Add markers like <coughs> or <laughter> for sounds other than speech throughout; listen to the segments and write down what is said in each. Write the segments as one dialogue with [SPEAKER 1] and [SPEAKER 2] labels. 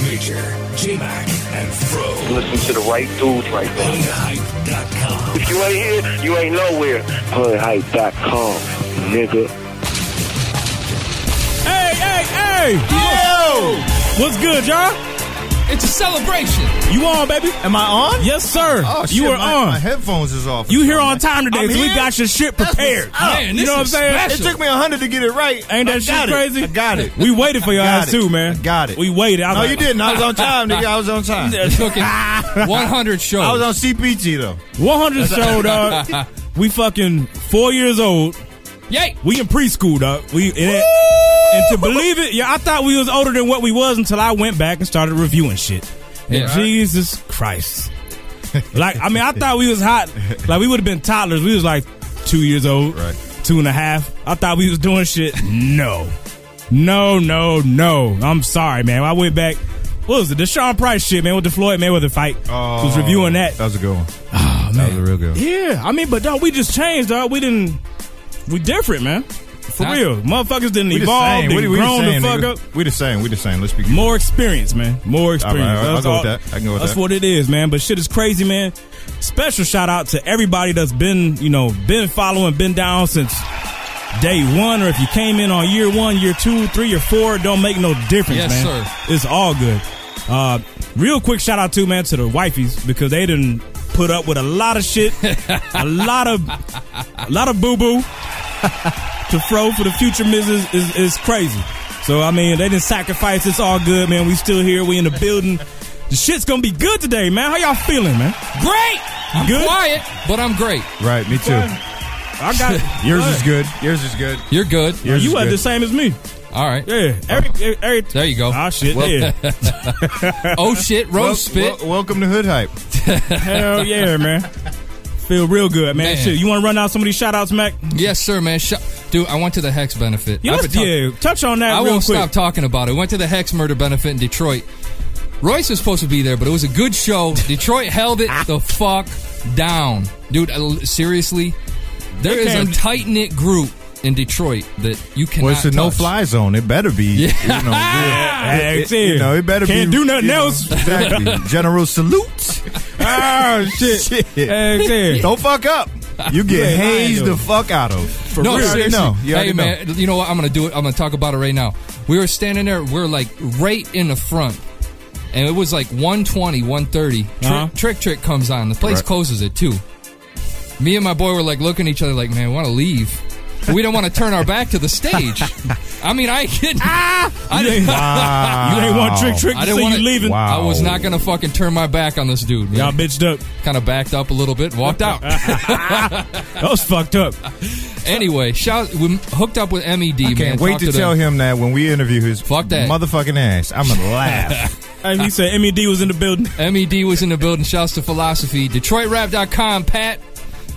[SPEAKER 1] Preacher, J-Mac, and Fro.
[SPEAKER 2] Listen to the right dudes right now.
[SPEAKER 1] PlayHype.com.
[SPEAKER 2] If you ain't here, you ain't nowhere. Playhype.com, nigga.
[SPEAKER 3] Hey, hey, hey! Yo! What's good, y'all?
[SPEAKER 4] It's a celebration.
[SPEAKER 3] You on, baby?
[SPEAKER 5] Am I on?
[SPEAKER 3] Yes, sir.
[SPEAKER 5] Oh, shit,
[SPEAKER 3] you were
[SPEAKER 5] my,
[SPEAKER 3] on.
[SPEAKER 5] My headphones is off.
[SPEAKER 3] you here on time today,
[SPEAKER 5] I'm
[SPEAKER 3] so we
[SPEAKER 5] here?
[SPEAKER 3] got your shit
[SPEAKER 5] That's
[SPEAKER 3] prepared.
[SPEAKER 5] what's up.
[SPEAKER 4] Man,
[SPEAKER 3] you
[SPEAKER 4] this
[SPEAKER 3] know what I'm
[SPEAKER 4] is
[SPEAKER 3] saying?
[SPEAKER 4] special.
[SPEAKER 5] It took me a hundred to get it right.
[SPEAKER 3] Ain't
[SPEAKER 5] I
[SPEAKER 3] that shit
[SPEAKER 5] got it.
[SPEAKER 3] crazy?
[SPEAKER 5] I got it.
[SPEAKER 3] We waited for y'all
[SPEAKER 5] got it.
[SPEAKER 3] too, man.
[SPEAKER 5] I got it.
[SPEAKER 3] We waited. I
[SPEAKER 5] No,
[SPEAKER 3] was
[SPEAKER 5] you
[SPEAKER 3] like,
[SPEAKER 5] didn't. I was on time, nigga. I was on
[SPEAKER 3] <laughs>
[SPEAKER 5] time.
[SPEAKER 4] It took
[SPEAKER 5] <laughs>
[SPEAKER 4] it 100 shows.
[SPEAKER 5] I was on CPT though. <laughs>
[SPEAKER 3] 100 show, dog. We fucking four years old.
[SPEAKER 4] Yay!
[SPEAKER 3] We in preschool, dog. We and, it- and to believe it, yeah, I thought we was older than what we was until I went back and started reviewing shit. And
[SPEAKER 4] Yeah.
[SPEAKER 3] Jesus Christ, like I mean, I thought we was hot. <laughs> Like we would have been toddlers. We was like two years old,
[SPEAKER 5] Right.
[SPEAKER 3] two and a half. I thought we was doing shit. No, no, no, no. I'm sorry, man. I went back. What was it? The Sean Price shit, man, with the Floyd Mayweather fight.
[SPEAKER 5] Oh.
[SPEAKER 3] was reviewing that. Oh,
[SPEAKER 5] That was a good one. that was a real good. one.
[SPEAKER 3] Yeah, I mean, but dog, we just changed, dog. We didn't. We different, man. For
[SPEAKER 4] Nah.
[SPEAKER 3] real, motherfuckers didn't
[SPEAKER 5] We the
[SPEAKER 3] evolve.
[SPEAKER 5] same.
[SPEAKER 3] They
[SPEAKER 5] We- we the
[SPEAKER 3] grown the
[SPEAKER 5] same,
[SPEAKER 3] fuck
[SPEAKER 5] nigga.
[SPEAKER 3] up.
[SPEAKER 5] We the same. We the same. Let's be good.
[SPEAKER 3] More experience, man. More
[SPEAKER 5] All
[SPEAKER 3] experience.
[SPEAKER 5] right, all right.
[SPEAKER 3] That's
[SPEAKER 5] I'll go with that. I can go with
[SPEAKER 3] that's
[SPEAKER 5] that.
[SPEAKER 3] what it is, man. But shit is crazy, man. Special shout out to everybody that's been, you know, been following, been down since day one, or if you came in on year one, year two, three, or four, it don't make no difference,
[SPEAKER 4] Yes,
[SPEAKER 3] man.
[SPEAKER 4] sir.
[SPEAKER 3] It's all good. Uh, real quick shout out too, man, to the wifeys because they didn't put up with a lot of
[SPEAKER 4] <laughs>
[SPEAKER 3] shit, a lot of, a lot of boo boo. to fro for the future misses is, is crazy. So I mean, they didn't sacrifice. It's all good, man. We still here. We in the building. The shit's gonna be good today, man. How y'all feeling, man?
[SPEAKER 4] Great! I'm
[SPEAKER 3] Good?
[SPEAKER 4] quiet, but I'm great.
[SPEAKER 5] Right. Me too.
[SPEAKER 3] I
[SPEAKER 5] <laughs>
[SPEAKER 3] got it.
[SPEAKER 5] Yours is good. Yours is good.
[SPEAKER 4] You're good.
[SPEAKER 5] Yours
[SPEAKER 3] You
[SPEAKER 5] is
[SPEAKER 3] are
[SPEAKER 5] good.
[SPEAKER 3] the same as me.
[SPEAKER 4] All right.
[SPEAKER 3] Yeah. Every, every,
[SPEAKER 4] There you go.
[SPEAKER 3] Ah, shit.
[SPEAKER 4] Well-
[SPEAKER 3] yeah.
[SPEAKER 4] <laughs> Oh, shit.
[SPEAKER 5] Wel-
[SPEAKER 4] Roast spit.
[SPEAKER 5] wel- welcome to <laughs> Hood
[SPEAKER 3] <laughs>
[SPEAKER 5] Hype.
[SPEAKER 3] Hell yeah, man. Feel real good,
[SPEAKER 4] Man.
[SPEAKER 3] man. Shit, you want to run out some of these shout outs, Mac?
[SPEAKER 4] Yes, sir, man. Sh- Dude, I went to the Hex benefit.
[SPEAKER 3] Yeah,
[SPEAKER 4] I've
[SPEAKER 3] let's-
[SPEAKER 4] been talk-
[SPEAKER 3] yeah, touch on that
[SPEAKER 4] I
[SPEAKER 3] real
[SPEAKER 4] won't
[SPEAKER 3] quick.
[SPEAKER 4] stop talking about it. Went to the Hex murder benefit in Detroit. Royce was supposed to be there, but it was a good
[SPEAKER 3] <laughs>
[SPEAKER 4] show. Detroit held it the fuck down, dude. I- seriously, there
[SPEAKER 3] They
[SPEAKER 4] is
[SPEAKER 3] came-
[SPEAKER 4] a tight knit group in Detroit that you cannot.
[SPEAKER 5] Well, it's a
[SPEAKER 4] touch.
[SPEAKER 5] no fly zone. It better be. You know,
[SPEAKER 4] <laughs>
[SPEAKER 5] real-
[SPEAKER 3] Ah, Yeah,
[SPEAKER 5] it,
[SPEAKER 3] that's it.
[SPEAKER 5] you know, it better
[SPEAKER 3] Can't
[SPEAKER 5] be.
[SPEAKER 3] do nothing
[SPEAKER 5] you know,
[SPEAKER 3] else. <laughs>
[SPEAKER 5] Exactly. General salute. <laughs>
[SPEAKER 3] Ah, shit. Hell yeah.
[SPEAKER 5] Don't fuck up. You
[SPEAKER 3] You
[SPEAKER 5] get
[SPEAKER 3] ain't lying,
[SPEAKER 5] hazed
[SPEAKER 3] though.
[SPEAKER 5] the fuck out of. For
[SPEAKER 4] No,
[SPEAKER 5] real.
[SPEAKER 4] seriously.
[SPEAKER 5] No, you already
[SPEAKER 4] hey,
[SPEAKER 5] know.
[SPEAKER 4] man, you know what? I'm gonna do it. I'm gonna talk about it right now. We were standing there. We're like right in the front, and it was like 120, 130. Trick,
[SPEAKER 3] Uh-huh.
[SPEAKER 4] trick, trick comes on. The place
[SPEAKER 5] Right.
[SPEAKER 4] closes at two. Me and my boy were like looking at each other, like, man, we want to leave. But we don't want to turn our back to the stage. I mean, I didn't. I
[SPEAKER 3] You ain't,
[SPEAKER 4] didn't. <laughs>
[SPEAKER 5] Wow.
[SPEAKER 3] you ain't want trick trick
[SPEAKER 4] I
[SPEAKER 3] to
[SPEAKER 4] didn't
[SPEAKER 3] see
[SPEAKER 4] wanna-
[SPEAKER 3] you leaving.
[SPEAKER 5] Wow.
[SPEAKER 4] I was not gonna fucking turn my back on this dude.
[SPEAKER 3] Y'all bitched up.
[SPEAKER 4] Kind of backed up a little bit, walked out.
[SPEAKER 3] That was fucked up.
[SPEAKER 4] anyway, shout. We hooked up with Med.
[SPEAKER 5] I
[SPEAKER 4] man.
[SPEAKER 5] can't wait
[SPEAKER 4] Talked
[SPEAKER 5] to,
[SPEAKER 4] them.
[SPEAKER 5] tell him that when we interview his
[SPEAKER 4] Fuck that.
[SPEAKER 5] motherfucking ass.
[SPEAKER 4] <laughs>
[SPEAKER 5] I'm gonna laugh.
[SPEAKER 3] And he said MED was in the building.
[SPEAKER 4] MED E was in the building. Shouts to Philosophy. Detroitrap.com, Pat.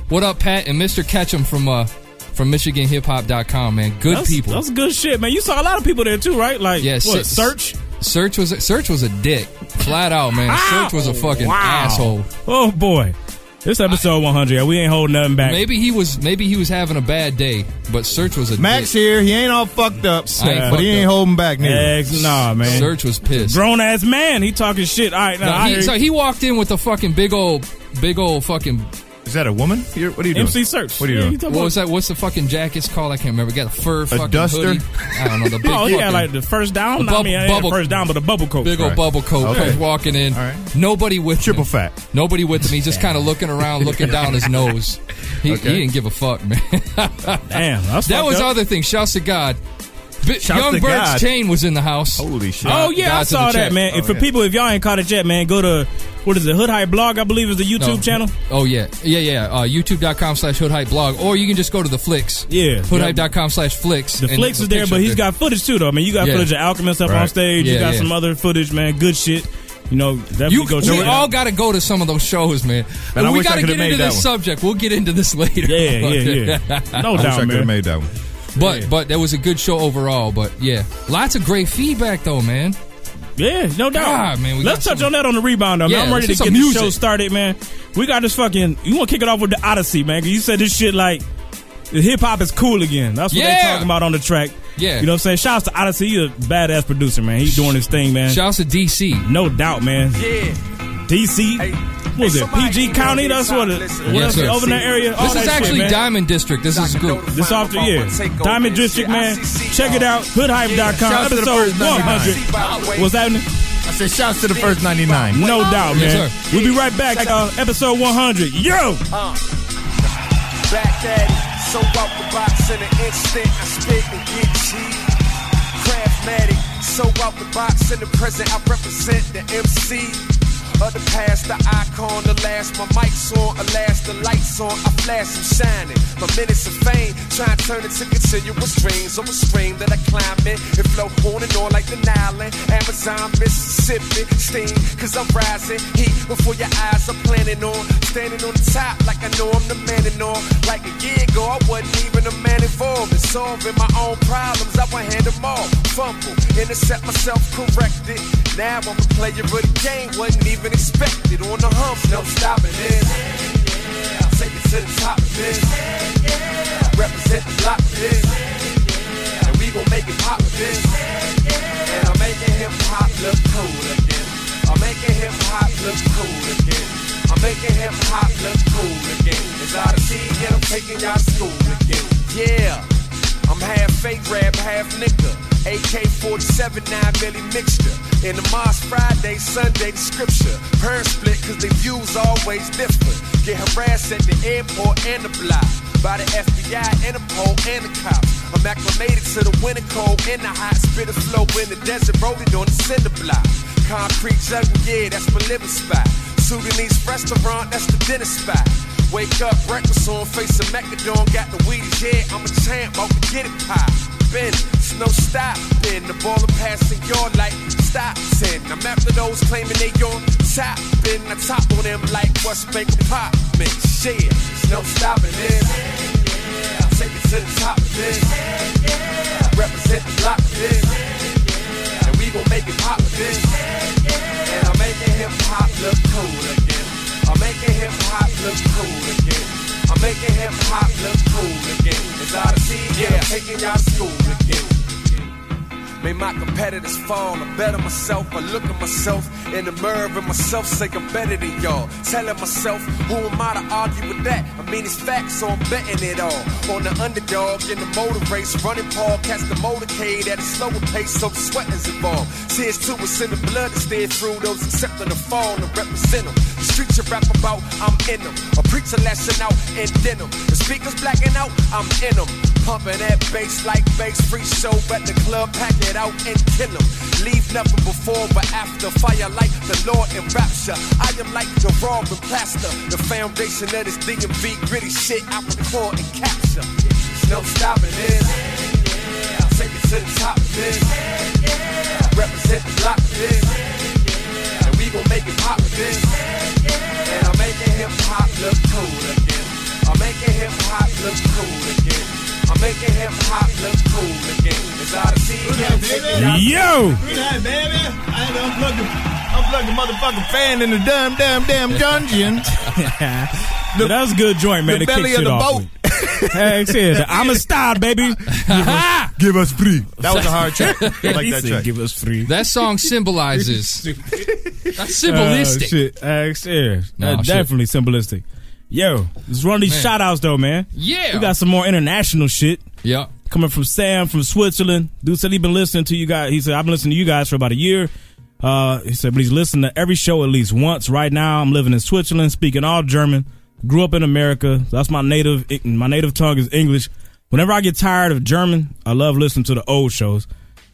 [SPEAKER 4] What up, Pat? And Mr. Ketchum from uh from MichiganHipHop.com, man. Good
[SPEAKER 3] That's,
[SPEAKER 4] people.
[SPEAKER 3] That's good shit, man. You saw a lot of people there too, right? Like,
[SPEAKER 4] Yeah,
[SPEAKER 3] what,
[SPEAKER 4] s-
[SPEAKER 3] search?
[SPEAKER 4] Search was Search was a dick. Flat out, man. Search was a fucking
[SPEAKER 3] Wow.
[SPEAKER 4] asshole.
[SPEAKER 3] Oh boy, this episode 100. yeah, We ain't holding nothing back.
[SPEAKER 4] Maybe he was maybe he was having a bad day, but Search was a
[SPEAKER 5] Max
[SPEAKER 4] dick.
[SPEAKER 5] here. He ain't all fucked up,
[SPEAKER 4] I ain't
[SPEAKER 5] but
[SPEAKER 4] fucked
[SPEAKER 5] he ain't
[SPEAKER 4] up.
[SPEAKER 5] holding back neither.
[SPEAKER 3] Eggs, nah, man.
[SPEAKER 4] Search was pissed.
[SPEAKER 3] Grown ass man, he talking shit. All right, now
[SPEAKER 4] No,
[SPEAKER 3] I
[SPEAKER 4] he-
[SPEAKER 3] hear
[SPEAKER 4] so he walked in with a fucking big old big old fucking
[SPEAKER 5] Is that a woman? You're- what are you doing?
[SPEAKER 3] MC Search.
[SPEAKER 5] What are you
[SPEAKER 3] Yeah,
[SPEAKER 5] doing?
[SPEAKER 3] he talking
[SPEAKER 4] what
[SPEAKER 3] about-
[SPEAKER 4] was that? What's the fucking jacket's called? I can't remember. Got a fur fucking
[SPEAKER 5] duster?
[SPEAKER 4] hoodie. I don't know.
[SPEAKER 3] <laughs>
[SPEAKER 4] The big
[SPEAKER 3] Oh, he
[SPEAKER 4] fucking-
[SPEAKER 3] had like the first down.
[SPEAKER 4] The
[SPEAKER 3] I
[SPEAKER 4] bub-
[SPEAKER 3] mean, I ain't the
[SPEAKER 4] bubble-
[SPEAKER 3] first down, but a bubble coat.
[SPEAKER 4] Big old
[SPEAKER 5] Right.
[SPEAKER 4] bubble coat
[SPEAKER 5] Okay.
[SPEAKER 4] comes walking in.
[SPEAKER 5] All right.
[SPEAKER 4] Nobody with
[SPEAKER 5] Triple
[SPEAKER 4] him.
[SPEAKER 5] fat.
[SPEAKER 4] Nobody with him. He's just kind of looking
[SPEAKER 5] <laughs>
[SPEAKER 4] around, looking down his nose. He, he
[SPEAKER 5] Okay.
[SPEAKER 4] didn't give a fuck, man.
[SPEAKER 3] <laughs> Damn, that's
[SPEAKER 4] that
[SPEAKER 3] fucked
[SPEAKER 4] was
[SPEAKER 3] up.
[SPEAKER 4] other thing. Shouts to God. B-
[SPEAKER 5] Shouts
[SPEAKER 4] Young
[SPEAKER 5] to
[SPEAKER 4] Bird's
[SPEAKER 5] God.
[SPEAKER 4] chain was in the house.
[SPEAKER 5] Holy shit.
[SPEAKER 3] Oh
[SPEAKER 4] God
[SPEAKER 3] yeah, I
[SPEAKER 4] to the
[SPEAKER 3] saw that
[SPEAKER 4] check.
[SPEAKER 3] man. and
[SPEAKER 5] Oh,
[SPEAKER 3] for
[SPEAKER 5] yeah.
[SPEAKER 3] people, if y'all ain't caught it yet, man, go to what is it? Hood Hype Blog, I believe, is
[SPEAKER 4] No.
[SPEAKER 3] the YouTube channel.
[SPEAKER 4] Oh yeah, yeah, yeah. Uh, YouTube.com slash Hood Hype blog, or you can just go to the flicks.
[SPEAKER 3] Yeah.
[SPEAKER 4] HoodHype.com slash flicks.
[SPEAKER 3] The
[SPEAKER 4] and
[SPEAKER 3] flicks
[SPEAKER 4] the
[SPEAKER 3] is there,
[SPEAKER 4] picture
[SPEAKER 3] but he's
[SPEAKER 4] there.
[SPEAKER 3] got footage too, though. I mean, you got
[SPEAKER 4] Yeah.
[SPEAKER 3] footage of Alchemist up
[SPEAKER 5] Right.
[SPEAKER 3] on stage. you
[SPEAKER 4] Yeah,
[SPEAKER 3] got
[SPEAKER 4] yeah.
[SPEAKER 3] some other footage, man. Good shit. You know, definitely
[SPEAKER 4] You,
[SPEAKER 3] go check
[SPEAKER 4] we
[SPEAKER 3] it
[SPEAKER 4] all
[SPEAKER 3] out.
[SPEAKER 4] got to go to some of those shows, man.
[SPEAKER 5] Man, I
[SPEAKER 4] we
[SPEAKER 5] wish I
[SPEAKER 4] gotta
[SPEAKER 5] could've
[SPEAKER 4] get
[SPEAKER 5] made
[SPEAKER 4] into this
[SPEAKER 5] that one.
[SPEAKER 4] subject. We'll get into this <laughs> later.
[SPEAKER 3] Yeah, yeah,
[SPEAKER 4] <laughs>
[SPEAKER 3] yeah. No
[SPEAKER 5] I wish I
[SPEAKER 3] doubt,
[SPEAKER 5] could have
[SPEAKER 3] man.
[SPEAKER 5] made that one.
[SPEAKER 4] But
[SPEAKER 3] Yeah.
[SPEAKER 4] but that was a good show overall. But yeah, lots of great feedback though, man.
[SPEAKER 3] Yeah, no doubt.
[SPEAKER 4] God, man, we
[SPEAKER 3] let's
[SPEAKER 4] got
[SPEAKER 3] touch
[SPEAKER 4] some-
[SPEAKER 3] on that on the rebound, though.
[SPEAKER 4] Yeah,
[SPEAKER 3] man. I'm ready to
[SPEAKER 4] let's do some
[SPEAKER 3] get the
[SPEAKER 4] music.
[SPEAKER 3] show started, man. We got this fucking. You want to kick it off with the Odyssey, man? 'cause you said this shit like hip hop is cool again. That's what they
[SPEAKER 4] Yeah.
[SPEAKER 3] talking about on the track.
[SPEAKER 4] Yeah.
[SPEAKER 3] You know what I'm saying? Shouts to Odyssey. He a badass producer, man. He doing his thing, man.
[SPEAKER 4] Shouts to DC.
[SPEAKER 3] no doubt, man.
[SPEAKER 6] Yeah.
[SPEAKER 3] DC.
[SPEAKER 6] Hey,
[SPEAKER 3] What was
[SPEAKER 6] hey,
[SPEAKER 3] it?
[SPEAKER 6] somebody
[SPEAKER 3] PG
[SPEAKER 6] email
[SPEAKER 3] County?
[SPEAKER 6] me
[SPEAKER 3] That's what it
[SPEAKER 6] inside,
[SPEAKER 3] is.
[SPEAKER 6] listen.
[SPEAKER 4] Yes, sir.
[SPEAKER 3] Over in that area. All
[SPEAKER 4] This is
[SPEAKER 3] that shit,
[SPEAKER 4] actually
[SPEAKER 3] man.
[SPEAKER 4] Diamond District. This is good.
[SPEAKER 3] This off the year. Diamond District, man. Check it out.
[SPEAKER 5] Shouts
[SPEAKER 3] Hoodhype.com.
[SPEAKER 5] to the
[SPEAKER 3] Episode
[SPEAKER 5] first 99.
[SPEAKER 3] 100. What's happening?
[SPEAKER 5] I said, shouts to the first 99.
[SPEAKER 3] No doubt,
[SPEAKER 4] Yes,
[SPEAKER 3] man.
[SPEAKER 4] sir.
[SPEAKER 3] We'll be right back. Uh, episode 100. Yo!
[SPEAKER 6] Uh. Back at it, so out the box in an instant. I spit and get cheese. Craftmatic, so out the box in the present. I represent the MC. Of the past, the icon, the last. My mic's on, alas, the lights on. I flash and shining. My minutes of fame, try and turn it to continuous dreams of a stream that I climb in and flow on and on like the Nile and Amazon, Mississippi. Steam, cause I'm rising. Heat before your eyes, I'm planning on standing on the top like I know I'm the man and all. Like a year ago, I wasn't even a man involved in solving my own problems. I would hand them all, fumble, intercept myself, correct it. Now I'm a player of the game, wasn't even expected. On the hump, no stopping this. Take it to the top of this. Represent the block of this. And we gon' make it pop of this. And I'm making hip hop look cool again. I'm making hip hop look cool again. I'm making hip hop look cool again. It's out of tea and I'm taking y'all to school again. Yeah, I'm half fake rap, half nigga. AK 47, 9 milli mixture. In the mosque, Friday, Sunday, the scripture. Parents split, cause the views always different. Get harassed at the airport and the block. By the FBI, Interpol, and the cops. I'm acclimated to the winter cold and the hot spit of flow in the desert, rolling on the cinder block. Concrete jungle, yeah, that's my living spot. Sudanese restaurant, that's the dinner spot. Wake up, breakfast on, face of Macadon, got the Wheaties, yeah, I'm a champ, I'll get it pop. Been, it's no stop, been the ball and passing your like stop ten. I'm after those claiming they on top, been I top on them like what's bank pop, man, shit, it's no stopping this. Take it to the top of this. Represent the block of this. And we gon' make it pop of this. And I'm making hip hop look cool again. I'm making hip hop look cool again. I'm making hip hop look cool again. It's Odyssey, yeah, I'm taking y'all to school again. Made my competitors fall. I better myself. I look at myself in the mirror and myself say I'm better than y'all. Telling myself, who am I to argue with that? I mean, it's facts, so I'm betting it all. On the underdog in the motor race, running Paul, catch the motorcade at a slower pace, so the sweat is involved. Tears too, it's in the blood that's there through those accepting the fall and represent them. The streets you rap about, I'm in them. A preacher lashing out in denim. The speakers blacking out, I'm in them. Pumping that bass like bass free show at the club, pack it out and kill 'em. Leave nothing before but after. Fire like the Lord in rapture. I am like the raw and plaster. The foundation of this DMV gritty shit I record and capture. There's no stopping this. Take it to the top of this. Represent the block of this. And we gon' make it pop of this. And I'm making hip hop look cool again. I'm making hip hop look cool again. I'm making hip hop look cool again. It's Odyssey. Yeah,
[SPEAKER 3] Yo!
[SPEAKER 5] Hey, baby. I had to unplug the, unplug the motherfucking fan in the damn, damn, damn
[SPEAKER 3] <laughs>
[SPEAKER 5] dungeon.
[SPEAKER 3] Yeah, that was a good joint, man.
[SPEAKER 5] the
[SPEAKER 3] to kick
[SPEAKER 5] belly of
[SPEAKER 3] shit
[SPEAKER 5] the
[SPEAKER 3] off
[SPEAKER 5] boat.
[SPEAKER 3] with. hey,
[SPEAKER 5] <laughs>
[SPEAKER 3] seriously. I'm a star, baby.
[SPEAKER 5] Give us free. That was a hard
[SPEAKER 3] <laughs>
[SPEAKER 5] track. I like
[SPEAKER 3] He
[SPEAKER 5] that
[SPEAKER 3] said,
[SPEAKER 5] track.
[SPEAKER 3] Give us free.
[SPEAKER 4] That
[SPEAKER 3] <laughs>
[SPEAKER 4] song symbolizes. <laughs> That's
[SPEAKER 3] Oh,
[SPEAKER 4] symbolistic.
[SPEAKER 3] shit. Uh, serious.
[SPEAKER 4] Nah,
[SPEAKER 3] That's
[SPEAKER 4] shit.
[SPEAKER 3] definitely symbolistic. Yo, let's run these
[SPEAKER 4] Man.
[SPEAKER 3] shout outs, though, man.
[SPEAKER 4] yeah.
[SPEAKER 3] We got some more international shit
[SPEAKER 4] yeah.
[SPEAKER 3] coming from Sam from Switzerland. Dude said he been listening to you guys. He said, I've been listening to you guys for about a year. Uh, he said, but he's listened to every show at least once. Right now, I'm living in Switzerland, speaking all German. Grew up in America. That's my native. My native tongue is English. Whenever I get tired of German, I love listening to the old shows.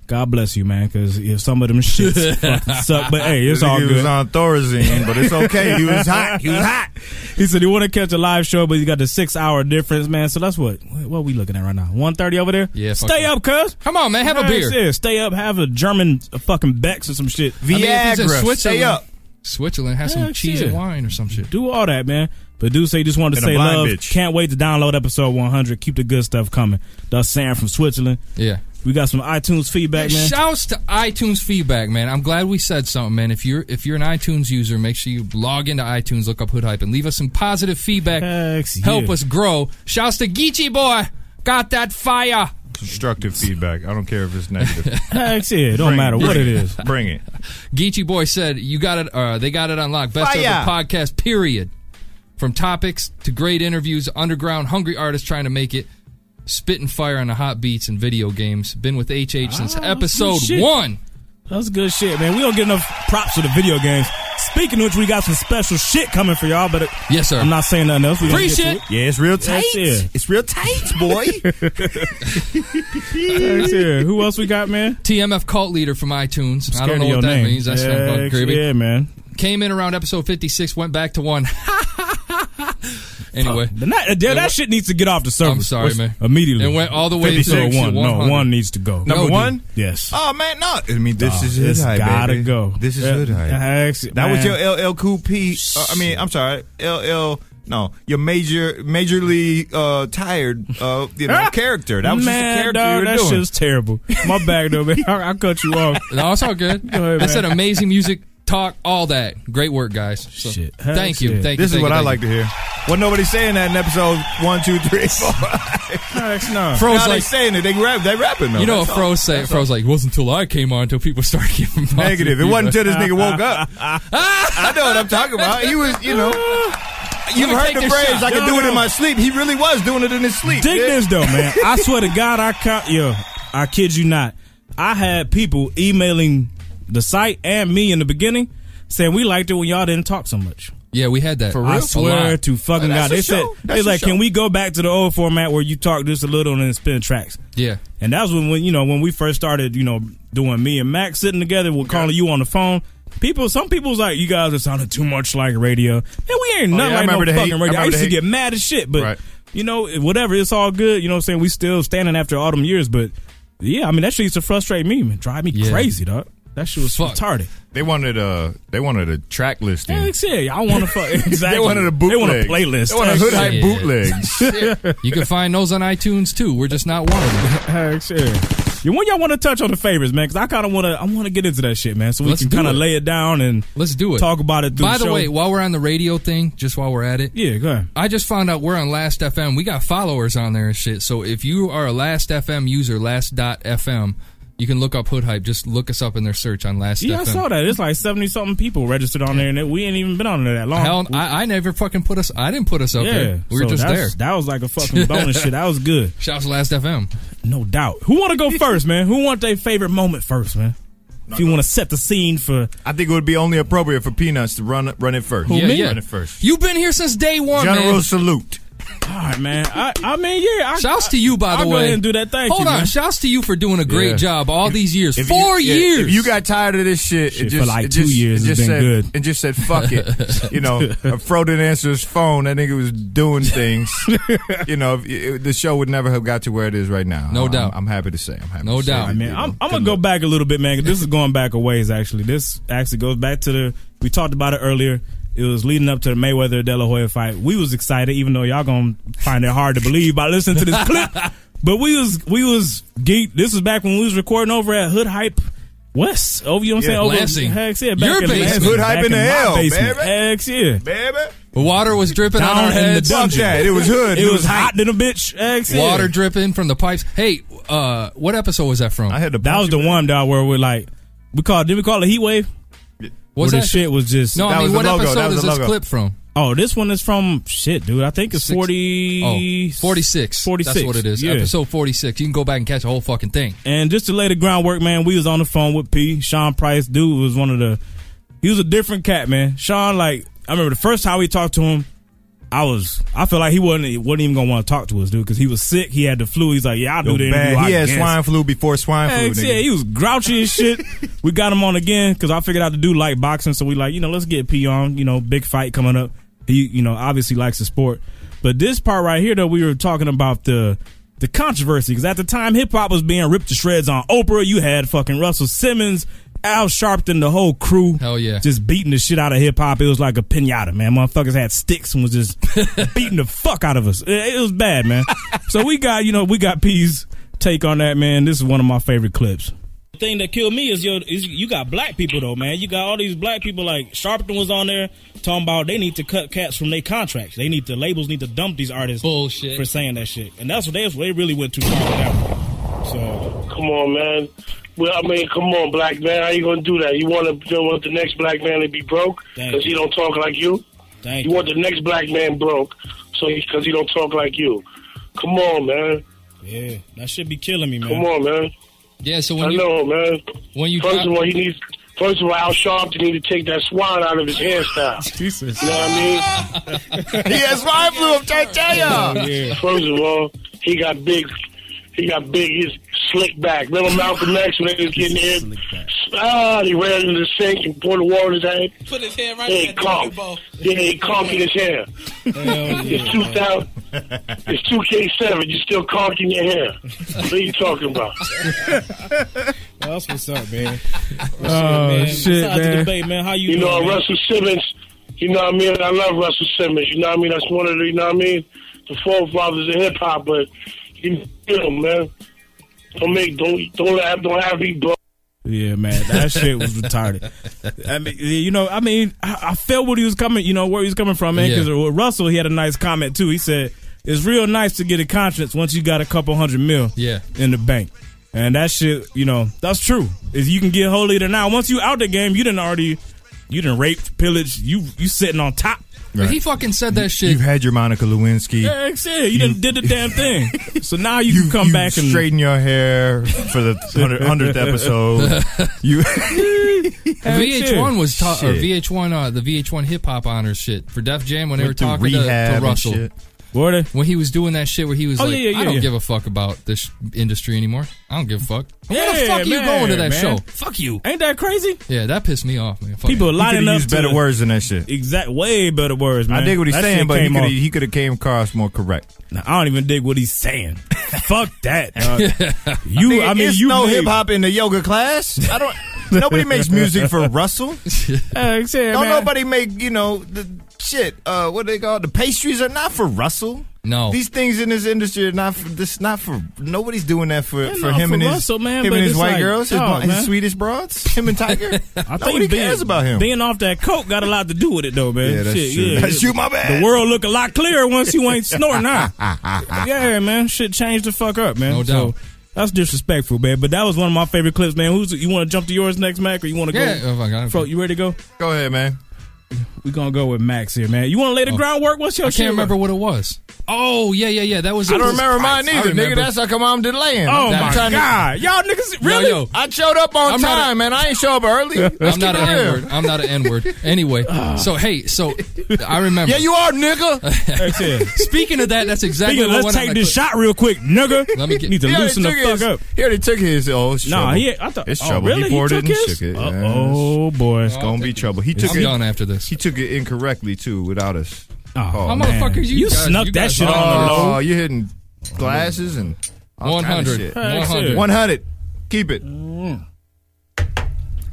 [SPEAKER 3] God bless you, man, because if some of them shits fucking <laughs> suck, but hey, it's all
[SPEAKER 5] he
[SPEAKER 3] good.
[SPEAKER 5] was on Thorazine, but it's okay. He was hot. He was hot.
[SPEAKER 3] <laughs> He said he want to catch a live show, but he got the six hour difference, man. So that's what what are we looking at right now? One thirty over there.
[SPEAKER 4] Yeah, fuck
[SPEAKER 3] stay
[SPEAKER 4] that.
[SPEAKER 3] up, cuz.
[SPEAKER 4] Come on, man. Have a
[SPEAKER 3] Nah,
[SPEAKER 4] beer.
[SPEAKER 3] serious. Stay up. Have a German uh, fucking Bex or some shit.
[SPEAKER 4] I mean, if it's in
[SPEAKER 5] Viagra. Stay
[SPEAKER 4] Switzerland-
[SPEAKER 5] up.
[SPEAKER 4] Switzerland has
[SPEAKER 3] Yeah,
[SPEAKER 4] some cheese
[SPEAKER 3] shit.
[SPEAKER 4] and wine or some shit.
[SPEAKER 3] Do all that, man. But do say you just wanted to
[SPEAKER 5] And a
[SPEAKER 3] say
[SPEAKER 5] blind
[SPEAKER 3] love.
[SPEAKER 5] bitch.
[SPEAKER 3] Can't wait to download episode one hundred. Keep the good stuff coming. That's Sam from Switzerland.
[SPEAKER 4] Yeah.
[SPEAKER 3] We got some iTunes feedback, man.
[SPEAKER 4] Shouts to iTunes feedback, man. I'm glad we said something, man. If you're if you're an iTunes user, make sure you log into iTunes, look up Hood Hype, and leave us some positive feedback.
[SPEAKER 3] Heck,
[SPEAKER 4] Help
[SPEAKER 3] yeah.
[SPEAKER 4] us grow. Shouts to Geechee Boy Got that fire.
[SPEAKER 5] Constructive feedback. I don't care if it's negative.
[SPEAKER 3] That's it. Don't
[SPEAKER 5] Bring-
[SPEAKER 3] matter what
[SPEAKER 5] bring
[SPEAKER 3] it is.
[SPEAKER 5] Bring it.
[SPEAKER 4] <laughs> Geechee Boy said, "You got it. Uh, they got it unlocked. Best of
[SPEAKER 5] Fire.
[SPEAKER 4] the podcast. Period. From topics to great interviews, underground hungry artists trying to make it, spitting fire on the hot beats and video games. Been with HH since
[SPEAKER 3] Ah,
[SPEAKER 4] episode
[SPEAKER 3] good shit.
[SPEAKER 4] one.
[SPEAKER 3] That's good shit, man. We don't get enough props to the video games. Speaking of which, we got some special shit coming for y'all, but it-
[SPEAKER 4] Yes, sir.
[SPEAKER 3] I'm not saying nothing else. We gonna
[SPEAKER 4] Free
[SPEAKER 3] get to
[SPEAKER 4] shit.
[SPEAKER 3] it.
[SPEAKER 5] Yeah, it's real tight.
[SPEAKER 3] That's it.
[SPEAKER 5] It's real tight, boy.
[SPEAKER 4] <laughs>
[SPEAKER 3] That's it. Who else we got, man?
[SPEAKER 4] TMF cult leader from iTunes. I don't
[SPEAKER 3] Scared
[SPEAKER 4] know
[SPEAKER 3] of
[SPEAKER 4] what
[SPEAKER 3] your
[SPEAKER 4] that
[SPEAKER 3] name.
[SPEAKER 4] means. That's not
[SPEAKER 3] yeah,
[SPEAKER 4] fucking creepy.
[SPEAKER 3] yeah, man.
[SPEAKER 4] Came in around episode 56, went back to one. <laughs> anyway,
[SPEAKER 3] Then that, that, that shit needs to get off the surface.
[SPEAKER 4] I'm sorry,
[SPEAKER 3] What's-
[SPEAKER 4] man.
[SPEAKER 3] Immediately.
[SPEAKER 4] It went all the way to
[SPEAKER 3] 56 one. No,
[SPEAKER 4] 100.
[SPEAKER 3] one needs to go.
[SPEAKER 5] Number
[SPEAKER 4] dude.
[SPEAKER 5] one.
[SPEAKER 3] Yes.
[SPEAKER 5] <laughs> Oh man, no. I mean, this is hood
[SPEAKER 3] It's
[SPEAKER 5] hype.
[SPEAKER 3] gotta
[SPEAKER 5] baby.
[SPEAKER 3] go.
[SPEAKER 5] This is
[SPEAKER 3] Yeah,
[SPEAKER 5] hood hype.
[SPEAKER 3] that's it,
[SPEAKER 5] that was
[SPEAKER 3] man.
[SPEAKER 5] your LL Cool P. Uh, I mean, I'm sorry, LL. No, your major, majorly uh, tired, uh, you
[SPEAKER 3] <laughs>
[SPEAKER 5] know, character. That was
[SPEAKER 3] Ah! man,
[SPEAKER 5] just a character
[SPEAKER 3] dog,
[SPEAKER 5] you were
[SPEAKER 3] that
[SPEAKER 5] doing.
[SPEAKER 3] shit's terrible. My bag, though, man. I, I cut you off.
[SPEAKER 4] no, it's all good.
[SPEAKER 3] ahead,
[SPEAKER 4] I said
[SPEAKER 3] man.
[SPEAKER 4] amazing music, talk, all that. Great work, guys. So,
[SPEAKER 3] Shit.
[SPEAKER 4] Thank you.
[SPEAKER 3] Shit.
[SPEAKER 4] Thank you.
[SPEAKER 5] This is
[SPEAKER 4] thank
[SPEAKER 5] what
[SPEAKER 4] you,
[SPEAKER 5] I
[SPEAKER 4] thank
[SPEAKER 5] like
[SPEAKER 4] you.
[SPEAKER 5] to hear. Well, nobody's saying that in episode one, two, three, four.
[SPEAKER 3] Facts, <laughs> nah.
[SPEAKER 4] Fro's
[SPEAKER 5] now they
[SPEAKER 4] like,
[SPEAKER 5] saying it. They rap. They rapping though.
[SPEAKER 4] you know what
[SPEAKER 5] That's all.
[SPEAKER 4] Fro's say?
[SPEAKER 3] <laughs>
[SPEAKER 4] Fro's like, it wasn't until I came on until people <laughs> started giving positive
[SPEAKER 5] Negative. It wasn't
[SPEAKER 4] feedback."
[SPEAKER 5] until this nigga woke up. I know what I'm talking about. He was, you
[SPEAKER 3] <laughs>
[SPEAKER 5] know. You've
[SPEAKER 4] me
[SPEAKER 5] heard
[SPEAKER 4] take
[SPEAKER 5] the
[SPEAKER 4] this
[SPEAKER 5] phrase,
[SPEAKER 4] shot.
[SPEAKER 5] I can
[SPEAKER 3] No,
[SPEAKER 5] do it
[SPEAKER 3] no.
[SPEAKER 5] in my sleep. He really was doing it in his sleep.
[SPEAKER 3] Dig
[SPEAKER 5] yeah.
[SPEAKER 3] this
[SPEAKER 5] <laughs>
[SPEAKER 3] though, man. I swear to God, I count. Yo, I kid you not. I had people emailing the site and me in the beginning saying we liked it when y'all didn't talk so much.
[SPEAKER 4] Yeah, we had that. For
[SPEAKER 3] I swear to fucking
[SPEAKER 5] That's
[SPEAKER 3] God,
[SPEAKER 5] a
[SPEAKER 3] they
[SPEAKER 5] show.
[SPEAKER 3] said
[SPEAKER 5] That's
[SPEAKER 3] they
[SPEAKER 5] a
[SPEAKER 3] like,
[SPEAKER 5] show.
[SPEAKER 3] can we go back to the old format where you talk just a little and then spin tracks?
[SPEAKER 4] Yeah.
[SPEAKER 3] And that was when, when you know when we first started, you know, doing me and Max sitting together, we're calling you on the phone. People, some people was like, you guys are sounding too much like radio, and we ain't nothing
[SPEAKER 5] Oh, yeah, I
[SPEAKER 3] like no
[SPEAKER 5] remember the hate.
[SPEAKER 3] fucking
[SPEAKER 5] I
[SPEAKER 3] radio. I,
[SPEAKER 5] remember
[SPEAKER 3] used
[SPEAKER 5] the
[SPEAKER 3] to
[SPEAKER 5] hate.
[SPEAKER 3] get mad as shit, but
[SPEAKER 5] Right.
[SPEAKER 3] you know, whatever, it's all good. You know what I'm saying? We still standing after all them years, but yeah, I mean that shit used to frustrate me, man, drive me
[SPEAKER 4] Yeah.
[SPEAKER 3] crazy, dog. That shit was
[SPEAKER 4] Fuck.
[SPEAKER 3] retarded.
[SPEAKER 5] They wanted a they wanted a track listing.
[SPEAKER 3] Yeah. Yeah, y'all want to fuck exactly.
[SPEAKER 5] They wanted a bootleg.
[SPEAKER 3] They want a playlist.
[SPEAKER 5] They want a hood hype
[SPEAKER 4] Yeah.
[SPEAKER 5] bootleg.
[SPEAKER 4] You can find those on iTunes too. We're just not one of
[SPEAKER 3] <laughs>
[SPEAKER 4] them.
[SPEAKER 3] Heck, shit. You when y'all want to touch on the favorites, man? Because I kind of want to. I want to get into that shit, man. So we
[SPEAKER 4] Let's
[SPEAKER 3] can
[SPEAKER 4] do
[SPEAKER 3] kind
[SPEAKER 4] it.
[SPEAKER 3] of lay it down and
[SPEAKER 4] Let's do it.
[SPEAKER 3] Talk about it. Through
[SPEAKER 4] By the
[SPEAKER 3] show.
[SPEAKER 4] way, while we're on the radio thing, just while we're at it,
[SPEAKER 3] yeah, go ahead.
[SPEAKER 4] I just found out we're on Last FM. We got followers on there and shit. So if you are a Last FM user, Last.fm, you can look up Hood Hype. Just look us up in their search on Last
[SPEAKER 3] Yeah,
[SPEAKER 4] FM.
[SPEAKER 3] I saw that. It's like seventy something people registered on there, and it- we ain't even been on there that long.
[SPEAKER 4] Hell, I, I never fucking put us. I didn't put us up
[SPEAKER 3] yeah,
[SPEAKER 4] there. We were
[SPEAKER 3] so
[SPEAKER 4] just there.
[SPEAKER 3] that's- That was like
[SPEAKER 4] <laughs>
[SPEAKER 3] a fucking bonus shit. That was good,
[SPEAKER 4] Shouts to Last FM.
[SPEAKER 3] no doubt. Who want to go first, man? Who want their favorite moment first, man? If you want to set the scene for
[SPEAKER 5] I think it would be only appropriate for Peanuts to run run it first.
[SPEAKER 4] yeah,
[SPEAKER 5] run
[SPEAKER 4] yeah.
[SPEAKER 5] it first.
[SPEAKER 4] You've been here since day one,
[SPEAKER 5] General
[SPEAKER 4] man.
[SPEAKER 5] salute.
[SPEAKER 3] all right, man. I, I mean, yeah. I,
[SPEAKER 4] Shouts
[SPEAKER 3] I-
[SPEAKER 4] to you, by the
[SPEAKER 3] I'll
[SPEAKER 4] way.
[SPEAKER 3] go ahead and do that. Thank
[SPEAKER 4] Hold
[SPEAKER 3] you.
[SPEAKER 4] on.
[SPEAKER 3] man.
[SPEAKER 4] Shouts to you for doing a great
[SPEAKER 5] Yeah.
[SPEAKER 4] job all these years.
[SPEAKER 5] If you-
[SPEAKER 4] Four
[SPEAKER 5] yeah,
[SPEAKER 4] years.
[SPEAKER 5] If you got tired of this shit,
[SPEAKER 3] Shit,
[SPEAKER 5] it
[SPEAKER 3] for
[SPEAKER 5] just,
[SPEAKER 3] like
[SPEAKER 5] it
[SPEAKER 3] two
[SPEAKER 5] just-
[SPEAKER 3] years,
[SPEAKER 5] it
[SPEAKER 3] it's
[SPEAKER 5] just said,
[SPEAKER 3] been good.
[SPEAKER 5] and just said fuck it. you
[SPEAKER 3] <laughs>
[SPEAKER 5] know, if Fro didn't answer his phone. That nigga was doing things. you know, if- it- the show would never have got to where it is right now.
[SPEAKER 4] No
[SPEAKER 5] I'm,
[SPEAKER 4] doubt.
[SPEAKER 5] I'm happy to say. I'm happy.
[SPEAKER 4] No
[SPEAKER 5] to say
[SPEAKER 4] doubt.
[SPEAKER 5] that,
[SPEAKER 3] Man,
[SPEAKER 5] you know.
[SPEAKER 3] I'm, I'm gonna go back a little bit, man. 'cause This is going back a ways, actually. This actually goes back to the we talked about it earlier. It was leading up to the Mayweather De La Hoya fight. We was excited, even though y'all gonna find it hard to believe by listening
[SPEAKER 4] <laughs>
[SPEAKER 3] to this clip. But we was we was geek. This was back when we was recording over at Hood Hype West. Over you know what I'm
[SPEAKER 5] Yeah,
[SPEAKER 3] saying?
[SPEAKER 4] Lansing.
[SPEAKER 3] Over, heck yeah, back
[SPEAKER 4] Your
[SPEAKER 3] in
[SPEAKER 4] basement.
[SPEAKER 3] Lansing,
[SPEAKER 5] Hood
[SPEAKER 3] back
[SPEAKER 5] Hype in the
[SPEAKER 3] my
[SPEAKER 5] hell,
[SPEAKER 3] basement.
[SPEAKER 5] baby.
[SPEAKER 3] Heck yeah.
[SPEAKER 5] baby.
[SPEAKER 4] Water was dripping on
[SPEAKER 3] Down
[SPEAKER 4] our
[SPEAKER 3] in the
[SPEAKER 4] heads.
[SPEAKER 5] Fuck
[SPEAKER 3] dungeon.
[SPEAKER 5] that. It was hood.
[SPEAKER 3] It was hot than a bitch. Heck yeah.
[SPEAKER 4] Water dripping from the pipes. Hey, uh, what episode was that from?
[SPEAKER 5] I had to.
[SPEAKER 3] That was
[SPEAKER 5] punch
[SPEAKER 3] the
[SPEAKER 5] you.
[SPEAKER 3] one dog where we like we called did we call it heat wave?
[SPEAKER 4] was
[SPEAKER 3] where
[SPEAKER 4] that?
[SPEAKER 3] the shit was just
[SPEAKER 4] No,
[SPEAKER 5] That
[SPEAKER 4] I mean,
[SPEAKER 5] was the
[SPEAKER 4] what
[SPEAKER 5] logo.
[SPEAKER 4] episode
[SPEAKER 5] That was
[SPEAKER 4] is
[SPEAKER 5] the
[SPEAKER 4] this
[SPEAKER 5] logo.
[SPEAKER 4] clip from?
[SPEAKER 3] Oh, this one is from shit, dude. I think it's
[SPEAKER 4] Six-
[SPEAKER 3] 40,
[SPEAKER 4] Oh, 46.
[SPEAKER 3] 46.
[SPEAKER 4] That's what it is.
[SPEAKER 3] Yeah.
[SPEAKER 4] Episode 46. You can go back and catch the whole fucking thing.
[SPEAKER 3] And just to lay the groundwork, man, we was on the phone with P. Sean Price, dude was one of the. He was a different cat, man. Sean, like I remember the first time we talked to him, I was I felt like he wasn't he wasn't even gonna want to talk to us, dude, because he was sick. He had the flu. He's like, yeah, I'll do
[SPEAKER 5] Yo,
[SPEAKER 3] the interview.
[SPEAKER 5] bad.
[SPEAKER 3] I
[SPEAKER 5] He had
[SPEAKER 3] guess.
[SPEAKER 5] swine flu before swine
[SPEAKER 3] Heck,
[SPEAKER 5] flu.
[SPEAKER 3] yeah,
[SPEAKER 5] nigga.
[SPEAKER 3] he was grouchy as shit. we got him on again because I figured out to do like boxing, so we like you know let's get P on. You know, big fight coming up. He you know obviously likes the sport, but this part right here though we were talking about the the controversy because at the time hip hop was being ripped to shreds on Oprah. You had fucking Russell Simmons. Al Sharpton, the whole crew,
[SPEAKER 4] Hell yeah.
[SPEAKER 3] just beating the shit out of hip hop. It was like a pinata, man. Motherfuckers had sticks and
[SPEAKER 4] <laughs>
[SPEAKER 3] was just beating the fuck out of us. It, it was bad, man. so we got, you know, we got P's take on that, man. This is one of my favorite clips. thing that killed me is your is you got black people though, man. You got all these black people like Sharpton was on there talking about they need to cut cats from their contracts. They need the labels need to dump these artists
[SPEAKER 4] Bullshit.
[SPEAKER 3] for saying that shit. And that's what they they really went too far with that one. So
[SPEAKER 2] Come on, man. Well, I mean, come on, black man. How you gonna do that? You want to you want the next black man to be broke
[SPEAKER 3] Thank
[SPEAKER 2] because he
[SPEAKER 3] you.
[SPEAKER 2] don't talk like you?
[SPEAKER 3] thank
[SPEAKER 2] You want the next black man broke, so because he don't talk like you? Come on, man.
[SPEAKER 3] Yeah, that should be killing me, man.
[SPEAKER 2] Come on, man.
[SPEAKER 4] Yeah, so
[SPEAKER 2] I
[SPEAKER 4] when you
[SPEAKER 2] know, man.
[SPEAKER 4] when you
[SPEAKER 2] First of all, he needs. First of all, Al Sharpton need to take that swan out of his hairstyle.
[SPEAKER 3] Jesus.
[SPEAKER 2] You know what I mean?
[SPEAKER 5] <laughs> Yes, why blue? I'm trying to tell you.
[SPEAKER 3] Oh, Yeah.
[SPEAKER 2] First of all, he got big. He got big. He's slick back. Remember Malcolm X when they was getting in? Ah, he ran into the sink and poured the water in his head.
[SPEAKER 7] Put his hand right
[SPEAKER 2] Then he
[SPEAKER 7] in that ball.
[SPEAKER 2] conked. Then he conked in his hair.
[SPEAKER 3] Hell
[SPEAKER 2] It's
[SPEAKER 3] yeah.
[SPEAKER 2] 2000. It's 2K7. You still conking your hair. What are you talking
[SPEAKER 3] <laughs>
[SPEAKER 2] about?
[SPEAKER 3] That's what's up, man.
[SPEAKER 8] Oh shit,
[SPEAKER 3] Shout out to the
[SPEAKER 8] man.
[SPEAKER 3] Bay, man. How you,
[SPEAKER 2] You know,
[SPEAKER 3] doing, man?
[SPEAKER 2] Russell Simmons, you know what I mean? I love Russell Simmons. You know what I mean? That's one of the, you know what I mean? The forefathers of hip hop, but you know, man. Don't make, don't, don't have, don't have me blow.
[SPEAKER 3] Yeah, man, that shit was retarded. <laughs> I mean, you know, I mean, I, I felt what he was coming, you know, where he was coming from, man. Because
[SPEAKER 4] Yeah.
[SPEAKER 3] with Russell, he had a nice comment too. He said, "It's real nice to get a conscience once you got a couple hundred mil,
[SPEAKER 4] Yeah.
[SPEAKER 3] in the bank." And that shit, you know, that's true. If you can get hold of it or not, once you out the game, you didn't already, you didn't rape, pillage, you you sitting on top.
[SPEAKER 4] he fucking said that shit.
[SPEAKER 5] You've had your Monica Lewinsky.
[SPEAKER 3] Yeah, it's it. you didn't did the
[SPEAKER 5] <laughs>
[SPEAKER 3] damn thing. So now you, can come
[SPEAKER 5] you
[SPEAKER 3] back and
[SPEAKER 5] straighten your hair for
[SPEAKER 3] <laughs>
[SPEAKER 5] the hundredth episode. You
[SPEAKER 3] shit.
[SPEAKER 4] VH1 was ta- or
[SPEAKER 5] Shit.
[SPEAKER 4] VH1 uh, the VH1 Hip Hop Honors shit for Def Jam when they
[SPEAKER 5] went
[SPEAKER 4] were
[SPEAKER 5] through
[SPEAKER 4] talking to,
[SPEAKER 5] rehab
[SPEAKER 4] to
[SPEAKER 5] and
[SPEAKER 4] Russell
[SPEAKER 5] shit.
[SPEAKER 3] Were they?
[SPEAKER 4] when he was doing that shit where he was
[SPEAKER 3] Oh,
[SPEAKER 4] like,
[SPEAKER 3] yeah, yeah,
[SPEAKER 4] I don't
[SPEAKER 3] yeah.
[SPEAKER 4] give a fuck about this industry anymore. I don't give a fuck. Where
[SPEAKER 3] Yeah,
[SPEAKER 4] the fuck are you
[SPEAKER 3] man,
[SPEAKER 4] going to that
[SPEAKER 3] man.
[SPEAKER 4] show? Fuck you.
[SPEAKER 3] Ain't that crazy?
[SPEAKER 4] Yeah, that pissed me off, man. Fuck
[SPEAKER 3] People
[SPEAKER 4] it.
[SPEAKER 5] He
[SPEAKER 3] lining
[SPEAKER 5] could
[SPEAKER 3] up
[SPEAKER 5] use
[SPEAKER 4] <laughs>
[SPEAKER 3] to
[SPEAKER 5] better words than that shit.
[SPEAKER 3] Exact, way better words, man.
[SPEAKER 5] I dig what he's
[SPEAKER 3] That
[SPEAKER 5] saying,
[SPEAKER 3] shit
[SPEAKER 5] but he
[SPEAKER 3] came
[SPEAKER 5] could
[SPEAKER 3] off-
[SPEAKER 5] he could have came across more correct.
[SPEAKER 3] Nah, I don't even dig what he's saying. <laughs> Fuck that. dog. You, I mean,
[SPEAKER 5] it's
[SPEAKER 3] you
[SPEAKER 5] no
[SPEAKER 3] made-
[SPEAKER 5] hip hop in the yoga class. I don't. nobody makes music
[SPEAKER 3] <laughs>
[SPEAKER 5] for Russell.
[SPEAKER 3] Uh, yeah,
[SPEAKER 5] Don't
[SPEAKER 3] man.
[SPEAKER 5] nobody make you know the shit. Uh, what they call the pastries are not for Russell.
[SPEAKER 4] No.
[SPEAKER 5] these things in this industry are not. For, this not for nobody's doing that for,
[SPEAKER 3] Yeah,
[SPEAKER 5] for
[SPEAKER 3] no,
[SPEAKER 5] him
[SPEAKER 3] for
[SPEAKER 5] and his
[SPEAKER 3] Russell, man,
[SPEAKER 5] him
[SPEAKER 3] but
[SPEAKER 5] and his
[SPEAKER 3] it's
[SPEAKER 5] white
[SPEAKER 3] like,
[SPEAKER 5] girls, his,
[SPEAKER 3] dog,
[SPEAKER 5] bro- his
[SPEAKER 3] man.
[SPEAKER 5] Swedish
[SPEAKER 3] <laughs>
[SPEAKER 5] broads, him and Tiger.
[SPEAKER 3] I think
[SPEAKER 5] nobody
[SPEAKER 3] being,
[SPEAKER 5] cares about him.
[SPEAKER 3] Being off that coke got a lot to do with it, though, man.
[SPEAKER 5] yeah, that's
[SPEAKER 3] Shit,
[SPEAKER 5] true.
[SPEAKER 3] yeah.
[SPEAKER 5] That's you, my bad.
[SPEAKER 3] The world look a lot clearer once you ain't
[SPEAKER 5] <laughs>
[SPEAKER 3] snorting out. yeah, man. Shit changed the fuck up, man.
[SPEAKER 4] No doubt.
[SPEAKER 3] So, that's disrespectful, man. But that was one of my favorite clips, man. Who's you want to jump to yours next, Mac, or you want to
[SPEAKER 4] Yeah.
[SPEAKER 3] go?
[SPEAKER 4] Oh, my God.
[SPEAKER 3] Fro, you ready to go?
[SPEAKER 5] Go ahead, man.
[SPEAKER 3] We gonna go with Max here, man. You want to lay the groundwork? What's your
[SPEAKER 4] I
[SPEAKER 3] shit?
[SPEAKER 4] can't remember what it was. Oh, yeah, yeah, yeah. That was
[SPEAKER 5] I don't remember mine
[SPEAKER 4] I
[SPEAKER 5] either, nigga.
[SPEAKER 4] remember.
[SPEAKER 5] That's like I'm delaying.
[SPEAKER 3] Oh
[SPEAKER 4] That-
[SPEAKER 3] my
[SPEAKER 5] trying to-
[SPEAKER 3] god, y'all niggas
[SPEAKER 4] Yo,
[SPEAKER 3] really?
[SPEAKER 4] yo.
[SPEAKER 5] I showed up on
[SPEAKER 4] I'm not
[SPEAKER 5] time, man. I ain't show up early. Let's
[SPEAKER 4] I'm not
[SPEAKER 5] keep
[SPEAKER 4] an
[SPEAKER 5] it real.
[SPEAKER 4] N word. I'm not an N word.
[SPEAKER 3] <laughs>
[SPEAKER 4] Anyway,
[SPEAKER 3] Ah.
[SPEAKER 4] so hey, so I remember.
[SPEAKER 5] <laughs>
[SPEAKER 4] <laughs>
[SPEAKER 5] Yeah, you are, nigga.
[SPEAKER 3] That's it.
[SPEAKER 4] Speaking of that, that's exactly
[SPEAKER 3] Speaking of,
[SPEAKER 4] what
[SPEAKER 3] let's
[SPEAKER 4] went on that
[SPEAKER 3] take this
[SPEAKER 4] clip.
[SPEAKER 3] shot real quick, nigga.
[SPEAKER 4] Let me get-
[SPEAKER 3] need to
[SPEAKER 5] He already
[SPEAKER 3] loosen the
[SPEAKER 5] took
[SPEAKER 3] fuck
[SPEAKER 5] his,
[SPEAKER 3] up.
[SPEAKER 5] He already took his. Oh, it's
[SPEAKER 3] Nah,
[SPEAKER 5] trouble.
[SPEAKER 3] he. I thought.
[SPEAKER 5] it's
[SPEAKER 3] oh,
[SPEAKER 5] trouble.
[SPEAKER 3] Really?
[SPEAKER 5] He poured
[SPEAKER 3] took
[SPEAKER 5] it and
[SPEAKER 3] his?
[SPEAKER 5] shook it.
[SPEAKER 3] Uh,
[SPEAKER 5] Yeah,
[SPEAKER 3] Oh boy.
[SPEAKER 5] It's gonna be trouble. He took
[SPEAKER 4] I'm
[SPEAKER 5] it.
[SPEAKER 4] done after this.
[SPEAKER 5] He took it incorrectly too, without us.
[SPEAKER 3] Oh,
[SPEAKER 4] How
[SPEAKER 3] man.
[SPEAKER 4] motherfuckers you guys-
[SPEAKER 3] snuck
[SPEAKER 4] you
[SPEAKER 3] that
[SPEAKER 4] guys
[SPEAKER 3] shit
[SPEAKER 4] are-
[SPEAKER 3] on the
[SPEAKER 5] Oh,
[SPEAKER 3] low.
[SPEAKER 5] you're hitting glasses and all kinds of
[SPEAKER 4] 100.
[SPEAKER 5] shit.
[SPEAKER 3] Hey,
[SPEAKER 4] 100.
[SPEAKER 3] shit.
[SPEAKER 5] One hundred. Keep it.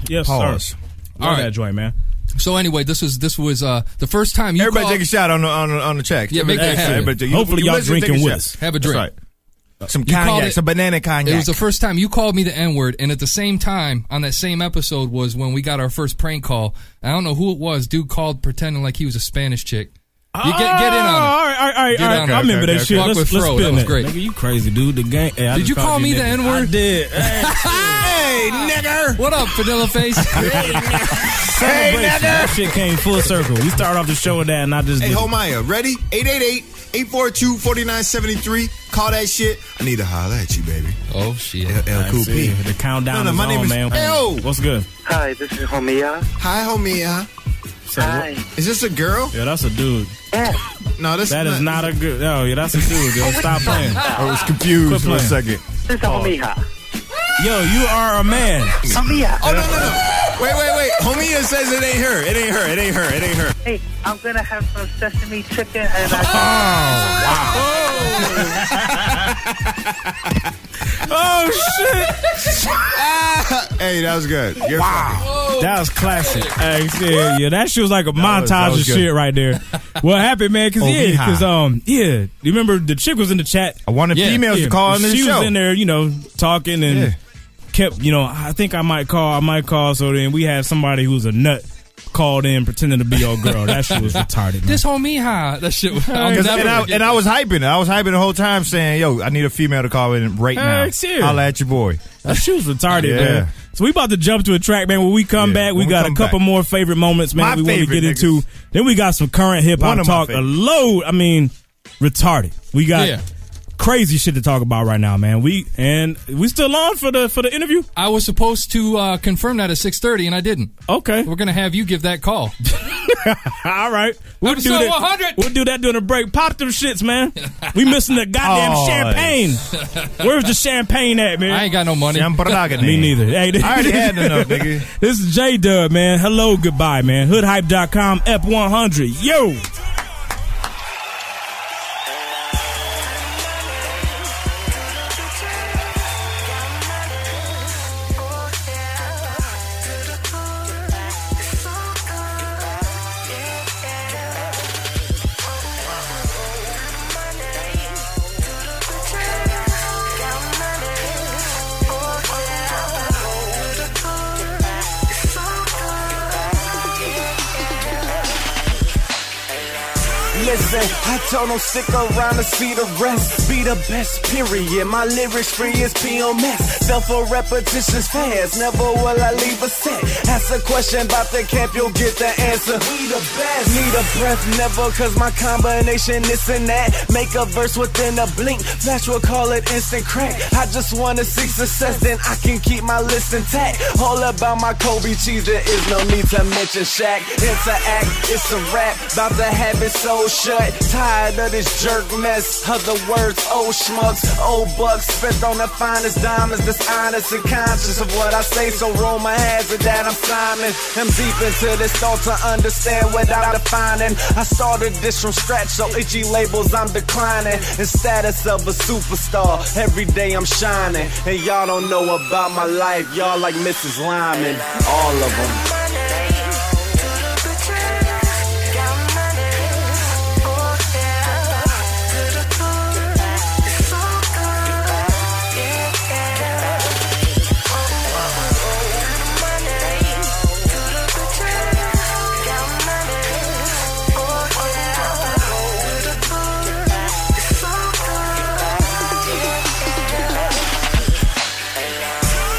[SPEAKER 3] Yes,
[SPEAKER 5] Pause.
[SPEAKER 3] sir. All
[SPEAKER 4] right.
[SPEAKER 3] right, that joint, man.
[SPEAKER 4] So anyway, this was this was uh the first time you
[SPEAKER 5] Everybody
[SPEAKER 4] called-
[SPEAKER 5] take a shot on the on the, on the check.
[SPEAKER 4] Yeah, make that happen.
[SPEAKER 3] Hopefully y'all drinking with us.
[SPEAKER 4] Have a drink.
[SPEAKER 5] That's right. Some
[SPEAKER 4] called
[SPEAKER 5] cognac,
[SPEAKER 4] it-
[SPEAKER 5] some banana cognac.
[SPEAKER 4] It was the first time you called me the N word, and at the same time, on that same episode, was when we got our first prank call. I don't know who it was. Dude called pretending like he was a Spanish chick. You get, get in on
[SPEAKER 3] Oh, All right, all right, all right.
[SPEAKER 4] Get
[SPEAKER 3] all right.
[SPEAKER 4] on it.
[SPEAKER 3] I remember
[SPEAKER 5] Okay,
[SPEAKER 3] that
[SPEAKER 5] okay,
[SPEAKER 3] shit.
[SPEAKER 4] okay. Fuck with
[SPEAKER 3] Let's, let's
[SPEAKER 4] Fro.
[SPEAKER 3] spin
[SPEAKER 4] That was great.
[SPEAKER 3] Nigga, you crazy dude. The gang. Hey, I
[SPEAKER 4] Did
[SPEAKER 3] just
[SPEAKER 4] you call
[SPEAKER 3] called
[SPEAKER 4] me the
[SPEAKER 3] nigga.
[SPEAKER 4] N-word?
[SPEAKER 3] I did. Hey,
[SPEAKER 4] <laughs>
[SPEAKER 5] Hey, nigger.
[SPEAKER 4] it. What up, Vanilla
[SPEAKER 5] <laughs>
[SPEAKER 4] Face?
[SPEAKER 5] Hey,
[SPEAKER 3] celebration. that shit came full circle. We started off the show with that, and I just
[SPEAKER 9] Hey,
[SPEAKER 3] did-
[SPEAKER 9] Homaya, ready? 888-842-4973. Call that shit. I need to holler at you, baby.
[SPEAKER 4] oh shit!
[SPEAKER 9] L- L Cool P.
[SPEAKER 3] the countdown
[SPEAKER 9] No, no,
[SPEAKER 3] is
[SPEAKER 9] my
[SPEAKER 3] on,
[SPEAKER 9] name is-
[SPEAKER 3] man.
[SPEAKER 9] Yo!
[SPEAKER 3] What's good?
[SPEAKER 10] Hi, this is Homia.
[SPEAKER 9] Hi, Homia.
[SPEAKER 3] Say what?
[SPEAKER 10] Hi.
[SPEAKER 9] Is this a girl?
[SPEAKER 3] Yo, that's a dude.
[SPEAKER 9] No, this
[SPEAKER 3] That is not a good. No, yeah, that's a dude.
[SPEAKER 10] <laughs>
[SPEAKER 3] Yo, stop playing.
[SPEAKER 5] I was confused
[SPEAKER 3] Quit
[SPEAKER 5] for a
[SPEAKER 3] playing.
[SPEAKER 5] second.
[SPEAKER 10] This is Homia.
[SPEAKER 3] Yo, you are a man.
[SPEAKER 10] Homia.
[SPEAKER 9] Oh, no, no, no. Wait, wait, wait. Homia says it ain't her. It ain't her. It ain't her. It ain't her.
[SPEAKER 10] Hey, I'm gonna have some sesame chicken and I.
[SPEAKER 3] Oh shit!
[SPEAKER 5] <laughs>
[SPEAKER 9] Hey, that was good. You're wow.
[SPEAKER 3] That was classic. Hey, yeah, yeah, that shit was like a
[SPEAKER 5] was- that
[SPEAKER 3] montage
[SPEAKER 5] was
[SPEAKER 3] of
[SPEAKER 5] good.
[SPEAKER 3] shit right there. What happened, man? Because
[SPEAKER 5] Oh,
[SPEAKER 3] yeah,
[SPEAKER 5] Beehive.
[SPEAKER 3] because um, yeah, you remember the chick was in the chat.
[SPEAKER 5] I wanted
[SPEAKER 4] Yeah,
[SPEAKER 5] females
[SPEAKER 3] Yeah,
[SPEAKER 5] to call on this
[SPEAKER 3] she
[SPEAKER 5] show.
[SPEAKER 3] was in there, you know, talking and
[SPEAKER 5] Yeah.
[SPEAKER 3] kept, you know, I think I might call, I might call. So then we had somebody who was a nut called in pretending to be your girl. That shit
[SPEAKER 5] <laughs>
[SPEAKER 3] was retarded.
[SPEAKER 4] This whole me high. That shit. was- I'll
[SPEAKER 5] Uh, 'Cause-
[SPEAKER 4] never
[SPEAKER 5] and, I,
[SPEAKER 4] forget
[SPEAKER 5] and I was hyping it. I was hyping the whole time saying, yo, I need a female to call in right now.
[SPEAKER 3] Hey, serious.
[SPEAKER 5] Holla at your boy.
[SPEAKER 3] That shit was retarded,
[SPEAKER 5] Yeah.
[SPEAKER 3] man. So we about to jump to a track, man. When we come
[SPEAKER 5] Yeah,
[SPEAKER 3] back, we
[SPEAKER 5] when we
[SPEAKER 3] got a
[SPEAKER 5] come
[SPEAKER 3] couple
[SPEAKER 5] back.
[SPEAKER 3] more favorite moments, man.
[SPEAKER 5] My
[SPEAKER 3] we want to
[SPEAKER 5] favorite,
[SPEAKER 3] get into.
[SPEAKER 5] niggas.
[SPEAKER 3] Then we got some current hip
[SPEAKER 5] One
[SPEAKER 3] hop
[SPEAKER 5] of my
[SPEAKER 3] talk. A
[SPEAKER 5] favorites.
[SPEAKER 3] load, I mean, retarded. We got
[SPEAKER 4] Yeah.
[SPEAKER 3] crazy shit to talk about right now, man. We and we still on for the for the interview.
[SPEAKER 4] I was supposed to uh, confirm that at six thirty, and I didn't.
[SPEAKER 3] Okay,
[SPEAKER 4] We're gonna have you give that call.
[SPEAKER 3] <laughs> all right. We'll do
[SPEAKER 4] Episode
[SPEAKER 3] that.
[SPEAKER 4] 100.
[SPEAKER 3] We'll do that during the break. Pop them shits, man. We missing the goddamn
[SPEAKER 5] <laughs> Oh,
[SPEAKER 3] champagne. <laughs> Where's the champagne at, man?
[SPEAKER 4] I ain't got no money.
[SPEAKER 5] Damn Bragani.
[SPEAKER 3] Me neither. Hey,
[SPEAKER 5] I already had
[SPEAKER 3] <laughs>
[SPEAKER 5] enough, nigga.
[SPEAKER 3] This is J Dub, man. Hello, goodbye, man. Hoodhype.com, F100. Yo!
[SPEAKER 7] Listen, I told them stick around to see the rest. Be the best, period. My lyrics free as PMS. Self for repetitions fast. Never will I leave a set. Ask a question about the camp, you'll get the answer. We the best. Need a breath, never, cause my combination this and that. Make a verse within a blink. Flash will call it instant crack. I just wanna see success, then I can keep my list intact. All about my Kobe cheese, there is no need to mention Shaq. Interact, it's a rap, about to have it so shut. Tired of this jerk mess, other words, old schmucks, old bucks. Spent on the finest diamonds, dishonest and conscious of what I say. So roll my hazard that I'm Simon. I'm deep into this thought to understand without defining. I started this from scratch, so itchy labels I'm declining. And status of a superstar, every day I'm shining. And y'all don't know about my life, y'all like Mrs. Lyman. All of them.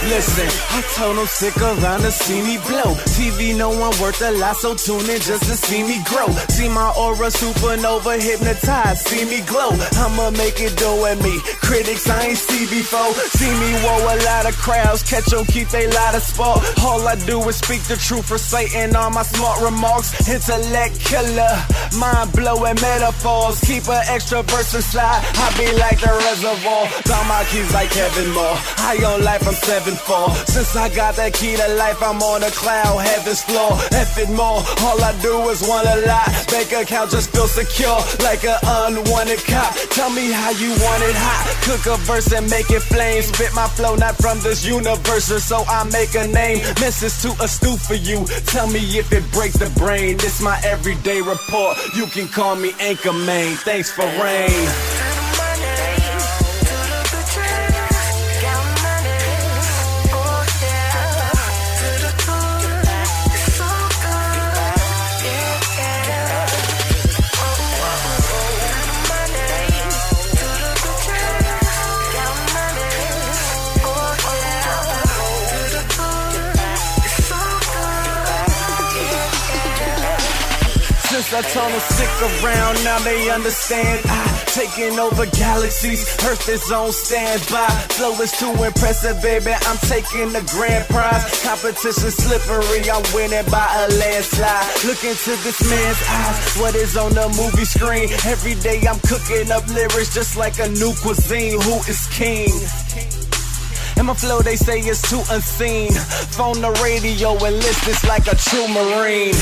[SPEAKER 7] Listen, I told 'em sick around to see me blow. TV no one worth a lot, so tune in just to see me grow. See my aura supernova hypnotized, see me glow. I'ma make it do at me. Critics I ain't see before. See me woe a lot of crowds, catch 'em keep they lot of spot. All I do is speak the truth, reciting all my smart remarks. Intellect killer, mind blowing metaphors. Keep an extra verse and slide. I be like the reservoir. Down my keys like Kevin Moore. High on life, I'm 7 4. Since I got that key to life, I'm on a cloud, heaven's floor. F it more. All I do is want a lot. Bank account just feel secure, like an unwanted cop. Tell me how you want it hot. Cook a verse and make it flame. Spit my flow, not from this universe, or so I make a name. Message too astute for you. Tell me if it breaks the brain. This my everyday report. You can call me Anchor Man. Thanks for rain. Since I told them stick around, now they understand. I taking over galaxies, Earth is on standby. Flow is too impressive, baby. I'm taking the grand prize. Competition slippery, I'm winning by a landslide. Look into this man's eyes, what is on the movie screen? Every day I'm cooking up lyrics just like a new cuisine. Who is king? And my flow, they say is too unseen. Phone the radio and list is like a true marine.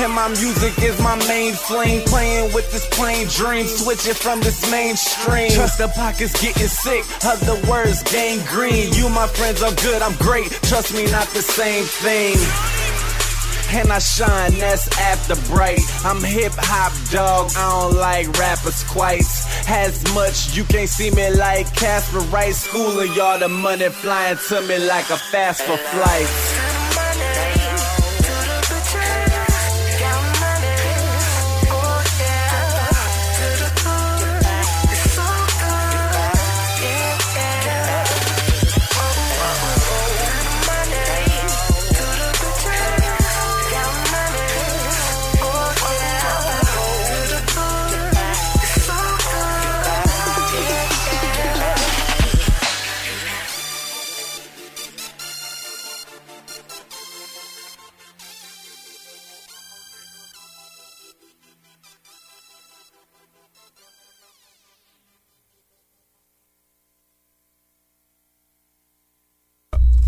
[SPEAKER 7] And my music is my main flame. Playing with this plain dream, switching from this mainstream. Trust the pockets getting sick, other words gangrene. You, my friends, are good, I'm great. Trust me, not the same thing. and I shine, that's after bright. I'm hip hop dog, I don't like rappers quite. As much you can't see me like Casper Wright. School of y'all, the money flying to me like a fast for flight.
[SPEAKER 5] <laughs>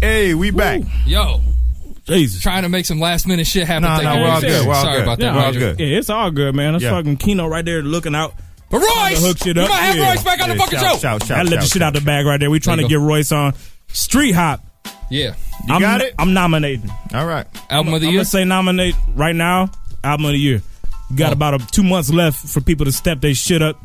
[SPEAKER 5] Hey, we back.
[SPEAKER 4] Yo.
[SPEAKER 3] Jesus.
[SPEAKER 4] Trying to make some last minute shit happen.
[SPEAKER 5] Nah,
[SPEAKER 4] Thank
[SPEAKER 5] nah,
[SPEAKER 4] you.
[SPEAKER 5] we're all good. We're all
[SPEAKER 4] Sorry
[SPEAKER 5] good.
[SPEAKER 4] about that.
[SPEAKER 5] We're all
[SPEAKER 4] Roger.
[SPEAKER 5] good.
[SPEAKER 3] Yeah, it's all good, man. That's
[SPEAKER 5] Yeah.
[SPEAKER 3] fucking Keno right there looking out.
[SPEAKER 4] But
[SPEAKER 3] trying to
[SPEAKER 4] Royce!
[SPEAKER 3] hook shit
[SPEAKER 4] We
[SPEAKER 3] up.
[SPEAKER 4] might have Royce back on the fucking show.
[SPEAKER 5] shout, shout,
[SPEAKER 3] I let the
[SPEAKER 5] shout,
[SPEAKER 3] shit out the bag right there. We trying to
[SPEAKER 4] you
[SPEAKER 3] get
[SPEAKER 4] go.
[SPEAKER 3] Royce on Street Hop.
[SPEAKER 4] Yeah.
[SPEAKER 3] You I'm,
[SPEAKER 5] got it?
[SPEAKER 3] I'm nominating.
[SPEAKER 5] All right.
[SPEAKER 4] Album of the
[SPEAKER 3] I'm
[SPEAKER 4] year?
[SPEAKER 3] gonna say nominate right now. Album of the year.
[SPEAKER 4] Oh.
[SPEAKER 3] You got about a, two months left for people to step their shit up.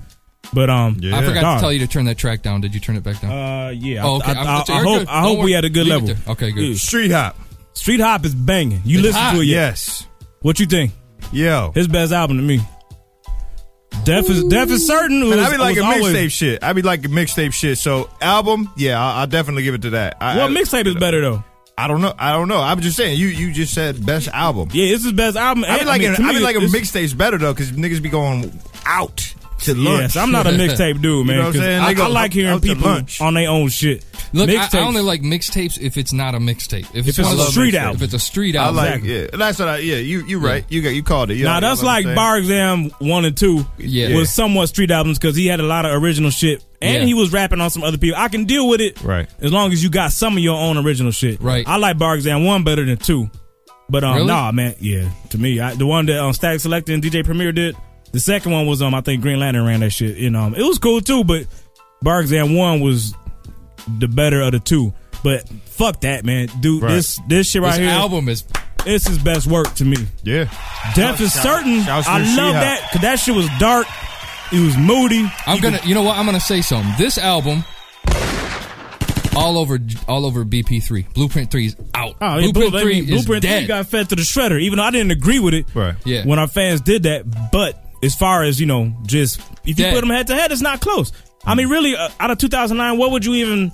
[SPEAKER 3] But um,
[SPEAKER 4] I forgot
[SPEAKER 3] dog.
[SPEAKER 4] to tell you to turn that track down. Did you turn it back down?
[SPEAKER 3] Uh, yeah.
[SPEAKER 4] Oh, okay.
[SPEAKER 3] I,
[SPEAKER 4] I'm-
[SPEAKER 3] I-
[SPEAKER 4] so
[SPEAKER 3] I
[SPEAKER 4] you're
[SPEAKER 3] hope
[SPEAKER 4] good.
[SPEAKER 3] I
[SPEAKER 4] Don't
[SPEAKER 3] hope
[SPEAKER 4] worry.
[SPEAKER 3] we at a good
[SPEAKER 4] Leave it
[SPEAKER 3] level.
[SPEAKER 4] there. Okay, good.
[SPEAKER 3] Yeah.
[SPEAKER 5] Street hop.
[SPEAKER 3] Street Hop is banging. You
[SPEAKER 4] It's
[SPEAKER 3] listen
[SPEAKER 4] hot.
[SPEAKER 3] to it, yeah?
[SPEAKER 5] Yes.
[SPEAKER 3] What you think?
[SPEAKER 5] Yo.
[SPEAKER 3] His best album to me. Death is Death is certain.
[SPEAKER 5] Man,
[SPEAKER 3] was-
[SPEAKER 5] I be like a
[SPEAKER 3] was always-
[SPEAKER 5] mixtape shit. I be like a mixtape shit. So album, yeah, I, I'll definitely give it to that. I,
[SPEAKER 3] What
[SPEAKER 5] I-
[SPEAKER 3] mixtape is better though?
[SPEAKER 5] I don't know. I don't know. I'm just saying. You you just said best album.
[SPEAKER 3] Yeah, it's his best album.
[SPEAKER 5] I be
[SPEAKER 3] And,
[SPEAKER 5] like
[SPEAKER 3] mean,
[SPEAKER 5] a,
[SPEAKER 3] to
[SPEAKER 5] I
[SPEAKER 3] me,
[SPEAKER 5] be like a
[SPEAKER 3] it's-
[SPEAKER 5] mixtape's better though because niggas be going out to lunch.
[SPEAKER 3] Yes, I'm not a
[SPEAKER 5] <laughs>
[SPEAKER 3] mixtape dude, man.
[SPEAKER 5] what I'm
[SPEAKER 3] 'cause
[SPEAKER 5] saying?
[SPEAKER 3] I,
[SPEAKER 5] They go
[SPEAKER 3] I like hearing
[SPEAKER 5] out to
[SPEAKER 3] people
[SPEAKER 5] lunch.
[SPEAKER 3] on their own shit.
[SPEAKER 4] Look, I, I
[SPEAKER 3] Mixtapes-
[SPEAKER 4] only like mixtapes if it's not a mixtape. If
[SPEAKER 3] If
[SPEAKER 4] it's, one of
[SPEAKER 3] it's a
[SPEAKER 4] those-
[SPEAKER 3] street
[SPEAKER 4] If
[SPEAKER 3] album.
[SPEAKER 4] it's a street
[SPEAKER 5] I
[SPEAKER 4] album.
[SPEAKER 5] like yeah. That's what I yeah. You you right. You got you called it. You
[SPEAKER 3] Now
[SPEAKER 5] know
[SPEAKER 3] that's
[SPEAKER 5] what I'm
[SPEAKER 3] like
[SPEAKER 5] saying?
[SPEAKER 3] Bar Exam one and two
[SPEAKER 4] Yeah.
[SPEAKER 3] was somewhat street albums because he had a lot of original shit and
[SPEAKER 4] Yeah.
[SPEAKER 3] he was rapping on some other people. I can deal with it
[SPEAKER 5] Right.
[SPEAKER 3] as long as you got some of your own original shit.
[SPEAKER 4] Right.
[SPEAKER 3] I like Bar Exam one better than two, but um,
[SPEAKER 4] Really?
[SPEAKER 3] nah, man, yeah. To me, I, the one that um, Static Selector and DJ Premier did. The second one was um, I think Green Lantern ran that shit. And um, it was cool too, but Bar Exam one was the better of the two. But fuck that, man, dude.
[SPEAKER 5] Right.
[SPEAKER 3] This this shit right
[SPEAKER 4] This
[SPEAKER 3] here,
[SPEAKER 4] album is
[SPEAKER 3] it's his best work to me.
[SPEAKER 5] Yeah.
[SPEAKER 3] Death is
[SPEAKER 5] Shout-
[SPEAKER 3] certain.
[SPEAKER 5] shouts to
[SPEAKER 3] I
[SPEAKER 5] She-Hulk.
[SPEAKER 3] love that because that shit was dark. It was moody.
[SPEAKER 4] I'm gonna. You know what? I'm gonna say something. This album, all over, all over BP3, Blueprint 3 is out.
[SPEAKER 3] Oh, yeah,
[SPEAKER 4] Blueprint
[SPEAKER 3] Blue-
[SPEAKER 4] 3 is
[SPEAKER 3] Blueprint
[SPEAKER 4] dead.
[SPEAKER 3] Three got fed to the shredder, even though I didn't agree with it.
[SPEAKER 5] Right.
[SPEAKER 4] Yeah.
[SPEAKER 3] When our fans did that, but as far as you know, just if you
[SPEAKER 4] Dead.
[SPEAKER 3] put them head to head, it's not close. I mean, really, uh, out of 2009, what would you even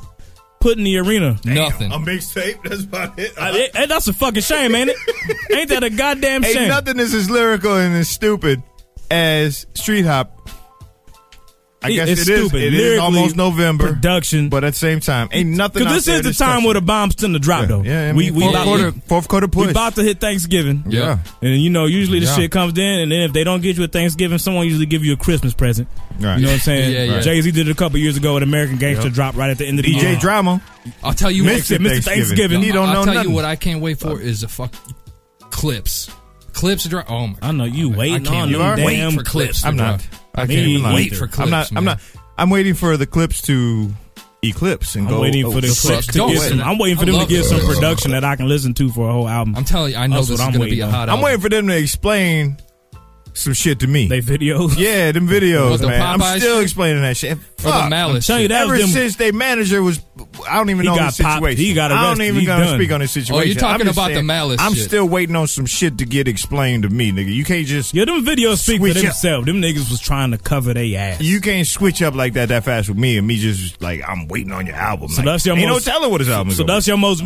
[SPEAKER 3] put in
[SPEAKER 5] <laughs>
[SPEAKER 3] the arena?
[SPEAKER 4] Nothing.
[SPEAKER 5] A mixtape. That's about it.
[SPEAKER 3] I- it- it- that's a fucking
[SPEAKER 5] <laughs>
[SPEAKER 3] shame, ain't it? ain't that a goddamn
[SPEAKER 5] Ain't
[SPEAKER 3] shame?
[SPEAKER 5] nothing is as lyrical and as stupid as Street Hop. I
[SPEAKER 3] It-
[SPEAKER 5] guess
[SPEAKER 3] it's
[SPEAKER 5] it is.
[SPEAKER 3] stupid.
[SPEAKER 5] It is
[SPEAKER 3] Lyrically,
[SPEAKER 5] almost November
[SPEAKER 3] production.
[SPEAKER 5] but at the same time, ain't nothing.
[SPEAKER 3] Because this
[SPEAKER 5] is
[SPEAKER 3] is the time where the bombs tend to drop, though.
[SPEAKER 5] Yeah, I
[SPEAKER 3] we
[SPEAKER 5] mean,
[SPEAKER 3] we
[SPEAKER 5] fourth
[SPEAKER 3] about,
[SPEAKER 5] quarter, fourth quarter
[SPEAKER 3] we
[SPEAKER 5] push.
[SPEAKER 3] about to hit Thanksgiving.
[SPEAKER 5] yeah.
[SPEAKER 3] And you know, usually the
[SPEAKER 5] Yeah.
[SPEAKER 3] shit comes in, and then if they don't get you a Thanksgiving, someone usually give you a Christmas present.
[SPEAKER 5] Right.
[SPEAKER 3] You know what I'm saying?
[SPEAKER 4] Yeah, yeah.
[SPEAKER 3] Jay Z did it a couple years ago with American Gangster
[SPEAKER 5] Yep.
[SPEAKER 3] dropped right at the end of the
[SPEAKER 5] DJ
[SPEAKER 3] year.
[SPEAKER 5] Drama.
[SPEAKER 4] Uh, I'll tell you.
[SPEAKER 5] Mixed
[SPEAKER 4] what,
[SPEAKER 5] it,
[SPEAKER 3] Mr. Thanksgiving.
[SPEAKER 5] He don't
[SPEAKER 4] I'll
[SPEAKER 5] know
[SPEAKER 4] tell
[SPEAKER 5] nothing.
[SPEAKER 4] you what I can't wait
[SPEAKER 3] Uh,
[SPEAKER 4] for is the fuck clips. Clips dry. Oh my.
[SPEAKER 3] I know you waiting
[SPEAKER 4] can't
[SPEAKER 3] on
[SPEAKER 4] even
[SPEAKER 3] them
[SPEAKER 4] wait
[SPEAKER 3] damn
[SPEAKER 4] for clips.
[SPEAKER 3] clips.
[SPEAKER 5] I'm not. I
[SPEAKER 3] Me
[SPEAKER 5] can't even lie.
[SPEAKER 3] wait for
[SPEAKER 5] I'm
[SPEAKER 4] clips,
[SPEAKER 5] not. I'm
[SPEAKER 4] man.
[SPEAKER 5] not. I'm waiting for the clips to eclipse and
[SPEAKER 3] I'm
[SPEAKER 5] go.
[SPEAKER 3] waiting
[SPEAKER 5] oh,
[SPEAKER 3] for the
[SPEAKER 5] fuck.
[SPEAKER 3] clips to
[SPEAKER 4] Don't
[SPEAKER 3] get
[SPEAKER 4] wait.
[SPEAKER 3] some. I'm waiting for
[SPEAKER 4] I
[SPEAKER 3] them to
[SPEAKER 4] love
[SPEAKER 3] get
[SPEAKER 4] it.
[SPEAKER 3] some production that I can listen to for a whole album.
[SPEAKER 4] I'm telling you. I know
[SPEAKER 3] That's
[SPEAKER 4] this
[SPEAKER 3] what
[SPEAKER 4] is
[SPEAKER 3] I'm
[SPEAKER 4] gonna be
[SPEAKER 3] waiting
[SPEAKER 4] a
[SPEAKER 3] on.
[SPEAKER 4] hot.
[SPEAKER 5] I'm
[SPEAKER 4] album.
[SPEAKER 5] waiting for them to explain some shit to me.
[SPEAKER 3] they videos.
[SPEAKER 5] yeah, them videos,
[SPEAKER 4] What, the
[SPEAKER 5] man.
[SPEAKER 4] Popeye
[SPEAKER 5] I'm still
[SPEAKER 4] shit?
[SPEAKER 5] explaining that shit.
[SPEAKER 4] for the
[SPEAKER 5] Fuck.
[SPEAKER 4] malice.
[SPEAKER 3] telling you,
[SPEAKER 4] shit.
[SPEAKER 3] that was
[SPEAKER 5] Ever
[SPEAKER 3] them-
[SPEAKER 5] since their manager was, I don't even
[SPEAKER 3] He
[SPEAKER 5] know
[SPEAKER 3] got
[SPEAKER 5] his situation.
[SPEAKER 3] popped. He got
[SPEAKER 5] I don't
[SPEAKER 3] arrested.
[SPEAKER 5] even
[SPEAKER 3] He
[SPEAKER 5] gonna
[SPEAKER 3] done.
[SPEAKER 5] speak on his situation. I'm
[SPEAKER 4] Oh, talking
[SPEAKER 5] just
[SPEAKER 4] about the
[SPEAKER 5] saying,
[SPEAKER 4] malice
[SPEAKER 5] I'm
[SPEAKER 4] shit.
[SPEAKER 5] still waiting on some shit to get explained to me, nigga. You can't just
[SPEAKER 3] Yeah, them videos speak
[SPEAKER 5] Switch
[SPEAKER 3] for
[SPEAKER 5] up.
[SPEAKER 3] themselves. Them niggas was trying to cover their ass.
[SPEAKER 5] You can't switch up like that that fast with me and me just like I'm waiting on your album.
[SPEAKER 3] So
[SPEAKER 5] Like,
[SPEAKER 3] that's your
[SPEAKER 5] Oh ain't
[SPEAKER 3] most-
[SPEAKER 5] no telling what his album is.
[SPEAKER 3] so
[SPEAKER 5] gonna
[SPEAKER 3] that's your most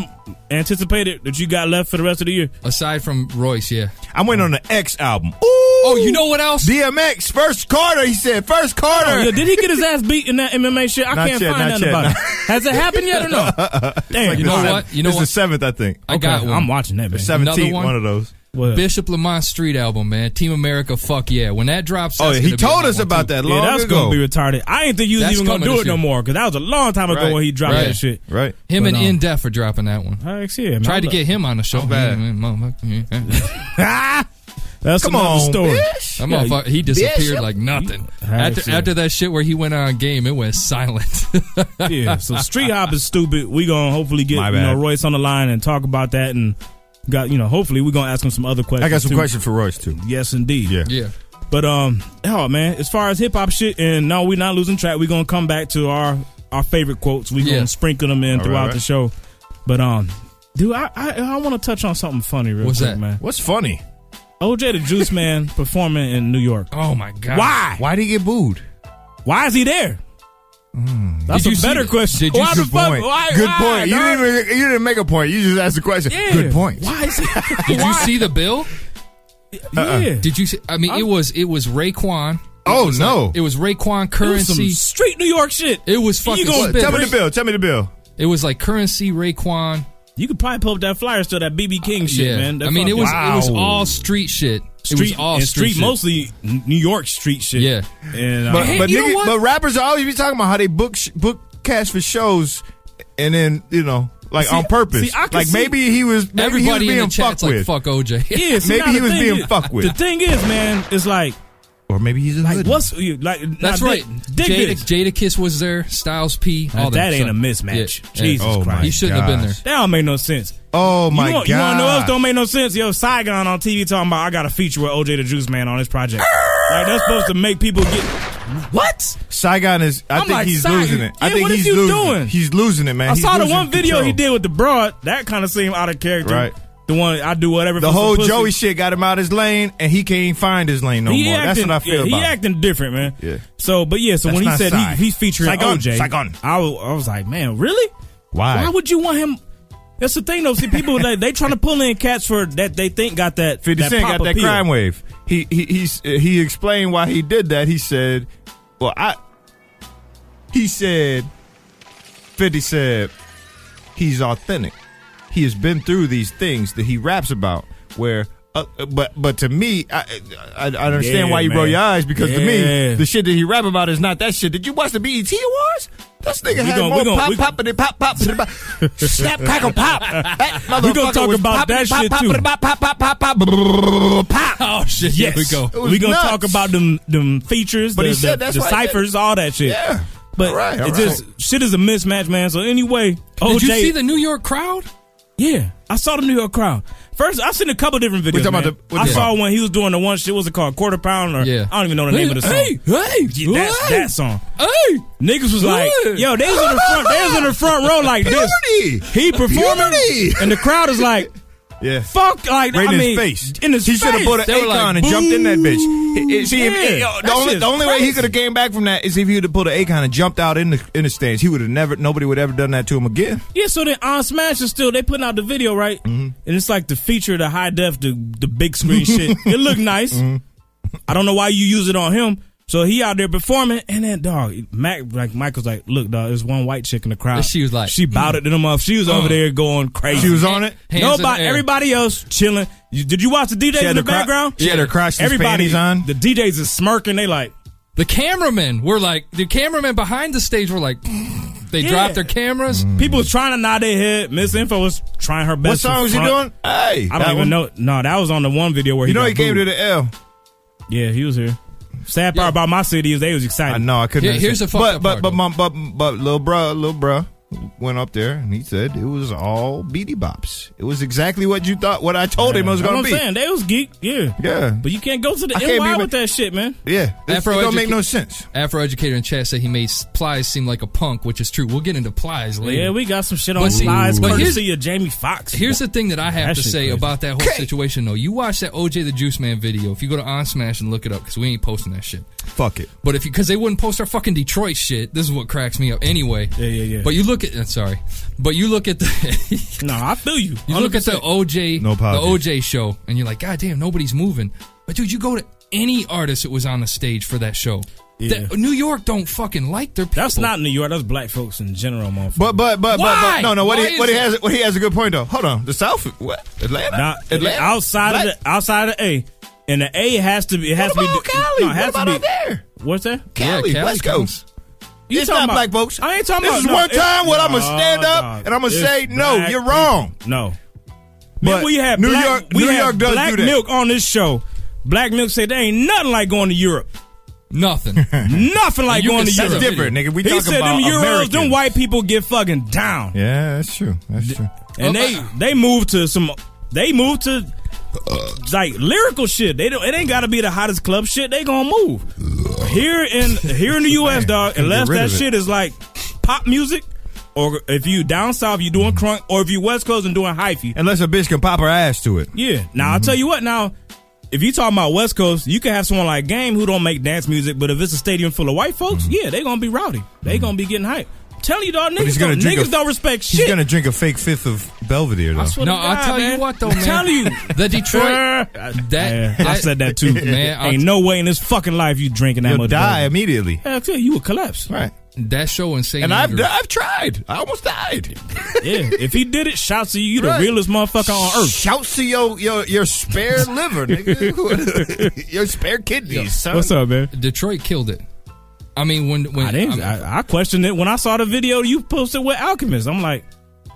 [SPEAKER 3] anticipated that you got left for the rest of the year.
[SPEAKER 4] Aside from Royce, yeah.
[SPEAKER 5] be. I'm waiting on the X album. Ooh,
[SPEAKER 4] Oh, you know what else?
[SPEAKER 5] DMX first Carter.
[SPEAKER 4] <laughs>
[SPEAKER 5] He said first Carter.
[SPEAKER 3] Oh, yeah, did he get his ass beat in that MMA shit? I
[SPEAKER 5] Not
[SPEAKER 3] can't
[SPEAKER 5] yet,
[SPEAKER 3] find
[SPEAKER 5] not
[SPEAKER 3] nothing
[SPEAKER 5] yet,
[SPEAKER 3] about
[SPEAKER 5] not- Oh,
[SPEAKER 3] it. Has it happened yet
[SPEAKER 5] <laughs>
[SPEAKER 3] or no? Damn,
[SPEAKER 5] Like
[SPEAKER 4] You
[SPEAKER 5] the
[SPEAKER 4] know
[SPEAKER 5] seventh-
[SPEAKER 4] what? You know
[SPEAKER 5] it's
[SPEAKER 4] what?
[SPEAKER 5] the seventh, I think.
[SPEAKER 4] I got
[SPEAKER 3] Okay,
[SPEAKER 4] one.
[SPEAKER 3] I'm watching that, man.
[SPEAKER 5] Seventeenth,
[SPEAKER 4] one?
[SPEAKER 5] one? of those.
[SPEAKER 3] What?
[SPEAKER 4] Bishop Lamont Street album, man. Team America, fuck yeah. When that drops,
[SPEAKER 5] Oh,
[SPEAKER 4] that's
[SPEAKER 5] yeah, he
[SPEAKER 4] gonna be
[SPEAKER 5] told
[SPEAKER 4] my
[SPEAKER 5] us
[SPEAKER 4] one,
[SPEAKER 5] about
[SPEAKER 4] too.
[SPEAKER 5] that long
[SPEAKER 3] yeah, that's
[SPEAKER 5] ago.
[SPEAKER 3] gonna be retarded. I ain't think you was
[SPEAKER 4] That's
[SPEAKER 3] even gonna
[SPEAKER 4] coming
[SPEAKER 3] do
[SPEAKER 4] this
[SPEAKER 3] it no
[SPEAKER 4] year.
[SPEAKER 3] more because that was a long time ago
[SPEAKER 5] Right.
[SPEAKER 3] when he dropped
[SPEAKER 4] Right.
[SPEAKER 3] that shit.
[SPEAKER 5] Right.
[SPEAKER 4] Him
[SPEAKER 3] But,
[SPEAKER 4] and
[SPEAKER 3] um,
[SPEAKER 4] In Depth for dropping that one.
[SPEAKER 3] All right, see, man.
[SPEAKER 4] Tried to get him on the
[SPEAKER 3] <laughs>
[SPEAKER 4] show.
[SPEAKER 5] bad.
[SPEAKER 4] Mm, mm, <laughs> motherfucker.
[SPEAKER 3] That's
[SPEAKER 5] Come
[SPEAKER 3] another
[SPEAKER 5] on,
[SPEAKER 3] story.
[SPEAKER 5] bitch.
[SPEAKER 4] That
[SPEAKER 3] Yeah,
[SPEAKER 4] motherfucker, he disappeared like nothing. After,
[SPEAKER 3] seen it.
[SPEAKER 4] after that shit where he went on game, it went silent. <laughs>
[SPEAKER 3] yeah. So street hop is stupid. We gonna hopefully get
[SPEAKER 5] My
[SPEAKER 3] you know
[SPEAKER 5] bad.
[SPEAKER 3] Royce on the line and talk about that and got you know. Hopefully, we're gonna ask him some other questions.
[SPEAKER 5] I got some
[SPEAKER 3] too.
[SPEAKER 5] questions for Royce too.
[SPEAKER 3] Yes, indeed.
[SPEAKER 5] Yeah.
[SPEAKER 4] Yeah.
[SPEAKER 3] But um, oh man, as far as hip hop shit, and no, we're not losing track. We're gonna come back to our our favorite quotes. We're
[SPEAKER 4] Yeah.
[SPEAKER 3] gonna sprinkle them in
[SPEAKER 4] All right,
[SPEAKER 3] throughout
[SPEAKER 4] right.
[SPEAKER 3] the show. But um, dude, I I, I want to touch on something funny real
[SPEAKER 4] What's
[SPEAKER 3] quick,
[SPEAKER 4] that?
[SPEAKER 3] man.
[SPEAKER 5] What's funny?
[SPEAKER 3] OJ the
[SPEAKER 5] <laughs>
[SPEAKER 3] Juice Man performing in New York.
[SPEAKER 4] Oh my god!
[SPEAKER 3] Why?
[SPEAKER 5] Why did he get booed? Hmm.
[SPEAKER 3] Why is he there? That's
[SPEAKER 4] Did you
[SPEAKER 3] a
[SPEAKER 4] see
[SPEAKER 3] better
[SPEAKER 4] that?
[SPEAKER 3] question.
[SPEAKER 4] Did you
[SPEAKER 3] Why
[SPEAKER 4] see-
[SPEAKER 3] the
[SPEAKER 5] Good
[SPEAKER 3] fuck?
[SPEAKER 5] point.
[SPEAKER 3] Why,
[SPEAKER 5] Good
[SPEAKER 3] why,
[SPEAKER 5] point. You
[SPEAKER 3] dog?
[SPEAKER 5] didn't, even, you didn't make a point. You just asked a question.
[SPEAKER 3] Yeah.
[SPEAKER 5] Good point.
[SPEAKER 3] Why is he?
[SPEAKER 4] Did you
[SPEAKER 3] why-
[SPEAKER 4] see the bill?
[SPEAKER 3] Yeah.
[SPEAKER 4] Did you? See, I mean, it was it was Raekwon.
[SPEAKER 5] Uh-uh. Oh no!
[SPEAKER 4] It was Raekwon
[SPEAKER 3] It
[SPEAKER 4] currency.
[SPEAKER 3] was some straight New York shit.
[SPEAKER 4] It was
[SPEAKER 3] You
[SPEAKER 4] fucking.
[SPEAKER 3] gonna
[SPEAKER 4] spit.
[SPEAKER 5] Tell me the bill. Tell me the bill.
[SPEAKER 4] It was like currency Raekwon.
[SPEAKER 3] You could probably pull up that flyer still that BB King shit,
[SPEAKER 4] yeah,
[SPEAKER 3] man. That
[SPEAKER 4] I mean, it
[SPEAKER 3] fucking-
[SPEAKER 4] was it was
[SPEAKER 5] Wow.
[SPEAKER 4] all street shit. it was all
[SPEAKER 3] and
[SPEAKER 4] street,
[SPEAKER 3] street,
[SPEAKER 4] shit.
[SPEAKER 3] mostly N- New York street shit.
[SPEAKER 4] Yeah.
[SPEAKER 3] and uh,
[SPEAKER 5] But but,
[SPEAKER 4] you know
[SPEAKER 5] nigga-
[SPEAKER 4] what?
[SPEAKER 5] but rappers are always be talking about how they book sh- book cash for shows, and then you know like
[SPEAKER 3] See,
[SPEAKER 5] on purpose.
[SPEAKER 3] see, I can
[SPEAKER 5] like
[SPEAKER 3] see-
[SPEAKER 5] maybe he was maybe
[SPEAKER 4] Everybody
[SPEAKER 5] he was
[SPEAKER 4] in
[SPEAKER 5] being
[SPEAKER 4] the chat's
[SPEAKER 5] fucked
[SPEAKER 4] like,
[SPEAKER 5] with,
[SPEAKER 4] "Fuck oh, OJ."
[SPEAKER 3] <laughs> yeah, see,
[SPEAKER 5] Maybe
[SPEAKER 3] now
[SPEAKER 5] he
[SPEAKER 3] the
[SPEAKER 5] was
[SPEAKER 3] thing
[SPEAKER 5] being
[SPEAKER 3] is-
[SPEAKER 5] fucked with.
[SPEAKER 3] The thing is, man, it's like
[SPEAKER 5] or maybe he's a
[SPEAKER 3] like
[SPEAKER 5] hood.
[SPEAKER 3] what's you like?
[SPEAKER 4] That's
[SPEAKER 3] now,
[SPEAKER 4] right.
[SPEAKER 3] dig- Dig
[SPEAKER 4] Jada,
[SPEAKER 3] this.
[SPEAKER 4] Jada Kiss was there. Styles P.
[SPEAKER 3] Now,
[SPEAKER 4] All
[SPEAKER 3] that ain't a
[SPEAKER 4] stuff.
[SPEAKER 3] mismatch.
[SPEAKER 4] Yeah, yeah.
[SPEAKER 3] Jesus
[SPEAKER 5] Oh,
[SPEAKER 3] Christ,
[SPEAKER 5] my
[SPEAKER 4] He shouldn't have been
[SPEAKER 5] gosh.
[SPEAKER 4] there.
[SPEAKER 3] that don't make no sense.
[SPEAKER 5] Oh my
[SPEAKER 3] you want,
[SPEAKER 5] god!
[SPEAKER 3] You want to know else don't make no sense? Yo, Saigon on TV talking about I got a feature with OJ the Juice Man on
[SPEAKER 5] <laughs>
[SPEAKER 3] this project. like that's supposed to make people get what?
[SPEAKER 5] Saigon is. I
[SPEAKER 3] I'm
[SPEAKER 5] think
[SPEAKER 3] like,
[SPEAKER 5] he's
[SPEAKER 3] Sai-
[SPEAKER 5] losing it. I
[SPEAKER 3] yeah,
[SPEAKER 5] think
[SPEAKER 3] what is
[SPEAKER 5] he's
[SPEAKER 3] you
[SPEAKER 5] losing it.
[SPEAKER 3] doing?
[SPEAKER 5] He's losing it, man.
[SPEAKER 3] I
[SPEAKER 5] He's
[SPEAKER 3] saw the
[SPEAKER 5] losing
[SPEAKER 3] one video he
[SPEAKER 5] control.
[SPEAKER 3] did with the broad. That kind of seemed out of character.
[SPEAKER 5] Right.
[SPEAKER 3] The one I do whatever.
[SPEAKER 5] The
[SPEAKER 3] for some
[SPEAKER 5] whole
[SPEAKER 3] pussy.
[SPEAKER 5] Joey shit got him out his lane, and he can't find his lane no
[SPEAKER 3] he
[SPEAKER 5] more. That's
[SPEAKER 3] acting-
[SPEAKER 5] what I feel
[SPEAKER 3] yeah,
[SPEAKER 5] about.
[SPEAKER 3] He
[SPEAKER 5] it.
[SPEAKER 3] acting different, man.
[SPEAKER 5] Yeah.
[SPEAKER 3] So, but yeah, so
[SPEAKER 5] That's
[SPEAKER 3] when he
[SPEAKER 5] not
[SPEAKER 3] said
[SPEAKER 5] Psy.
[SPEAKER 3] he, he's featuring
[SPEAKER 5] Saigon,
[SPEAKER 3] OJ,
[SPEAKER 5] Saigon.
[SPEAKER 3] I, wa- I was like, man, really?
[SPEAKER 5] Why?
[SPEAKER 3] Why would you want him? That's the thing, though. See, people they, they trying to pull in cats for that they think got that
[SPEAKER 5] 50
[SPEAKER 3] that
[SPEAKER 5] Cent
[SPEAKER 3] pop
[SPEAKER 5] got that
[SPEAKER 3] appeal.
[SPEAKER 5] crime wave. He he he's, uh, he explained why he did that. He said, "Well, I." He said, "50 said he's authentic. He has been through these things that he raps about. Where, uh, but but to me, I I, I understand
[SPEAKER 3] Yeah,
[SPEAKER 5] why you roll
[SPEAKER 3] man.
[SPEAKER 5] your eyes because to
[SPEAKER 3] Yeah.
[SPEAKER 5] me, the shit that he rap about is not that shit. Did you watch the BET Awards?" This nigga had
[SPEAKER 3] gonna- we
[SPEAKER 5] more
[SPEAKER 3] gonna-
[SPEAKER 5] pop,
[SPEAKER 3] we-
[SPEAKER 5] pop, and pop, pop, and
[SPEAKER 3] <laughs>
[SPEAKER 5] pop, snap, crackle, pop. That
[SPEAKER 3] We gonna
[SPEAKER 5] motherfucker
[SPEAKER 3] talk
[SPEAKER 5] was
[SPEAKER 3] about
[SPEAKER 5] poppin',
[SPEAKER 3] that
[SPEAKER 5] pop,
[SPEAKER 3] shit,
[SPEAKER 5] pop,
[SPEAKER 3] too.
[SPEAKER 5] pop, pop, pop, pop, pop, brrrr, pop.
[SPEAKER 4] Oh shit! Here
[SPEAKER 3] Yes,
[SPEAKER 4] we go.
[SPEAKER 5] was
[SPEAKER 3] We gonna
[SPEAKER 5] nuts.
[SPEAKER 3] talk about them them features,
[SPEAKER 5] But
[SPEAKER 3] the,
[SPEAKER 5] he said
[SPEAKER 3] the,
[SPEAKER 5] that's
[SPEAKER 3] the
[SPEAKER 5] why-
[SPEAKER 3] ciphers, all that shit.
[SPEAKER 5] Yeah.
[SPEAKER 3] But
[SPEAKER 5] All right, all
[SPEAKER 3] it just shit is a mismatch, man. So anyway, OJ,
[SPEAKER 4] Did you see the New York crowd?
[SPEAKER 3] Yeah, I saw the New York crowd. First, I seen a couple different videos.
[SPEAKER 5] We talking
[SPEAKER 3] man.
[SPEAKER 5] about the- what
[SPEAKER 3] I
[SPEAKER 5] the-
[SPEAKER 3] saw when he was doing the one shit. What's it called? Quarter pound or
[SPEAKER 4] Yeah.
[SPEAKER 3] I don't even know the
[SPEAKER 4] Hey,
[SPEAKER 3] name of the song.
[SPEAKER 4] Hey, hey,
[SPEAKER 3] Yeah, that's
[SPEAKER 4] hey,
[SPEAKER 3] that song.
[SPEAKER 4] Hey,
[SPEAKER 3] Niggas was like,
[SPEAKER 4] Good.
[SPEAKER 3] yo, they was in the front. They was in the front row like this.
[SPEAKER 5] Puberty.
[SPEAKER 3] He performing,
[SPEAKER 5] Puberty.
[SPEAKER 3] and the crowd
[SPEAKER 5] <laughs>
[SPEAKER 3] is like,
[SPEAKER 5] Yeah.
[SPEAKER 3] fuck, like
[SPEAKER 5] Right
[SPEAKER 3] I
[SPEAKER 5] in
[SPEAKER 3] mean,
[SPEAKER 5] his face.
[SPEAKER 3] in his
[SPEAKER 5] he
[SPEAKER 3] face.
[SPEAKER 5] should have bought an
[SPEAKER 4] They were
[SPEAKER 5] Akon
[SPEAKER 4] like,
[SPEAKER 5] and jumped in that bitch. He- he- See, if-
[SPEAKER 3] Yeah,
[SPEAKER 5] eh, yo, the
[SPEAKER 3] that
[SPEAKER 5] only,
[SPEAKER 3] shit's
[SPEAKER 5] the only way he
[SPEAKER 3] crazy.
[SPEAKER 5] could have came back from that is if he would have pulled an Akon and jumped out in the in the stands. He would have never. Nobody would have ever done that to him again.
[SPEAKER 3] Yeah, so then on Smash is still they putting out the video, right?
[SPEAKER 5] Mm-hmm.
[SPEAKER 3] And it's like the feature, the high def, the the big screen
[SPEAKER 5] <laughs>
[SPEAKER 3] shit. It looked nice.
[SPEAKER 5] Mm-hmm.
[SPEAKER 3] I don't know why you use it on him. So he out there performing, and then dog Mac like Michael's like, look, dog, there's one white chick in the crowd.
[SPEAKER 4] And she was like, Mm.
[SPEAKER 3] she bowed it to them off. She was over there going crazy.
[SPEAKER 5] She was on it.
[SPEAKER 4] Hands in
[SPEAKER 3] Nobody,
[SPEAKER 4] the air.
[SPEAKER 3] everybody else chilling. You, did you watch the DJs
[SPEAKER 5] had
[SPEAKER 3] in the
[SPEAKER 5] her cro-
[SPEAKER 3] background?
[SPEAKER 5] she had her crotchless
[SPEAKER 3] Everybody,
[SPEAKER 5] panties on.
[SPEAKER 3] The DJs is smirking. They like,
[SPEAKER 4] the cameramen were like the cameramen behind the stage were like, they
[SPEAKER 3] Yeah.
[SPEAKER 4] dropped their cameras.
[SPEAKER 5] Mm.
[SPEAKER 3] people was trying to nod their head. Miss Info was trying her best.
[SPEAKER 5] What song
[SPEAKER 3] to
[SPEAKER 5] was he
[SPEAKER 3] front.
[SPEAKER 5] doing? Hey, that
[SPEAKER 3] I don't even
[SPEAKER 5] one.
[SPEAKER 3] know. No, that was on the one video where
[SPEAKER 5] You
[SPEAKER 3] he
[SPEAKER 5] know
[SPEAKER 3] got
[SPEAKER 5] he came
[SPEAKER 3] booed.
[SPEAKER 5] to the L.
[SPEAKER 3] Yeah, he was here. Sad part
[SPEAKER 4] Yeah.
[SPEAKER 3] about my city is they was excited.
[SPEAKER 5] I know I couldn't.
[SPEAKER 4] Here- here's
[SPEAKER 5] understand.
[SPEAKER 4] the fucked
[SPEAKER 5] but
[SPEAKER 4] up
[SPEAKER 5] but
[SPEAKER 4] part,
[SPEAKER 5] but
[SPEAKER 4] though.
[SPEAKER 5] my, but but little bruh little bruh went up there and he said it was all beady bops. It was exactly what you thought. What I told him it was
[SPEAKER 3] That's what
[SPEAKER 5] going
[SPEAKER 3] I'm
[SPEAKER 5] to be.
[SPEAKER 3] saying they was geek. Yeah,
[SPEAKER 5] Yeah.
[SPEAKER 3] But you can't go to the
[SPEAKER 5] I can't
[SPEAKER 3] NY
[SPEAKER 5] be
[SPEAKER 3] with
[SPEAKER 5] with-
[SPEAKER 3] that shit, man.
[SPEAKER 5] Yeah, it, it
[SPEAKER 4] Afro
[SPEAKER 5] don't
[SPEAKER 4] educa-
[SPEAKER 5] make no sense.
[SPEAKER 4] Afro educator in chat said he made Plies seem like a punk, which is true. We'll get into Plies later.
[SPEAKER 3] Yeah, we got some shit
[SPEAKER 4] But
[SPEAKER 3] on
[SPEAKER 4] see-
[SPEAKER 3] lies
[SPEAKER 4] but here's-
[SPEAKER 3] courtesy of Jamie Foxx.
[SPEAKER 4] Here's the thing that I have
[SPEAKER 3] That
[SPEAKER 4] to
[SPEAKER 3] shit
[SPEAKER 4] say
[SPEAKER 3] crazy.
[SPEAKER 4] about that whole situation, though. You watch that OJ the Juice Man video. If you go to On Smash and look it up, because we ain't posting that shit.
[SPEAKER 5] Fuck it.
[SPEAKER 4] But if you, because they wouldn't post our fucking Detroit shit, this is what cracks me up. Anyway,
[SPEAKER 3] Yeah, yeah, yeah.
[SPEAKER 4] But you look at, uh, sorry, but you look at the, <laughs>
[SPEAKER 3] no, I feel you.
[SPEAKER 4] you look at the OJ, the
[SPEAKER 5] No apologies.
[SPEAKER 4] OJ show, and you're like, God damn, nobody's moving. But dude, you go to any artist that was on the stage for that show.
[SPEAKER 3] Yeah.
[SPEAKER 4] That- New York don't fucking like their people.
[SPEAKER 3] That's not New York. That's black folks in general, motherfucker.
[SPEAKER 5] But but but but,
[SPEAKER 4] Why?
[SPEAKER 5] but no no what
[SPEAKER 4] Why
[SPEAKER 5] he
[SPEAKER 4] is
[SPEAKER 5] what he
[SPEAKER 4] it-
[SPEAKER 5] has what he has a good point though. Hold on, the South what Atlanta
[SPEAKER 3] Nah,
[SPEAKER 5] Atlanta
[SPEAKER 3] outside of the outside of the A, and the A has to be. It has
[SPEAKER 5] what about
[SPEAKER 3] to be.
[SPEAKER 5] Cali?
[SPEAKER 3] No, it has
[SPEAKER 5] what about
[SPEAKER 3] to be.
[SPEAKER 5] out there?
[SPEAKER 3] What's that?
[SPEAKER 5] Cali,
[SPEAKER 4] Cali
[SPEAKER 5] West
[SPEAKER 4] counts.
[SPEAKER 5] Coast.
[SPEAKER 3] You
[SPEAKER 5] it's
[SPEAKER 3] talking
[SPEAKER 5] not
[SPEAKER 3] about-
[SPEAKER 5] black folks.
[SPEAKER 3] I ain't talking
[SPEAKER 5] this is
[SPEAKER 3] about. no,
[SPEAKER 5] one
[SPEAKER 3] it's-
[SPEAKER 5] time where I'm gonna
[SPEAKER 3] Nah,
[SPEAKER 5] stand up
[SPEAKER 3] dog.
[SPEAKER 5] and I'm gonna
[SPEAKER 3] It's
[SPEAKER 5] say no,
[SPEAKER 3] black
[SPEAKER 5] you're wrong.
[SPEAKER 3] people. No.
[SPEAKER 5] But
[SPEAKER 3] But we have
[SPEAKER 5] New
[SPEAKER 3] black,
[SPEAKER 5] York,
[SPEAKER 3] we
[SPEAKER 5] New
[SPEAKER 3] have
[SPEAKER 5] York does
[SPEAKER 3] black
[SPEAKER 5] do that.
[SPEAKER 3] milk on this show. Black milk said there ain't nothing like going to Europe.
[SPEAKER 4] nothing.
[SPEAKER 5] Uh-huh.
[SPEAKER 3] Nothing like
[SPEAKER 4] you
[SPEAKER 3] going to
[SPEAKER 4] can see
[SPEAKER 5] That's
[SPEAKER 3] Europe.
[SPEAKER 4] the-
[SPEAKER 5] different, nigga. We
[SPEAKER 3] he
[SPEAKER 5] talking
[SPEAKER 3] said
[SPEAKER 5] about
[SPEAKER 3] them Euros,
[SPEAKER 5] Americans.
[SPEAKER 3] them white people get fucking down,
[SPEAKER 5] Yeah, that's true. That's true.
[SPEAKER 3] and
[SPEAKER 4] Okay.
[SPEAKER 3] they they move to some They move to like lyrical shit. They don't. It ain't got to be the hottest club shit. They gonna move here in here in the U.S.
[SPEAKER 5] Can't
[SPEAKER 3] dog.
[SPEAKER 5] get
[SPEAKER 3] Unless
[SPEAKER 5] rid
[SPEAKER 3] that
[SPEAKER 5] of it.
[SPEAKER 3] shit is like pop music, or if you down south, you doing crunk, or if you West Coast and doing hyphy.
[SPEAKER 5] Unless a bitch can pop her ass to it. Mm-hmm.
[SPEAKER 3] Yeah. Now I'll tell you what. Now, if you talking about West Coast, you can have someone like Game who don't make dance music, but if it's a stadium full of white folks, yeah, they gonna be rowdy. They gonna be getting hype. I'm telling you, dog,
[SPEAKER 5] Mm-hmm. But he's
[SPEAKER 3] niggas,
[SPEAKER 5] gonna
[SPEAKER 3] don't,
[SPEAKER 5] drink a-
[SPEAKER 3] niggas don't respect
[SPEAKER 5] She's
[SPEAKER 3] shit.
[SPEAKER 5] gonna drink a fake fifth of Belvedere though.
[SPEAKER 3] I swear
[SPEAKER 4] No,
[SPEAKER 3] to
[SPEAKER 4] I'll
[SPEAKER 3] God,
[SPEAKER 4] tell you
[SPEAKER 3] man.
[SPEAKER 4] what though, man.
[SPEAKER 3] I'm telling you,
[SPEAKER 4] the <laughs> Detroit uh,
[SPEAKER 3] Yeah,
[SPEAKER 4] that
[SPEAKER 3] I said that too.
[SPEAKER 4] Man, I'll
[SPEAKER 3] ain't no way in this fucking life you drinking that
[SPEAKER 5] You'll
[SPEAKER 3] much.
[SPEAKER 5] die
[SPEAKER 3] Belvedere.
[SPEAKER 5] immediately.
[SPEAKER 3] Hell, yeah, you would collapse.
[SPEAKER 5] Right.
[SPEAKER 4] that show insane.
[SPEAKER 5] And I've,
[SPEAKER 4] Andrews.
[SPEAKER 5] I've tried. I almost died. <laughs>
[SPEAKER 3] Yeah, if he did it, shouts to you. You the
[SPEAKER 5] Right.
[SPEAKER 3] realest motherfucker on earth.
[SPEAKER 5] Shouts to your your, your
[SPEAKER 3] <laughs>
[SPEAKER 5] spare liver, nigga. <laughs> your spare kidneys, son.
[SPEAKER 3] What's up, man?
[SPEAKER 4] Detroit killed it. I mean, when when
[SPEAKER 3] I didn't. I, I questioned it when I saw the video you posted with Alchemist. I'm like,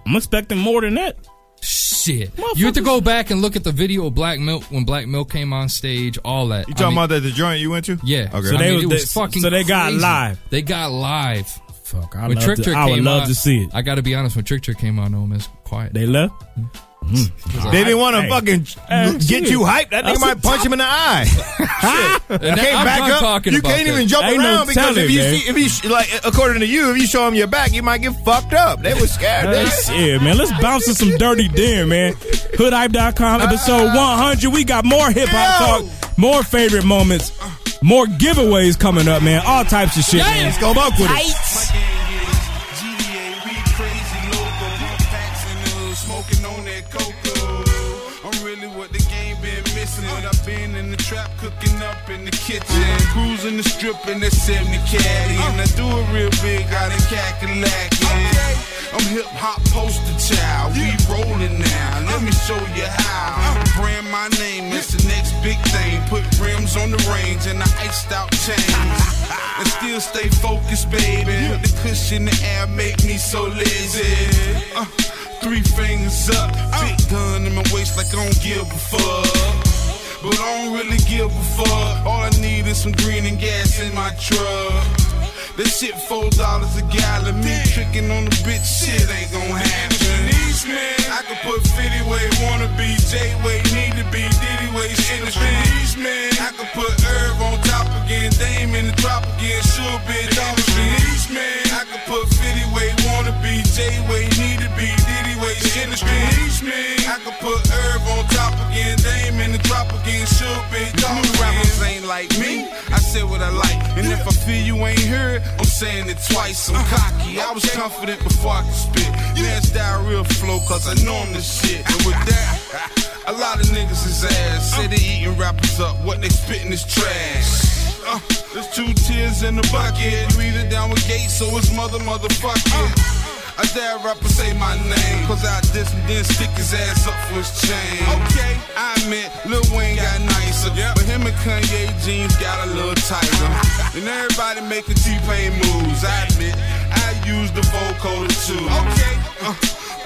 [SPEAKER 3] I'm expecting more than that.
[SPEAKER 4] shit, you have to
[SPEAKER 3] Motherfuckers-
[SPEAKER 4] go back and look at the video of Black Milk when Black Milk came on stage. All that
[SPEAKER 5] You talking about that the joint you went to?
[SPEAKER 4] Yeah,
[SPEAKER 5] Okay.
[SPEAKER 3] So
[SPEAKER 4] I
[SPEAKER 3] they
[SPEAKER 4] mean,
[SPEAKER 3] was-
[SPEAKER 4] it was
[SPEAKER 3] they-
[SPEAKER 4] fucking.
[SPEAKER 3] so they got
[SPEAKER 4] crazy.
[SPEAKER 3] live.
[SPEAKER 4] They got live.
[SPEAKER 3] Fuck, I,
[SPEAKER 4] When
[SPEAKER 3] love
[SPEAKER 4] Trick
[SPEAKER 3] to-
[SPEAKER 4] Trick
[SPEAKER 3] I
[SPEAKER 4] came
[SPEAKER 3] would love
[SPEAKER 4] on,
[SPEAKER 3] to see it.
[SPEAKER 4] I got to be honest. When Trick Trick came on, no man, it's quiet. Mm-hmm.
[SPEAKER 3] They left.
[SPEAKER 5] Mm. they didn't want to
[SPEAKER 3] Hey.
[SPEAKER 5] fucking
[SPEAKER 3] <laughs> Hey,
[SPEAKER 5] get
[SPEAKER 3] shit.
[SPEAKER 5] you hyped. That nigga
[SPEAKER 3] That's the
[SPEAKER 5] might punch him in the
[SPEAKER 3] <laughs>
[SPEAKER 5] eye. Shit. You
[SPEAKER 4] And
[SPEAKER 5] can't
[SPEAKER 4] I'm
[SPEAKER 5] back
[SPEAKER 4] done
[SPEAKER 5] up.
[SPEAKER 4] talking
[SPEAKER 5] You
[SPEAKER 4] about
[SPEAKER 5] can't
[SPEAKER 4] that.
[SPEAKER 5] even jump
[SPEAKER 3] Ain't no
[SPEAKER 5] around because
[SPEAKER 3] telling,
[SPEAKER 5] if you
[SPEAKER 3] man.
[SPEAKER 5] see, if you sh- like, according to you, if you show him your back, you might get fucked up. They was scared. They-
[SPEAKER 3] Yeah, man. Let's bounce to some dirty den, man. Hoodhype.com episode 100. We got more hip hop
[SPEAKER 5] Uh, Yo.
[SPEAKER 3] talk, more favorite moments, more giveaways coming up, man. All types of shit. man.
[SPEAKER 5] Let's go back with it.
[SPEAKER 1] My gang is GDA, we crazy local. Pump packs and uh, smoking on that cocoa. I'm really what the game been missing. But I've been in the trap, cooking up in the kitchen. Cruising the strip in that 70 caddy. And I do it real big out in Cackalack. I'm hip hop poster child. We rolling now. Let me show you how. Brand my name, it's the next big thing. Put rims on the range and I iced out chains. And still stay focused, baby. The cushion in the air make me so lazy. Uh, three fingers up, big gun in my waist like I don't give a fuck. But I don't really give a fuck. All I need is some green and gas in my truck. That shit four dollars a gallon. Me tricking on the bitch, shit ain't gon' happen. I could put 50 way, wanna be J way, need to be Diddy way, shit is release, man. I could put Herb on top again, Dame in the drop again, sure bitch, I was release, man. I could put 50 way, wanna be J way, need to be Diddy way, shit is release, man. I could put Herb on top again, Dame in the drop again, sure bitch, I was rappers ain't like me, I said what I like, and if I feel you ain't hear it, I'm saying it twice. I'm cocky, I was confident before I could spit. Nasty real flow, cause I know I'm the shit. And with that, <laughs> a lot of niggas is ass. Say they eating rappers up, what they spitting is trash. Uh, there's two tears in the bucket. You either down with Gates, so it's mother, motherfucker. I dare rapper say my name, cause I diss him, then stick his ass up for his chain. Okay, I admit, Lil Wayne got nicer, but him and Kanye jeans got a little tighter. and everybody making T-Pain moves, I admit, I use the vocoder too. Okay, uh,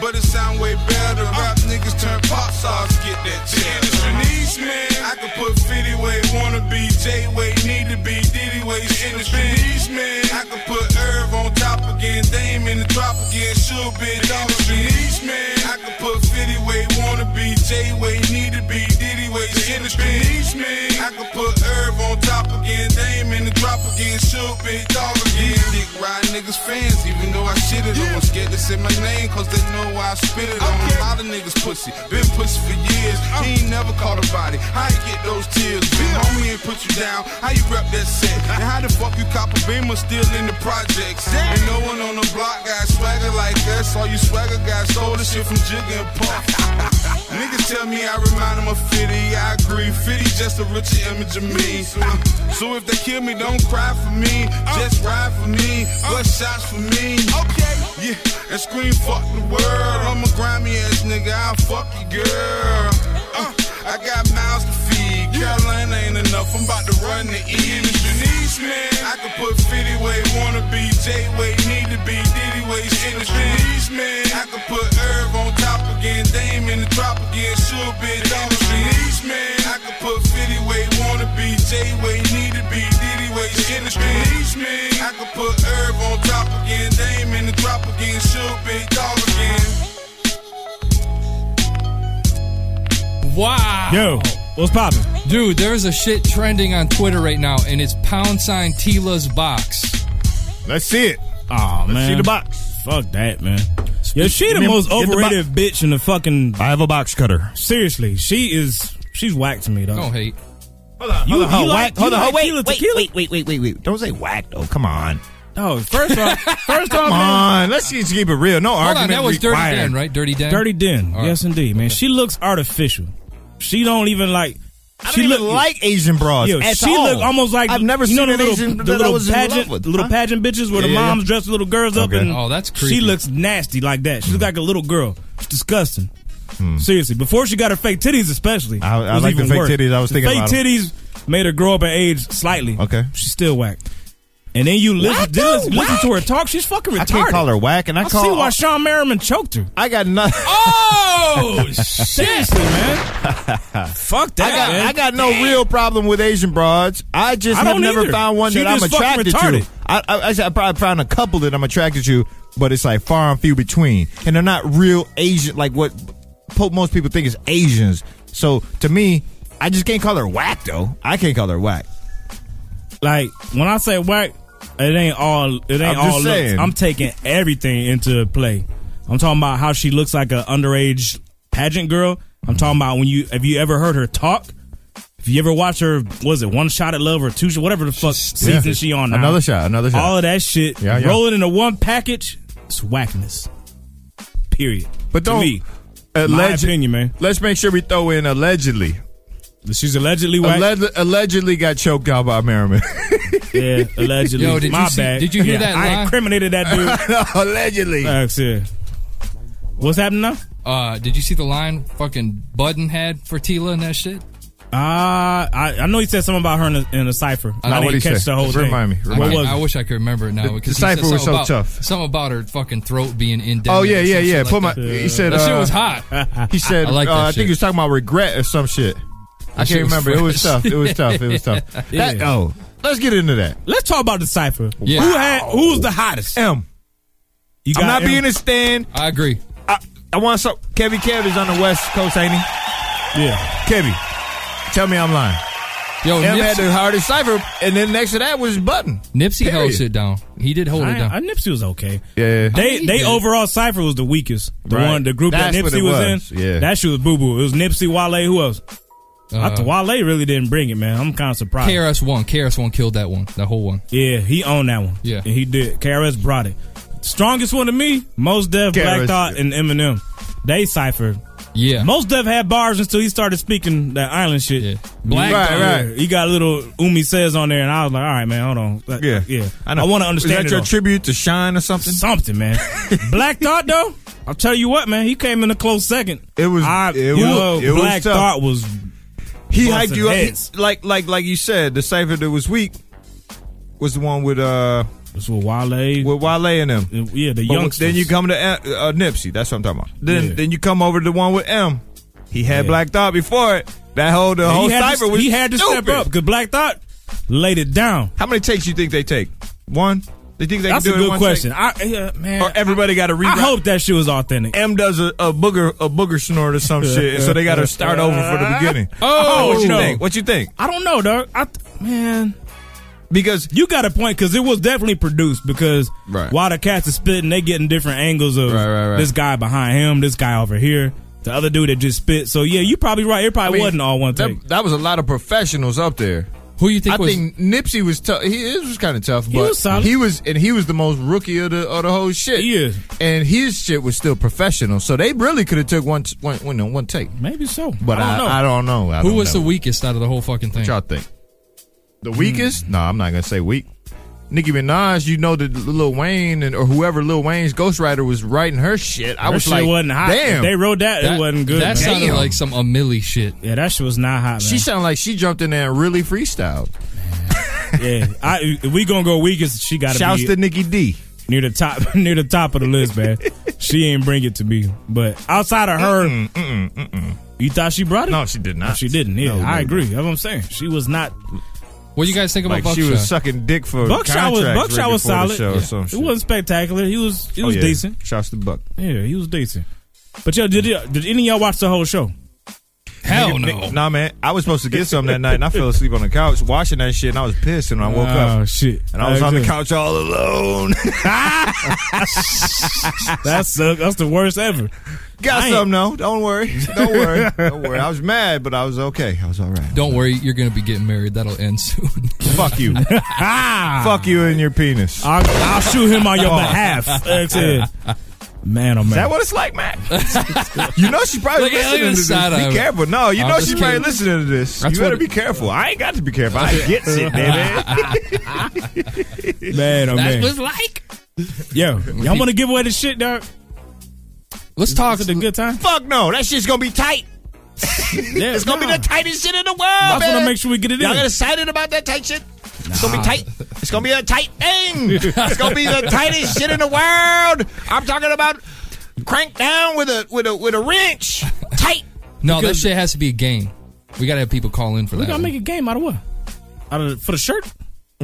[SPEAKER 1] but it sound way better. Rap niggas turn pop stars, get that cheddar. Denise, man, I could put 50 way, wanna be J way, need to be Diddy way, shit is Denise, man. I could put Irv on top again, Dame in the drop again, sure bitch, I was Denise, man. I could put 50 way, wanna be J way, need to be Diddy way, shit is Denise, man. I could put Irv on top again, Dame in the drop again, sure bitch, I was again. Dick ride niggas fans, even though I shit it on. Scared to say my name, cause they know I spit it on. A lot of niggas pussy, been pussy for years. He ain't never caught a body. How you get those tears? Big homie ain't put you down. How you rep that set? And how the fuck you cop a beamer still in the projects? And no one on the block got swagger like us. All you swagger guys stole the shit from Jigga and Puff. <laughs> Niggas tell me I remind them of 50. I agree. 50 just a richer image of me. <laughs> So if they kill me, don't cry for me. Just ride for me. Bust shots for me. Okay. Yeah. And scream fuck the world. I'm a grimy ass nigga. I'll fuck you, girl. Uh, I got mouths to feed. Carolina ain't enough. I'm about to run the E. And it's Denise, man. I could put 50 way, wanna be J way, need to be Diddy way. Shit is Denise, man. I could put Irv on top again, Dame in the drop again, sure bitch. I was Denise, man. I could put 50 way, wanna be J way, need to be Diddy way. Shit is Denise, man. I could put Irv on top again, Dame in the drop again, sure bitch. Dog again.
[SPEAKER 4] Wow.
[SPEAKER 3] Yo, what's poppin'?
[SPEAKER 4] Dude, there's a shit trending on Twitter right now, and it's pound sign Tila's box.
[SPEAKER 5] Let's see it.
[SPEAKER 3] Oh man,
[SPEAKER 4] see the
[SPEAKER 5] box.
[SPEAKER 3] Fuck that, man. Yo, she
[SPEAKER 4] Give
[SPEAKER 3] the
[SPEAKER 4] me-
[SPEAKER 3] most
[SPEAKER 4] get the
[SPEAKER 3] overrated bitch in the fucking.
[SPEAKER 5] I have a box cutter.
[SPEAKER 3] Seriously, she is. She's whack to me though.
[SPEAKER 4] Don't hate.
[SPEAKER 3] Oh, You,
[SPEAKER 5] hold on,
[SPEAKER 3] you
[SPEAKER 5] hold on,
[SPEAKER 3] like,
[SPEAKER 5] hold
[SPEAKER 3] you
[SPEAKER 5] on,
[SPEAKER 3] like
[SPEAKER 5] wait, wait,
[SPEAKER 3] tequila tequila?
[SPEAKER 5] wait, wait, wait, wait, wait. Don't say whack though. Come on.
[SPEAKER 3] No, first off, first off,
[SPEAKER 5] Come
[SPEAKER 3] man.
[SPEAKER 5] on. Let's just keep it real. No
[SPEAKER 4] Hold on,
[SPEAKER 5] argument
[SPEAKER 4] that was Dirty
[SPEAKER 5] required.
[SPEAKER 4] Dan, right? Dirty Dan.
[SPEAKER 3] Dirty Den.
[SPEAKER 4] All right.
[SPEAKER 3] Yes, indeed, man. She looks artificial. She don't even like.
[SPEAKER 5] I don't
[SPEAKER 3] She
[SPEAKER 5] even
[SPEAKER 3] look
[SPEAKER 5] like Asian bras.
[SPEAKER 3] Yo,
[SPEAKER 5] at
[SPEAKER 3] she
[SPEAKER 5] all.
[SPEAKER 3] look almost like
[SPEAKER 5] I've never seen
[SPEAKER 3] you know the
[SPEAKER 5] an
[SPEAKER 3] little,
[SPEAKER 5] Asian
[SPEAKER 3] the
[SPEAKER 5] that I
[SPEAKER 3] little
[SPEAKER 5] was in love
[SPEAKER 3] pageant,
[SPEAKER 5] with,
[SPEAKER 3] the little
[SPEAKER 5] huh?
[SPEAKER 3] pageant bitches where the
[SPEAKER 5] Yeah, yeah,
[SPEAKER 3] moms dress little girls up
[SPEAKER 5] Okay.
[SPEAKER 3] and
[SPEAKER 4] Oh, that's
[SPEAKER 3] she
[SPEAKER 4] creepy. Hmm.
[SPEAKER 3] looks nasty like that. She looks like a little girl. It's disgusting. Seriously, before she got her fake titties, especially,
[SPEAKER 5] Hmm. I- I
[SPEAKER 3] was
[SPEAKER 5] like the
[SPEAKER 3] even
[SPEAKER 5] fake
[SPEAKER 3] worse.
[SPEAKER 5] titties. I was
[SPEAKER 3] The
[SPEAKER 5] thinking
[SPEAKER 3] fake
[SPEAKER 5] about 'em.
[SPEAKER 3] titties made her grow up in age slightly.
[SPEAKER 5] Okay.
[SPEAKER 3] she's still whack. And then you listen, then listen, listen to her talk. She's fucking retarded.
[SPEAKER 5] I can't call her whack, and I
[SPEAKER 3] I
[SPEAKER 5] call.
[SPEAKER 3] see why Sean Merriman choked her.
[SPEAKER 5] I got nothing.
[SPEAKER 3] <laughs>
[SPEAKER 5] <laughs>
[SPEAKER 4] Oh shit!
[SPEAKER 3] Seriously, man. Fuck that.
[SPEAKER 5] I got,
[SPEAKER 3] man.
[SPEAKER 5] I got no real problem with Asian broads. I just
[SPEAKER 3] I
[SPEAKER 5] have
[SPEAKER 3] don't
[SPEAKER 5] never
[SPEAKER 3] either.
[SPEAKER 5] found one
[SPEAKER 3] She
[SPEAKER 5] that I'm
[SPEAKER 3] just fucking
[SPEAKER 5] attracted to.
[SPEAKER 3] retarded.
[SPEAKER 5] I, I, I, said I probably found a couple that I'm attracted to, but it's like far and few between. And they're not real Asian, like what po- most people think is Asians. So to me, I just can't call her whack, though. I can't call her whack.
[SPEAKER 3] like when I say whack, it ain't all it ain't
[SPEAKER 5] I'm just
[SPEAKER 3] all
[SPEAKER 5] saying.
[SPEAKER 3] looks. I'm taking everything into play. I'm talking about how she looks like an underage pageant girl. I'm talking about when you have you ever heard her talk? If you ever watch her, was it one shot at love or two shot, whatever the fuck season
[SPEAKER 5] Yeah.
[SPEAKER 3] she on now?
[SPEAKER 5] Another shot, another shot.
[SPEAKER 3] All of that shit
[SPEAKER 5] Yeah, yeah.
[SPEAKER 3] rolling into one package.
[SPEAKER 5] <laughs>
[SPEAKER 3] It's whackness. Period.
[SPEAKER 5] But
[SPEAKER 3] To
[SPEAKER 5] don't.
[SPEAKER 3] me, my
[SPEAKER 5] alleged-
[SPEAKER 3] opinion, man.
[SPEAKER 5] Let's make sure we throw in allegedly.
[SPEAKER 3] She's allegedly whack.
[SPEAKER 5] Alleg- allegedly got choked out by Merriman.
[SPEAKER 3] <laughs> yeah, allegedly.
[SPEAKER 4] Yo, did
[SPEAKER 3] my
[SPEAKER 4] you see-
[SPEAKER 3] bad.
[SPEAKER 4] did you hear
[SPEAKER 3] Yeah,
[SPEAKER 4] that line?
[SPEAKER 3] I incriminated that
[SPEAKER 5] <laughs>
[SPEAKER 3] dude.
[SPEAKER 5] allegedly.
[SPEAKER 3] Facts, yeah. What's happening now?
[SPEAKER 4] Uh, did you see the line fucking Budden had for Tila and that shit?
[SPEAKER 3] Uh, I, I know he said something about her in a, in a cipher. I,
[SPEAKER 4] know
[SPEAKER 3] didn't
[SPEAKER 5] what'd he
[SPEAKER 3] catch
[SPEAKER 5] say.
[SPEAKER 3] the whole
[SPEAKER 5] Just
[SPEAKER 3] thing.
[SPEAKER 5] remind me.
[SPEAKER 4] I,
[SPEAKER 5] Remind
[SPEAKER 3] What
[SPEAKER 4] can't-
[SPEAKER 3] was
[SPEAKER 4] I
[SPEAKER 3] it?
[SPEAKER 4] wish I could remember it now.
[SPEAKER 5] The-
[SPEAKER 4] because
[SPEAKER 5] the
[SPEAKER 4] he said
[SPEAKER 5] cipher was
[SPEAKER 4] something
[SPEAKER 5] so
[SPEAKER 4] about,
[SPEAKER 5] tough.
[SPEAKER 4] Something about her fucking throat being indented.
[SPEAKER 5] Oh yeah,
[SPEAKER 4] or
[SPEAKER 5] yeah,
[SPEAKER 4] some shit
[SPEAKER 5] yeah.
[SPEAKER 4] like
[SPEAKER 5] Put my.
[SPEAKER 4] that.
[SPEAKER 5] He said
[SPEAKER 4] That shit
[SPEAKER 5] uh,
[SPEAKER 4] was hot.
[SPEAKER 5] <laughs> He said,
[SPEAKER 4] I like
[SPEAKER 5] uh,
[SPEAKER 4] that
[SPEAKER 5] I think
[SPEAKER 4] shit.
[SPEAKER 5] he was talking about regret or some shit. I
[SPEAKER 4] shit
[SPEAKER 5] can't
[SPEAKER 4] was
[SPEAKER 5] remember.
[SPEAKER 4] <laughs>
[SPEAKER 5] It was
[SPEAKER 4] fresh.
[SPEAKER 5] tough. It was tough. It was tough. That,
[SPEAKER 3] <laughs> Yeah.
[SPEAKER 5] oh, let's get into that.
[SPEAKER 3] Let's talk about the cipher.
[SPEAKER 4] Yeah.
[SPEAKER 3] Who had who's the hottest?
[SPEAKER 5] M.
[SPEAKER 3] You
[SPEAKER 5] I'm not
[SPEAKER 3] M?
[SPEAKER 5] being a stand.
[SPEAKER 4] I agree.
[SPEAKER 5] I, I want some. Kevy Kev is on the West Coast, ain't he?
[SPEAKER 3] yeah.
[SPEAKER 5] Kevy, tell me I'm lying.
[SPEAKER 4] Yo,
[SPEAKER 5] M had the
[SPEAKER 4] Nipsey,
[SPEAKER 5] hardest cipher, and then next to that was Button.
[SPEAKER 4] Nipsey held
[SPEAKER 5] Period.
[SPEAKER 4] shit down. He did hold it
[SPEAKER 3] I,
[SPEAKER 4] down.
[SPEAKER 3] I, Nipsey was okay.
[SPEAKER 5] Yeah.
[SPEAKER 3] They
[SPEAKER 4] he
[SPEAKER 3] they
[SPEAKER 4] did.
[SPEAKER 3] overall cipher was the weakest. The
[SPEAKER 5] Right.
[SPEAKER 3] one the group that
[SPEAKER 5] That's what
[SPEAKER 3] Nipsey
[SPEAKER 5] it
[SPEAKER 3] was,
[SPEAKER 5] was,
[SPEAKER 3] in.
[SPEAKER 5] yeah.
[SPEAKER 3] That shit was boo boo. It was Nipsey, Wale. Who else? I
[SPEAKER 4] Uh,
[SPEAKER 3] thought Wale really didn't bring it, man. I'm kind of surprised.
[SPEAKER 4] KRS One, KRS One killed that one, that whole one.
[SPEAKER 3] Yeah, he owned that one.
[SPEAKER 4] Yeah.
[SPEAKER 3] and he did. KRS brought it. Strongest one to me, Most Def, Black
[SPEAKER 5] KRS,
[SPEAKER 3] Thought,
[SPEAKER 5] yeah.
[SPEAKER 3] and Eminem. They cipher.
[SPEAKER 4] Yeah,
[SPEAKER 3] Most Def had bars until he started speaking that island shit.
[SPEAKER 4] Yeah. Black
[SPEAKER 5] Right,
[SPEAKER 4] Thought.
[SPEAKER 5] right.
[SPEAKER 3] He got a little Umi says on there, and I was like, all right, man, hold on.
[SPEAKER 5] <laughs>
[SPEAKER 3] Like,
[SPEAKER 5] Yeah,
[SPEAKER 3] yeah. I want to
[SPEAKER 5] Is that
[SPEAKER 3] understand it
[SPEAKER 5] your
[SPEAKER 3] all.
[SPEAKER 5] tribute to Shine or something?
[SPEAKER 3] something, man. Black Thought though, I'll tell you what, man, he came in a close second.
[SPEAKER 5] It was-
[SPEAKER 3] I,
[SPEAKER 5] it was-
[SPEAKER 3] yo,
[SPEAKER 5] it was
[SPEAKER 3] Black
[SPEAKER 5] tough.
[SPEAKER 3] Thought was
[SPEAKER 5] He
[SPEAKER 3] Busting
[SPEAKER 5] hyped you up.
[SPEAKER 3] heads.
[SPEAKER 5] He- like, like, like you said, the cipher that was weak was the one with uh
[SPEAKER 3] this was Wale.
[SPEAKER 5] with Wale and them.
[SPEAKER 3] yeah, the
[SPEAKER 5] But
[SPEAKER 3] youngsters.
[SPEAKER 5] Then you come to uh, uh, Nipsey. That's what I'm talking about. Then
[SPEAKER 3] Yeah.
[SPEAKER 5] then you come over to the one with M. He had
[SPEAKER 3] Yeah.
[SPEAKER 5] Black Thought before it. That whole the
[SPEAKER 3] And
[SPEAKER 5] whole
[SPEAKER 3] he had
[SPEAKER 5] cipher
[SPEAKER 3] to,
[SPEAKER 5] was
[SPEAKER 3] he had to step
[SPEAKER 5] stupid.
[SPEAKER 3] up because Black Thought laid it down.
[SPEAKER 5] How many takes you think they take? One. They think they
[SPEAKER 3] That's
[SPEAKER 5] can
[SPEAKER 3] a
[SPEAKER 5] do it in
[SPEAKER 3] good
[SPEAKER 5] one
[SPEAKER 3] question.
[SPEAKER 5] take?
[SPEAKER 3] I, yeah, man,
[SPEAKER 5] Or Oh, everybody got to
[SPEAKER 3] I
[SPEAKER 5] rewrite.
[SPEAKER 3] hope that shit was authentic.
[SPEAKER 5] M does a, a booger a booger snort or some shit, so they got to start over for the beginning.
[SPEAKER 3] <laughs> Oh,
[SPEAKER 5] what you
[SPEAKER 3] no.
[SPEAKER 5] think? What you think?
[SPEAKER 3] I don't know, dog. I th- man,
[SPEAKER 5] Because
[SPEAKER 3] you got a point because it was definitely produced because
[SPEAKER 5] Right.
[SPEAKER 3] while the cats are spitting, they getting different angles of
[SPEAKER 5] Right, right, right.
[SPEAKER 3] this guy behind him, this guy over here, the other dude that just spit. So yeah, you probably right. It probably
[SPEAKER 5] mean,
[SPEAKER 3] wasn't all one take.
[SPEAKER 5] that, that was a lot of professionals up there.
[SPEAKER 4] Who you think
[SPEAKER 5] I
[SPEAKER 4] was?
[SPEAKER 5] think Nipsey was tough. He his was kind of tough, but
[SPEAKER 3] was solid.
[SPEAKER 5] he was and he was the most rookie of the of the whole shit.
[SPEAKER 3] He is.
[SPEAKER 5] and his shit was still professional, so they really could have took one t- one one, one take.
[SPEAKER 3] Maybe so,
[SPEAKER 5] But I
[SPEAKER 3] don't know.
[SPEAKER 5] I don't know. I
[SPEAKER 4] who
[SPEAKER 5] don't
[SPEAKER 4] was
[SPEAKER 5] know.
[SPEAKER 4] the weakest out of the whole fucking thing?
[SPEAKER 5] What y'all think? The
[SPEAKER 3] Hmm.
[SPEAKER 5] weakest? No, I'm not gonna say weak. Nicki Minaj, you know that Lil Wayne and or whoever Lil Wayne's ghostwriter was writing her shit. I
[SPEAKER 3] That
[SPEAKER 5] was
[SPEAKER 3] shit
[SPEAKER 5] like,
[SPEAKER 3] wasn't hot. If
[SPEAKER 5] damn.
[SPEAKER 3] they wrote that,
[SPEAKER 4] That-
[SPEAKER 3] it wasn't good.
[SPEAKER 4] That
[SPEAKER 3] man.
[SPEAKER 4] sounded
[SPEAKER 5] Damn.
[SPEAKER 4] like some Amelie shit.
[SPEAKER 3] yeah, that shit was not hot. Man.
[SPEAKER 5] she sounded like she jumped in there and really freestyled.
[SPEAKER 3] yeah, I, if we gonna go weakest, she got to
[SPEAKER 5] Shouts
[SPEAKER 3] be
[SPEAKER 5] to Nicki D.
[SPEAKER 3] near the top <laughs> near the top of the list, man. she ain't bring it to me, but outside of her, you thought she brought it?
[SPEAKER 5] No, she did not.
[SPEAKER 3] she didn't. Yeah,
[SPEAKER 5] No, no,
[SPEAKER 3] I
[SPEAKER 5] no.
[SPEAKER 3] agree. That's what I'm saying. She was not.
[SPEAKER 4] What do you guys think about
[SPEAKER 5] Like she
[SPEAKER 4] Buckshot?
[SPEAKER 5] was
[SPEAKER 3] <laughs>
[SPEAKER 5] sucking dick for
[SPEAKER 3] Buckshot was
[SPEAKER 5] contracts
[SPEAKER 3] Buckshot
[SPEAKER 5] right
[SPEAKER 3] was
[SPEAKER 5] before the
[SPEAKER 3] solid.
[SPEAKER 5] show or
[SPEAKER 3] Yeah.
[SPEAKER 5] some
[SPEAKER 3] It
[SPEAKER 5] shit.
[SPEAKER 3] wasn't spectacular. He was he
[SPEAKER 5] Oh,
[SPEAKER 3] was
[SPEAKER 5] yeah.
[SPEAKER 3] decent.
[SPEAKER 5] Shouts to Buck.
[SPEAKER 3] Yeah, he was decent. But yo, did y- did any of y'all watch the whole show?
[SPEAKER 4] Hell
[SPEAKER 5] Nigga,
[SPEAKER 4] no.
[SPEAKER 5] nigga- Nah, man. I was supposed to get something that night, and I fell asleep on the couch watching that shit, and I was pissed, and I woke up.
[SPEAKER 3] Oh, shit.
[SPEAKER 5] And I was on the
[SPEAKER 3] That's
[SPEAKER 5] couch all alone.
[SPEAKER 3] <laughs> That's the, that's the worst ever.
[SPEAKER 5] Got
[SPEAKER 3] I ain't-
[SPEAKER 5] some though. Don't worry. Don't worry. Don't worry. I was mad, but I was okay. I was all right.
[SPEAKER 4] Don't worry, you're going to be getting married. That'll end soon.
[SPEAKER 5] <laughs> Fuck
[SPEAKER 3] <laughs>
[SPEAKER 5] you. Fuck you and your penis.
[SPEAKER 3] I'll, Ah. I'll shoot him on your
[SPEAKER 5] Oh.
[SPEAKER 3] behalf. That's it. Man, oh man.
[SPEAKER 5] Is that what it's like, Matt? you know she probably
[SPEAKER 4] Look at- look at
[SPEAKER 5] listening to
[SPEAKER 4] the
[SPEAKER 5] this.
[SPEAKER 4] side
[SPEAKER 5] Be
[SPEAKER 4] of it.
[SPEAKER 5] careful. No, you
[SPEAKER 4] I'm
[SPEAKER 5] know
[SPEAKER 4] just
[SPEAKER 5] she probably
[SPEAKER 4] kidding.
[SPEAKER 5] listening to this.
[SPEAKER 4] That's
[SPEAKER 5] you better
[SPEAKER 4] what-
[SPEAKER 5] be careful. I ain't got to be careful.
[SPEAKER 4] <laughs>
[SPEAKER 5] I get it, baby.
[SPEAKER 3] Man, oh
[SPEAKER 4] That
[SPEAKER 3] man.
[SPEAKER 4] was like.
[SPEAKER 5] <laughs>
[SPEAKER 3] Yo, y'all want to give away the shit, dog?
[SPEAKER 4] Let's talk.
[SPEAKER 3] Is it a good time?
[SPEAKER 5] Fuck no. That shit's gonna be tight.
[SPEAKER 3] <laughs> Yeah,
[SPEAKER 5] It's gonna
[SPEAKER 3] nah.
[SPEAKER 5] be the tightest shit in the world.
[SPEAKER 3] I just want to
[SPEAKER 5] baby.
[SPEAKER 3] make sure we get it in.
[SPEAKER 5] Y'all got excited about that tight shit? It's gonna be tight. It's gonna be a tight
[SPEAKER 3] <laughs>
[SPEAKER 5] thing. it's gonna be the tightest shit in the world. I'm talking about crank down with a with a with a wrench. Tight.
[SPEAKER 4] No, that shit has to be a game. We got to have people call in for
[SPEAKER 3] we
[SPEAKER 4] that.
[SPEAKER 3] gotta
[SPEAKER 4] one.
[SPEAKER 3] make a game out of what? Out of for the shirt?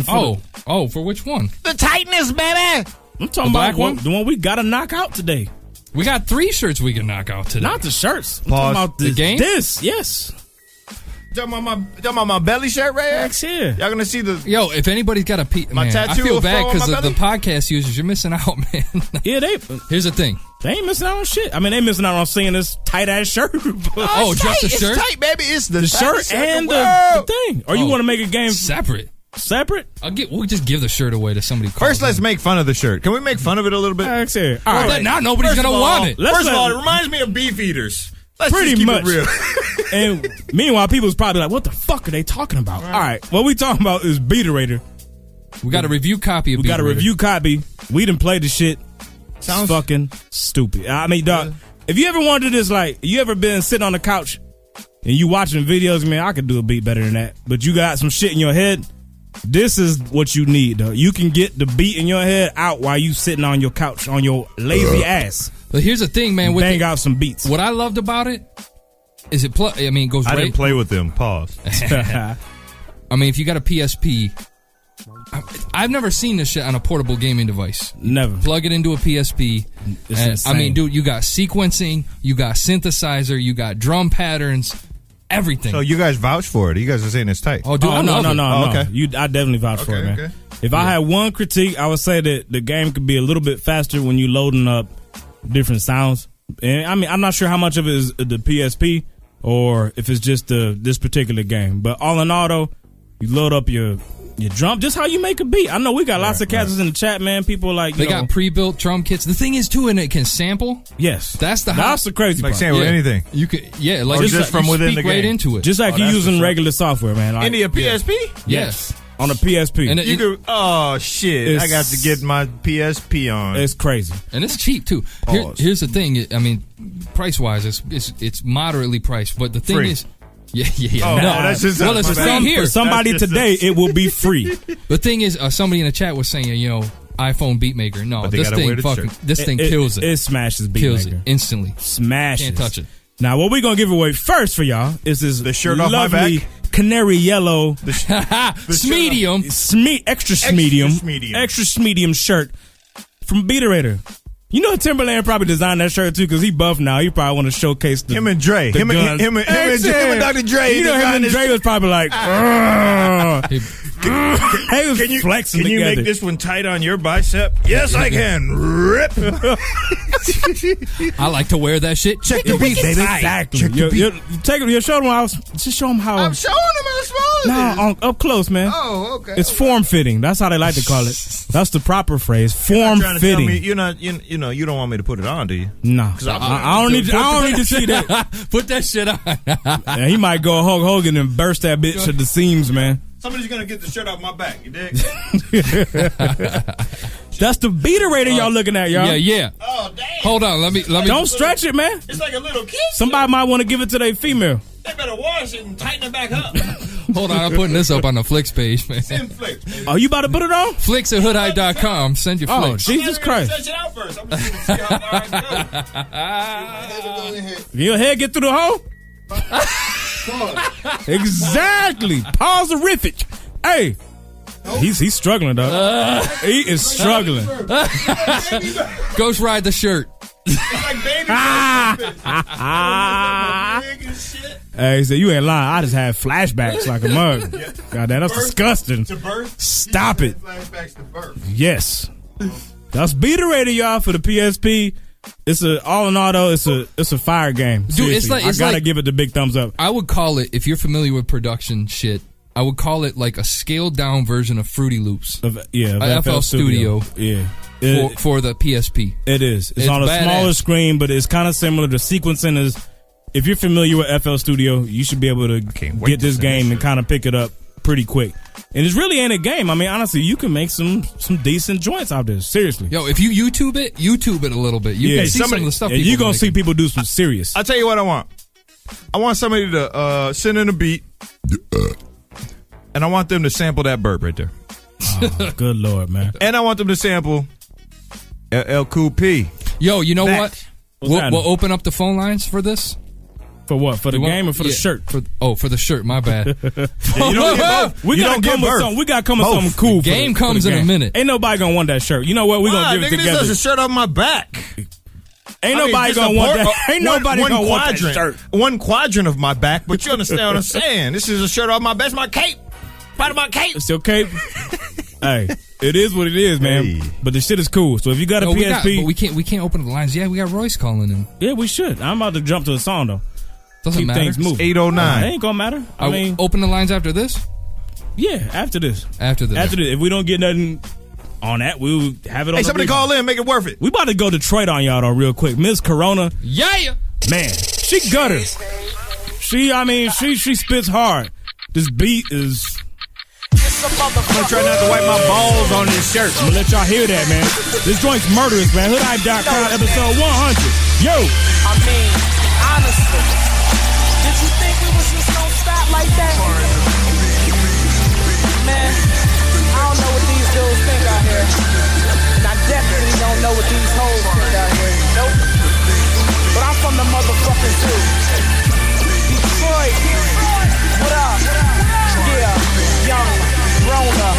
[SPEAKER 4] oh, oh, for which one?
[SPEAKER 5] The tightness, baby.
[SPEAKER 3] I'm
[SPEAKER 4] The
[SPEAKER 3] talking about
[SPEAKER 4] black
[SPEAKER 3] one-
[SPEAKER 4] one?
[SPEAKER 3] the one we gotta knock out today.
[SPEAKER 4] We got three shirts we can knock out today.
[SPEAKER 3] Not the shirts. I'm
[SPEAKER 5] Pause.
[SPEAKER 3] talking about
[SPEAKER 4] The
[SPEAKER 3] this,
[SPEAKER 4] game?
[SPEAKER 3] This, yes.
[SPEAKER 5] Talking about my talking about my belly shirt right here.
[SPEAKER 3] Next here.
[SPEAKER 5] Y'all gonna see the
[SPEAKER 4] Yo, if anybody's got a pe-
[SPEAKER 5] My
[SPEAKER 4] man, I
[SPEAKER 5] tattoo
[SPEAKER 4] feel
[SPEAKER 5] will
[SPEAKER 4] bad
[SPEAKER 5] fall on
[SPEAKER 4] because
[SPEAKER 5] my
[SPEAKER 4] of the
[SPEAKER 5] belly?
[SPEAKER 4] podcast users. You're missing out, <laughs> man.
[SPEAKER 3] Yeah, they
[SPEAKER 4] Here's the thing.
[SPEAKER 3] they ain't missing out on shit. I mean, they missing out on seeing this tight
[SPEAKER 5] <laughs>
[SPEAKER 3] ass shirt.
[SPEAKER 4] Oh, just the
[SPEAKER 5] it's
[SPEAKER 4] shirt,
[SPEAKER 5] tight, baby. It's the,
[SPEAKER 3] the
[SPEAKER 5] tightest
[SPEAKER 3] shirt
[SPEAKER 5] in
[SPEAKER 3] and
[SPEAKER 5] the,
[SPEAKER 3] the,
[SPEAKER 5] world.
[SPEAKER 3] the thing. Or you
[SPEAKER 4] Oh.
[SPEAKER 3] want to make a game
[SPEAKER 4] separate.
[SPEAKER 3] separate?
[SPEAKER 4] I'll get. We'll just give the shirt away to somebody. calls
[SPEAKER 5] First, let's
[SPEAKER 4] in.
[SPEAKER 5] make fun of the shirt. Can we make fun of it a little bit?
[SPEAKER 3] Next here. All
[SPEAKER 4] Well,
[SPEAKER 3] right.
[SPEAKER 4] then now nobody's
[SPEAKER 5] First
[SPEAKER 4] gonna
[SPEAKER 5] of all-
[SPEAKER 4] want it.
[SPEAKER 3] Let's
[SPEAKER 5] First of
[SPEAKER 3] let-
[SPEAKER 5] all, it reminds me of beef eaters. Let's
[SPEAKER 3] Pretty
[SPEAKER 5] just keep
[SPEAKER 3] much.
[SPEAKER 5] it real.
[SPEAKER 3] <laughs> and meanwhile, people's probably like, "What the fuck are they talking about?" All right, what we talking about is Beaterator.
[SPEAKER 4] We got a review copy. Of
[SPEAKER 3] We got a
[SPEAKER 4] Beat Reader.
[SPEAKER 3] review copy. We didn't play the shit.
[SPEAKER 5] Sounds-
[SPEAKER 3] Sounds fucking stupid. I mean, dog. If you ever wanted this, like, you ever been sitting on the couch and you watching videos, man, I could do a beat better than that. But you got some shit in your head. This is what you need, though. You can get the beat in your head out while you sitting on your couch on your lazy ass.
[SPEAKER 4] But here's the thing, man. With
[SPEAKER 3] Bang
[SPEAKER 4] the,
[SPEAKER 3] out some beats.
[SPEAKER 4] what I loved about it is it. Pl- I mean, it goes.
[SPEAKER 5] I
[SPEAKER 4] right,
[SPEAKER 5] didn't play with them. Pause.
[SPEAKER 4] <laughs> I mean, if you got a PSP, I- I've never seen this shit on a portable gaming device.
[SPEAKER 3] Never.
[SPEAKER 4] Plug it into a PSP. and-
[SPEAKER 3] It's
[SPEAKER 4] I
[SPEAKER 3] insane.
[SPEAKER 4] mean, dude, you got sequencing, you got synthesizer, you got drum patterns, everything.
[SPEAKER 5] So you guys vouch for it. You guys are saying it's tight.
[SPEAKER 4] oh, dude, I
[SPEAKER 3] oh, no,
[SPEAKER 4] love
[SPEAKER 3] no,
[SPEAKER 4] it.
[SPEAKER 3] no,
[SPEAKER 5] Oh,
[SPEAKER 3] no.
[SPEAKER 5] okay.
[SPEAKER 3] You, I definitely vouch for it,
[SPEAKER 5] Okay,
[SPEAKER 3] man.
[SPEAKER 5] okay.
[SPEAKER 3] If I had one critique, I would say that the game could be a little bit faster when you loading up different sounds. And I mean, I'm not sure how much of it is the PSP or if it's just the this particular game. But all in all, though, you load up your your drum, just how you make a beat. I know we got lots of cats in the chat, man. People like you
[SPEAKER 4] They
[SPEAKER 3] know,
[SPEAKER 4] got pre-built drum kits. The thing is, too, and it can sample.
[SPEAKER 3] yes,
[SPEAKER 4] That's the
[SPEAKER 3] that's the crazy
[SPEAKER 5] Like
[SPEAKER 3] part.
[SPEAKER 5] saying- Or anything.
[SPEAKER 4] You could, yeah, like
[SPEAKER 5] Or
[SPEAKER 4] you
[SPEAKER 5] just
[SPEAKER 4] said,
[SPEAKER 5] from
[SPEAKER 4] you
[SPEAKER 5] within
[SPEAKER 4] speak
[SPEAKER 5] the
[SPEAKER 4] right
[SPEAKER 5] game.
[SPEAKER 4] into it.
[SPEAKER 3] just like
[SPEAKER 5] Oh,
[SPEAKER 3] you
[SPEAKER 5] that's
[SPEAKER 3] using
[SPEAKER 5] what's up.
[SPEAKER 3] regular software, man. Like,
[SPEAKER 5] India PSP?
[SPEAKER 4] yes.
[SPEAKER 3] on a PSP,
[SPEAKER 4] And it-
[SPEAKER 5] You could, oh shit! I
[SPEAKER 3] It's-
[SPEAKER 5] got to get my PSP on.
[SPEAKER 3] it's crazy.
[SPEAKER 4] and it's cheap too. Here-
[SPEAKER 5] Pause.
[SPEAKER 4] here's the thing. it- I mean, price wise, it's, it's it's moderately priced. But the thing
[SPEAKER 5] Free.
[SPEAKER 4] is, <laughs> yeah, yeah, yeah.
[SPEAKER 5] Oh,
[SPEAKER 4] no,
[SPEAKER 5] no, that's just-
[SPEAKER 4] well, it's
[SPEAKER 5] my bad.
[SPEAKER 4] free here.
[SPEAKER 3] For somebody
[SPEAKER 5] That's just-
[SPEAKER 3] today, it will be <laughs> free.
[SPEAKER 4] <laughs> The thing is, uh, somebody in the chat was saying, you know, iPhone Beatmaker. No,
[SPEAKER 5] But they
[SPEAKER 4] this
[SPEAKER 5] gotta wear
[SPEAKER 4] thing
[SPEAKER 5] the
[SPEAKER 4] fucking,
[SPEAKER 5] shirt.
[SPEAKER 4] this thing
[SPEAKER 3] it,
[SPEAKER 4] kills it.
[SPEAKER 3] It smashes beat
[SPEAKER 4] kills
[SPEAKER 3] maker.
[SPEAKER 4] it instantly.
[SPEAKER 3] Smashes.
[SPEAKER 4] Can't touch it.
[SPEAKER 3] Now what we're gonna give away first for y'all is this
[SPEAKER 5] The shirt off
[SPEAKER 3] lovely
[SPEAKER 5] my back? <laughs>
[SPEAKER 3] canary yellow
[SPEAKER 4] <laughs> It's medium.
[SPEAKER 3] sme- extra smedium
[SPEAKER 5] smedium.
[SPEAKER 3] extra smedium shirt from Beaterator. You know Timberland probably designed that shirt too because he buff now. He probably want to showcase the
[SPEAKER 5] Him and Dre.
[SPEAKER 3] the
[SPEAKER 5] Him and-
[SPEAKER 3] guns.
[SPEAKER 5] him and- him and-
[SPEAKER 3] That's
[SPEAKER 5] him and
[SPEAKER 3] it.
[SPEAKER 5] Dr. Dre
[SPEAKER 3] You know him
[SPEAKER 5] designed
[SPEAKER 3] and
[SPEAKER 5] this-
[SPEAKER 3] Dre was
[SPEAKER 5] <laughs>
[SPEAKER 3] probably like, "Ugh." they was
[SPEAKER 5] Can you
[SPEAKER 3] flexing
[SPEAKER 5] Can you
[SPEAKER 3] together.
[SPEAKER 5] make this one tight on your bicep? Yes, I can.
[SPEAKER 3] <laughs>
[SPEAKER 5] Rip.
[SPEAKER 4] I like to wear that shit. Check
[SPEAKER 5] the beat, baby.
[SPEAKER 3] Exactly.
[SPEAKER 5] Check the
[SPEAKER 3] You-
[SPEAKER 5] beat.
[SPEAKER 3] you- Take you show them how. Just show them how.
[SPEAKER 5] I'm showing him how small it
[SPEAKER 3] No,
[SPEAKER 5] is.
[SPEAKER 3] on, up close, man.
[SPEAKER 5] Oh, okay.
[SPEAKER 3] It's form fitting. That's how they like to call it. That's the proper phrase.
[SPEAKER 5] You're
[SPEAKER 3] Form
[SPEAKER 5] not trying to tell me-
[SPEAKER 3] fitting.
[SPEAKER 5] You're not. You, you know. You don't want me to put it on, do you?
[SPEAKER 3] No, I, I don't need. To, I don't need to see that.
[SPEAKER 4] <laughs> Put that shit on.
[SPEAKER 3] <laughs> Yeah, he might go Hulk Hogan and burst that bitch at the
[SPEAKER 4] <laughs>
[SPEAKER 3] seams, man.
[SPEAKER 5] Somebody's gonna get the shirt off my back. You
[SPEAKER 3] <laughs>
[SPEAKER 5] dig?
[SPEAKER 3] That's the beater rater y'all looking at, y'all.
[SPEAKER 4] yeah, yeah.
[SPEAKER 5] oh damn!
[SPEAKER 4] Hold on. Let me. Let me.
[SPEAKER 3] Don't stretch it, man.
[SPEAKER 5] It's like a little kid.
[SPEAKER 3] Somebody might want to give it to
[SPEAKER 4] <laughs>
[SPEAKER 3] their female.
[SPEAKER 5] They better wash it and tighten it back up.
[SPEAKER 4] Hold on. I'm putting this up on the Flix page, man.
[SPEAKER 5] flicks.
[SPEAKER 3] Are Oh, you about to put it on?
[SPEAKER 4] Flix at hoodeye.com. Send your
[SPEAKER 3] Oh,
[SPEAKER 4] flicks.
[SPEAKER 3] gee. Jesus Christ.
[SPEAKER 5] it out first. I'm just gonna see how far I
[SPEAKER 3] If your head get through the hole. exactly. Pause horrific. Hey. He's he's
[SPEAKER 4] <laughs>
[SPEAKER 3] struggling, dog. he is struggling.
[SPEAKER 4] Ghost ride the shirt.
[SPEAKER 5] It's like baby. Ah!
[SPEAKER 3] <laughs> Hey, he said, you ain't lying. I just had flashbacks like a mug. <laughs> God damn, that's disgusting.
[SPEAKER 5] To birth?
[SPEAKER 3] Stop it.
[SPEAKER 5] Flashbacks to birth.
[SPEAKER 3] Yes. That's Beat the Rated, y'all, for the PSP. It's a all in all though, it's a it's a fire game.
[SPEAKER 4] Dude, it's
[SPEAKER 3] Seriously.
[SPEAKER 4] like- it's
[SPEAKER 3] I gotta
[SPEAKER 4] like-
[SPEAKER 3] give it the big thumbs up.
[SPEAKER 4] I would call it, if you're familiar with production shit, I would call it like a scaled down version of Fruity Loops.
[SPEAKER 3] Of, yeah, of
[SPEAKER 4] FL,
[SPEAKER 3] FL
[SPEAKER 4] Studio.
[SPEAKER 3] Studio. Yeah.
[SPEAKER 4] for, for the PSP.
[SPEAKER 3] It is. It's,
[SPEAKER 4] It's
[SPEAKER 3] on a
[SPEAKER 4] badass.
[SPEAKER 3] smaller screen, but it's kind of similar. The sequencing is, if you're familiar with FL Studio, you should be able to get this game and kind of pick it up pretty quick. And it's really ain't a game. I mean, honestly, you can make some some decent joints out there. Seriously,
[SPEAKER 4] Yo, if you YouTube it, YouTube it a little bit. You can see some of the stuff.
[SPEAKER 3] Yeah,
[SPEAKER 4] people
[SPEAKER 3] you gonna
[SPEAKER 4] make.
[SPEAKER 3] see people do some
[SPEAKER 4] <laughs>
[SPEAKER 3] serious.
[SPEAKER 5] I'll tell you what I want. I want somebody to uh, send in a beat, and I want them to sample that burp right there.
[SPEAKER 3] Oh, good lord, man!
[SPEAKER 5] And I want them to sample LL Cool P.
[SPEAKER 4] Yo, you know
[SPEAKER 5] Back.
[SPEAKER 4] what?
[SPEAKER 5] What's
[SPEAKER 4] We'll,
[SPEAKER 5] that?
[SPEAKER 4] we'll open up the phone lines for this.
[SPEAKER 3] For what? For the
[SPEAKER 4] You want-
[SPEAKER 3] game or for the
[SPEAKER 4] yeah,
[SPEAKER 3] shirt?
[SPEAKER 4] For, oh, for the shirt. My
[SPEAKER 3] <laughs>
[SPEAKER 4] bad.
[SPEAKER 3] you don't get
[SPEAKER 4] <laughs>
[SPEAKER 3] both. We
[SPEAKER 4] You don't
[SPEAKER 3] gotta come
[SPEAKER 4] get
[SPEAKER 3] with
[SPEAKER 4] both.
[SPEAKER 3] something. We gotta come with
[SPEAKER 4] Both.
[SPEAKER 3] something cool.
[SPEAKER 4] The game comes in a minute.
[SPEAKER 3] Ain't nobody gonna want that shirt. You know what? We gonna
[SPEAKER 5] Ah,
[SPEAKER 3] give
[SPEAKER 5] nigga,
[SPEAKER 3] it together.
[SPEAKER 5] this is a shirt off my back.
[SPEAKER 3] Ain't
[SPEAKER 5] I mean,
[SPEAKER 3] nobody
[SPEAKER 5] just
[SPEAKER 3] gonna
[SPEAKER 5] a
[SPEAKER 3] want
[SPEAKER 5] part-
[SPEAKER 3] that.
[SPEAKER 5] uh,
[SPEAKER 3] <laughs> Ain't
[SPEAKER 5] one-
[SPEAKER 3] nobody
[SPEAKER 5] one
[SPEAKER 3] gonna want that
[SPEAKER 5] quadrant,
[SPEAKER 3] shirt.
[SPEAKER 5] One quadrant of my back, but you understand what I'm saying. This is a shirt off my back. It's my cape. Part of my cape.
[SPEAKER 3] It's your cape. hey, it is what it is, man. But the shit is cool. So if you got a
[SPEAKER 4] No, we got-
[SPEAKER 3] PSP,
[SPEAKER 4] but we can't. We can't open up the lines. Yeah, we got Royce calling in.
[SPEAKER 3] yeah, we should. I'm about to jump to a song though.
[SPEAKER 4] Doesn't
[SPEAKER 3] Keep
[SPEAKER 4] matter.
[SPEAKER 3] things moving. Uh,
[SPEAKER 5] 809.
[SPEAKER 3] It ain't gonna matter. I,
[SPEAKER 4] I-
[SPEAKER 3] mean,
[SPEAKER 4] open the lines after this.
[SPEAKER 3] yeah. After this,
[SPEAKER 4] After this.
[SPEAKER 3] after this, if we don't get nothing on that, we'll have it. on
[SPEAKER 5] Hey,
[SPEAKER 3] the
[SPEAKER 5] somebody
[SPEAKER 3] rebound.
[SPEAKER 5] call in. Make it worth it.
[SPEAKER 3] We about to go Detroit on y'all though, real quick. Miss Corona,
[SPEAKER 4] Yeah.
[SPEAKER 3] man, she gutter. She, I mean, she she spits hard. This beat is.
[SPEAKER 5] I'm gonna try not to wipe my balls on this shirt.
[SPEAKER 3] I'm gonna let y'all hear that, man. This joint's murderous, man. Hoodhype.com, episode 100. Yo,
[SPEAKER 11] I mean, honestly, did you think we was just gonna stop like that? Man, I don't know what these dudes think out here. And I definitely don't know what these hoes think out here. Nope. But I'm from the motherfucking zoo. Detroit. What up? Yeah, young, grown up.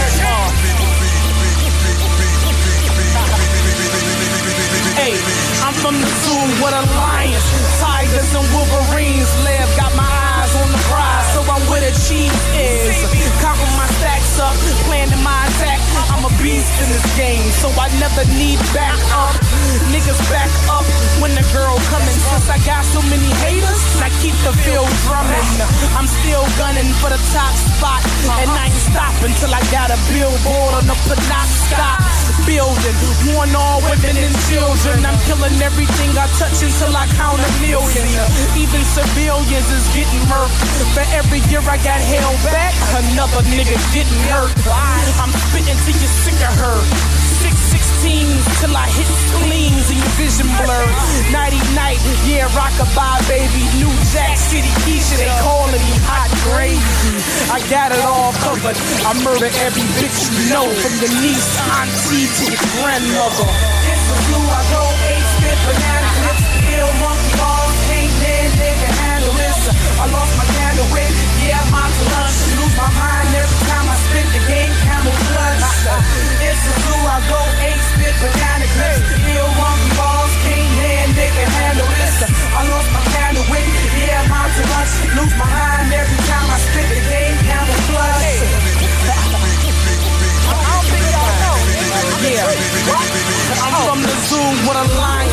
[SPEAKER 11] Hey, I'm from the zoo with a lions, tigers, and wolverines live. Got my eyes on the prize, so I'm where the cheese is. Counting my stacks up, planning my attack. I'm a beast in this game, so I never need back up. Niggas back up when the girl coming. Since I got so many haters, I keep the field drumming. I'm still gunning for the top spot, and I ain't stopping till I got a billboard on the Penobscot building. Warn all women and children. I'm killing everything I touch until I count a million. Even civilians is getting murked. For every year I got held back, another nigga getting hurt. I'm spitting till you're sick of her. 616 till I hit cleans and your vision blur. Nighty night, yeah, rockabye, baby. New Jack City, Keisha, they calling me hot gravy. I got it all covered. I murder every bitch you know, from your niece, auntie to your grandmother. This is who I go, eight spit banana clips, ill monkey balls, ain't man, nigga, handle this. I lost my candle wick, yeah, I'm out to lunch. Lose my mind every time I spit the game, camel clutch. This is who I go, eight spit banana clips, ill monkey balls, ain't man, nigga, handle this. I lost my candle wick, yeah, I'm out to lunch. Lose my mind every time I spit the game, camel clutch. Yeah. I'm from the zoo with a lion,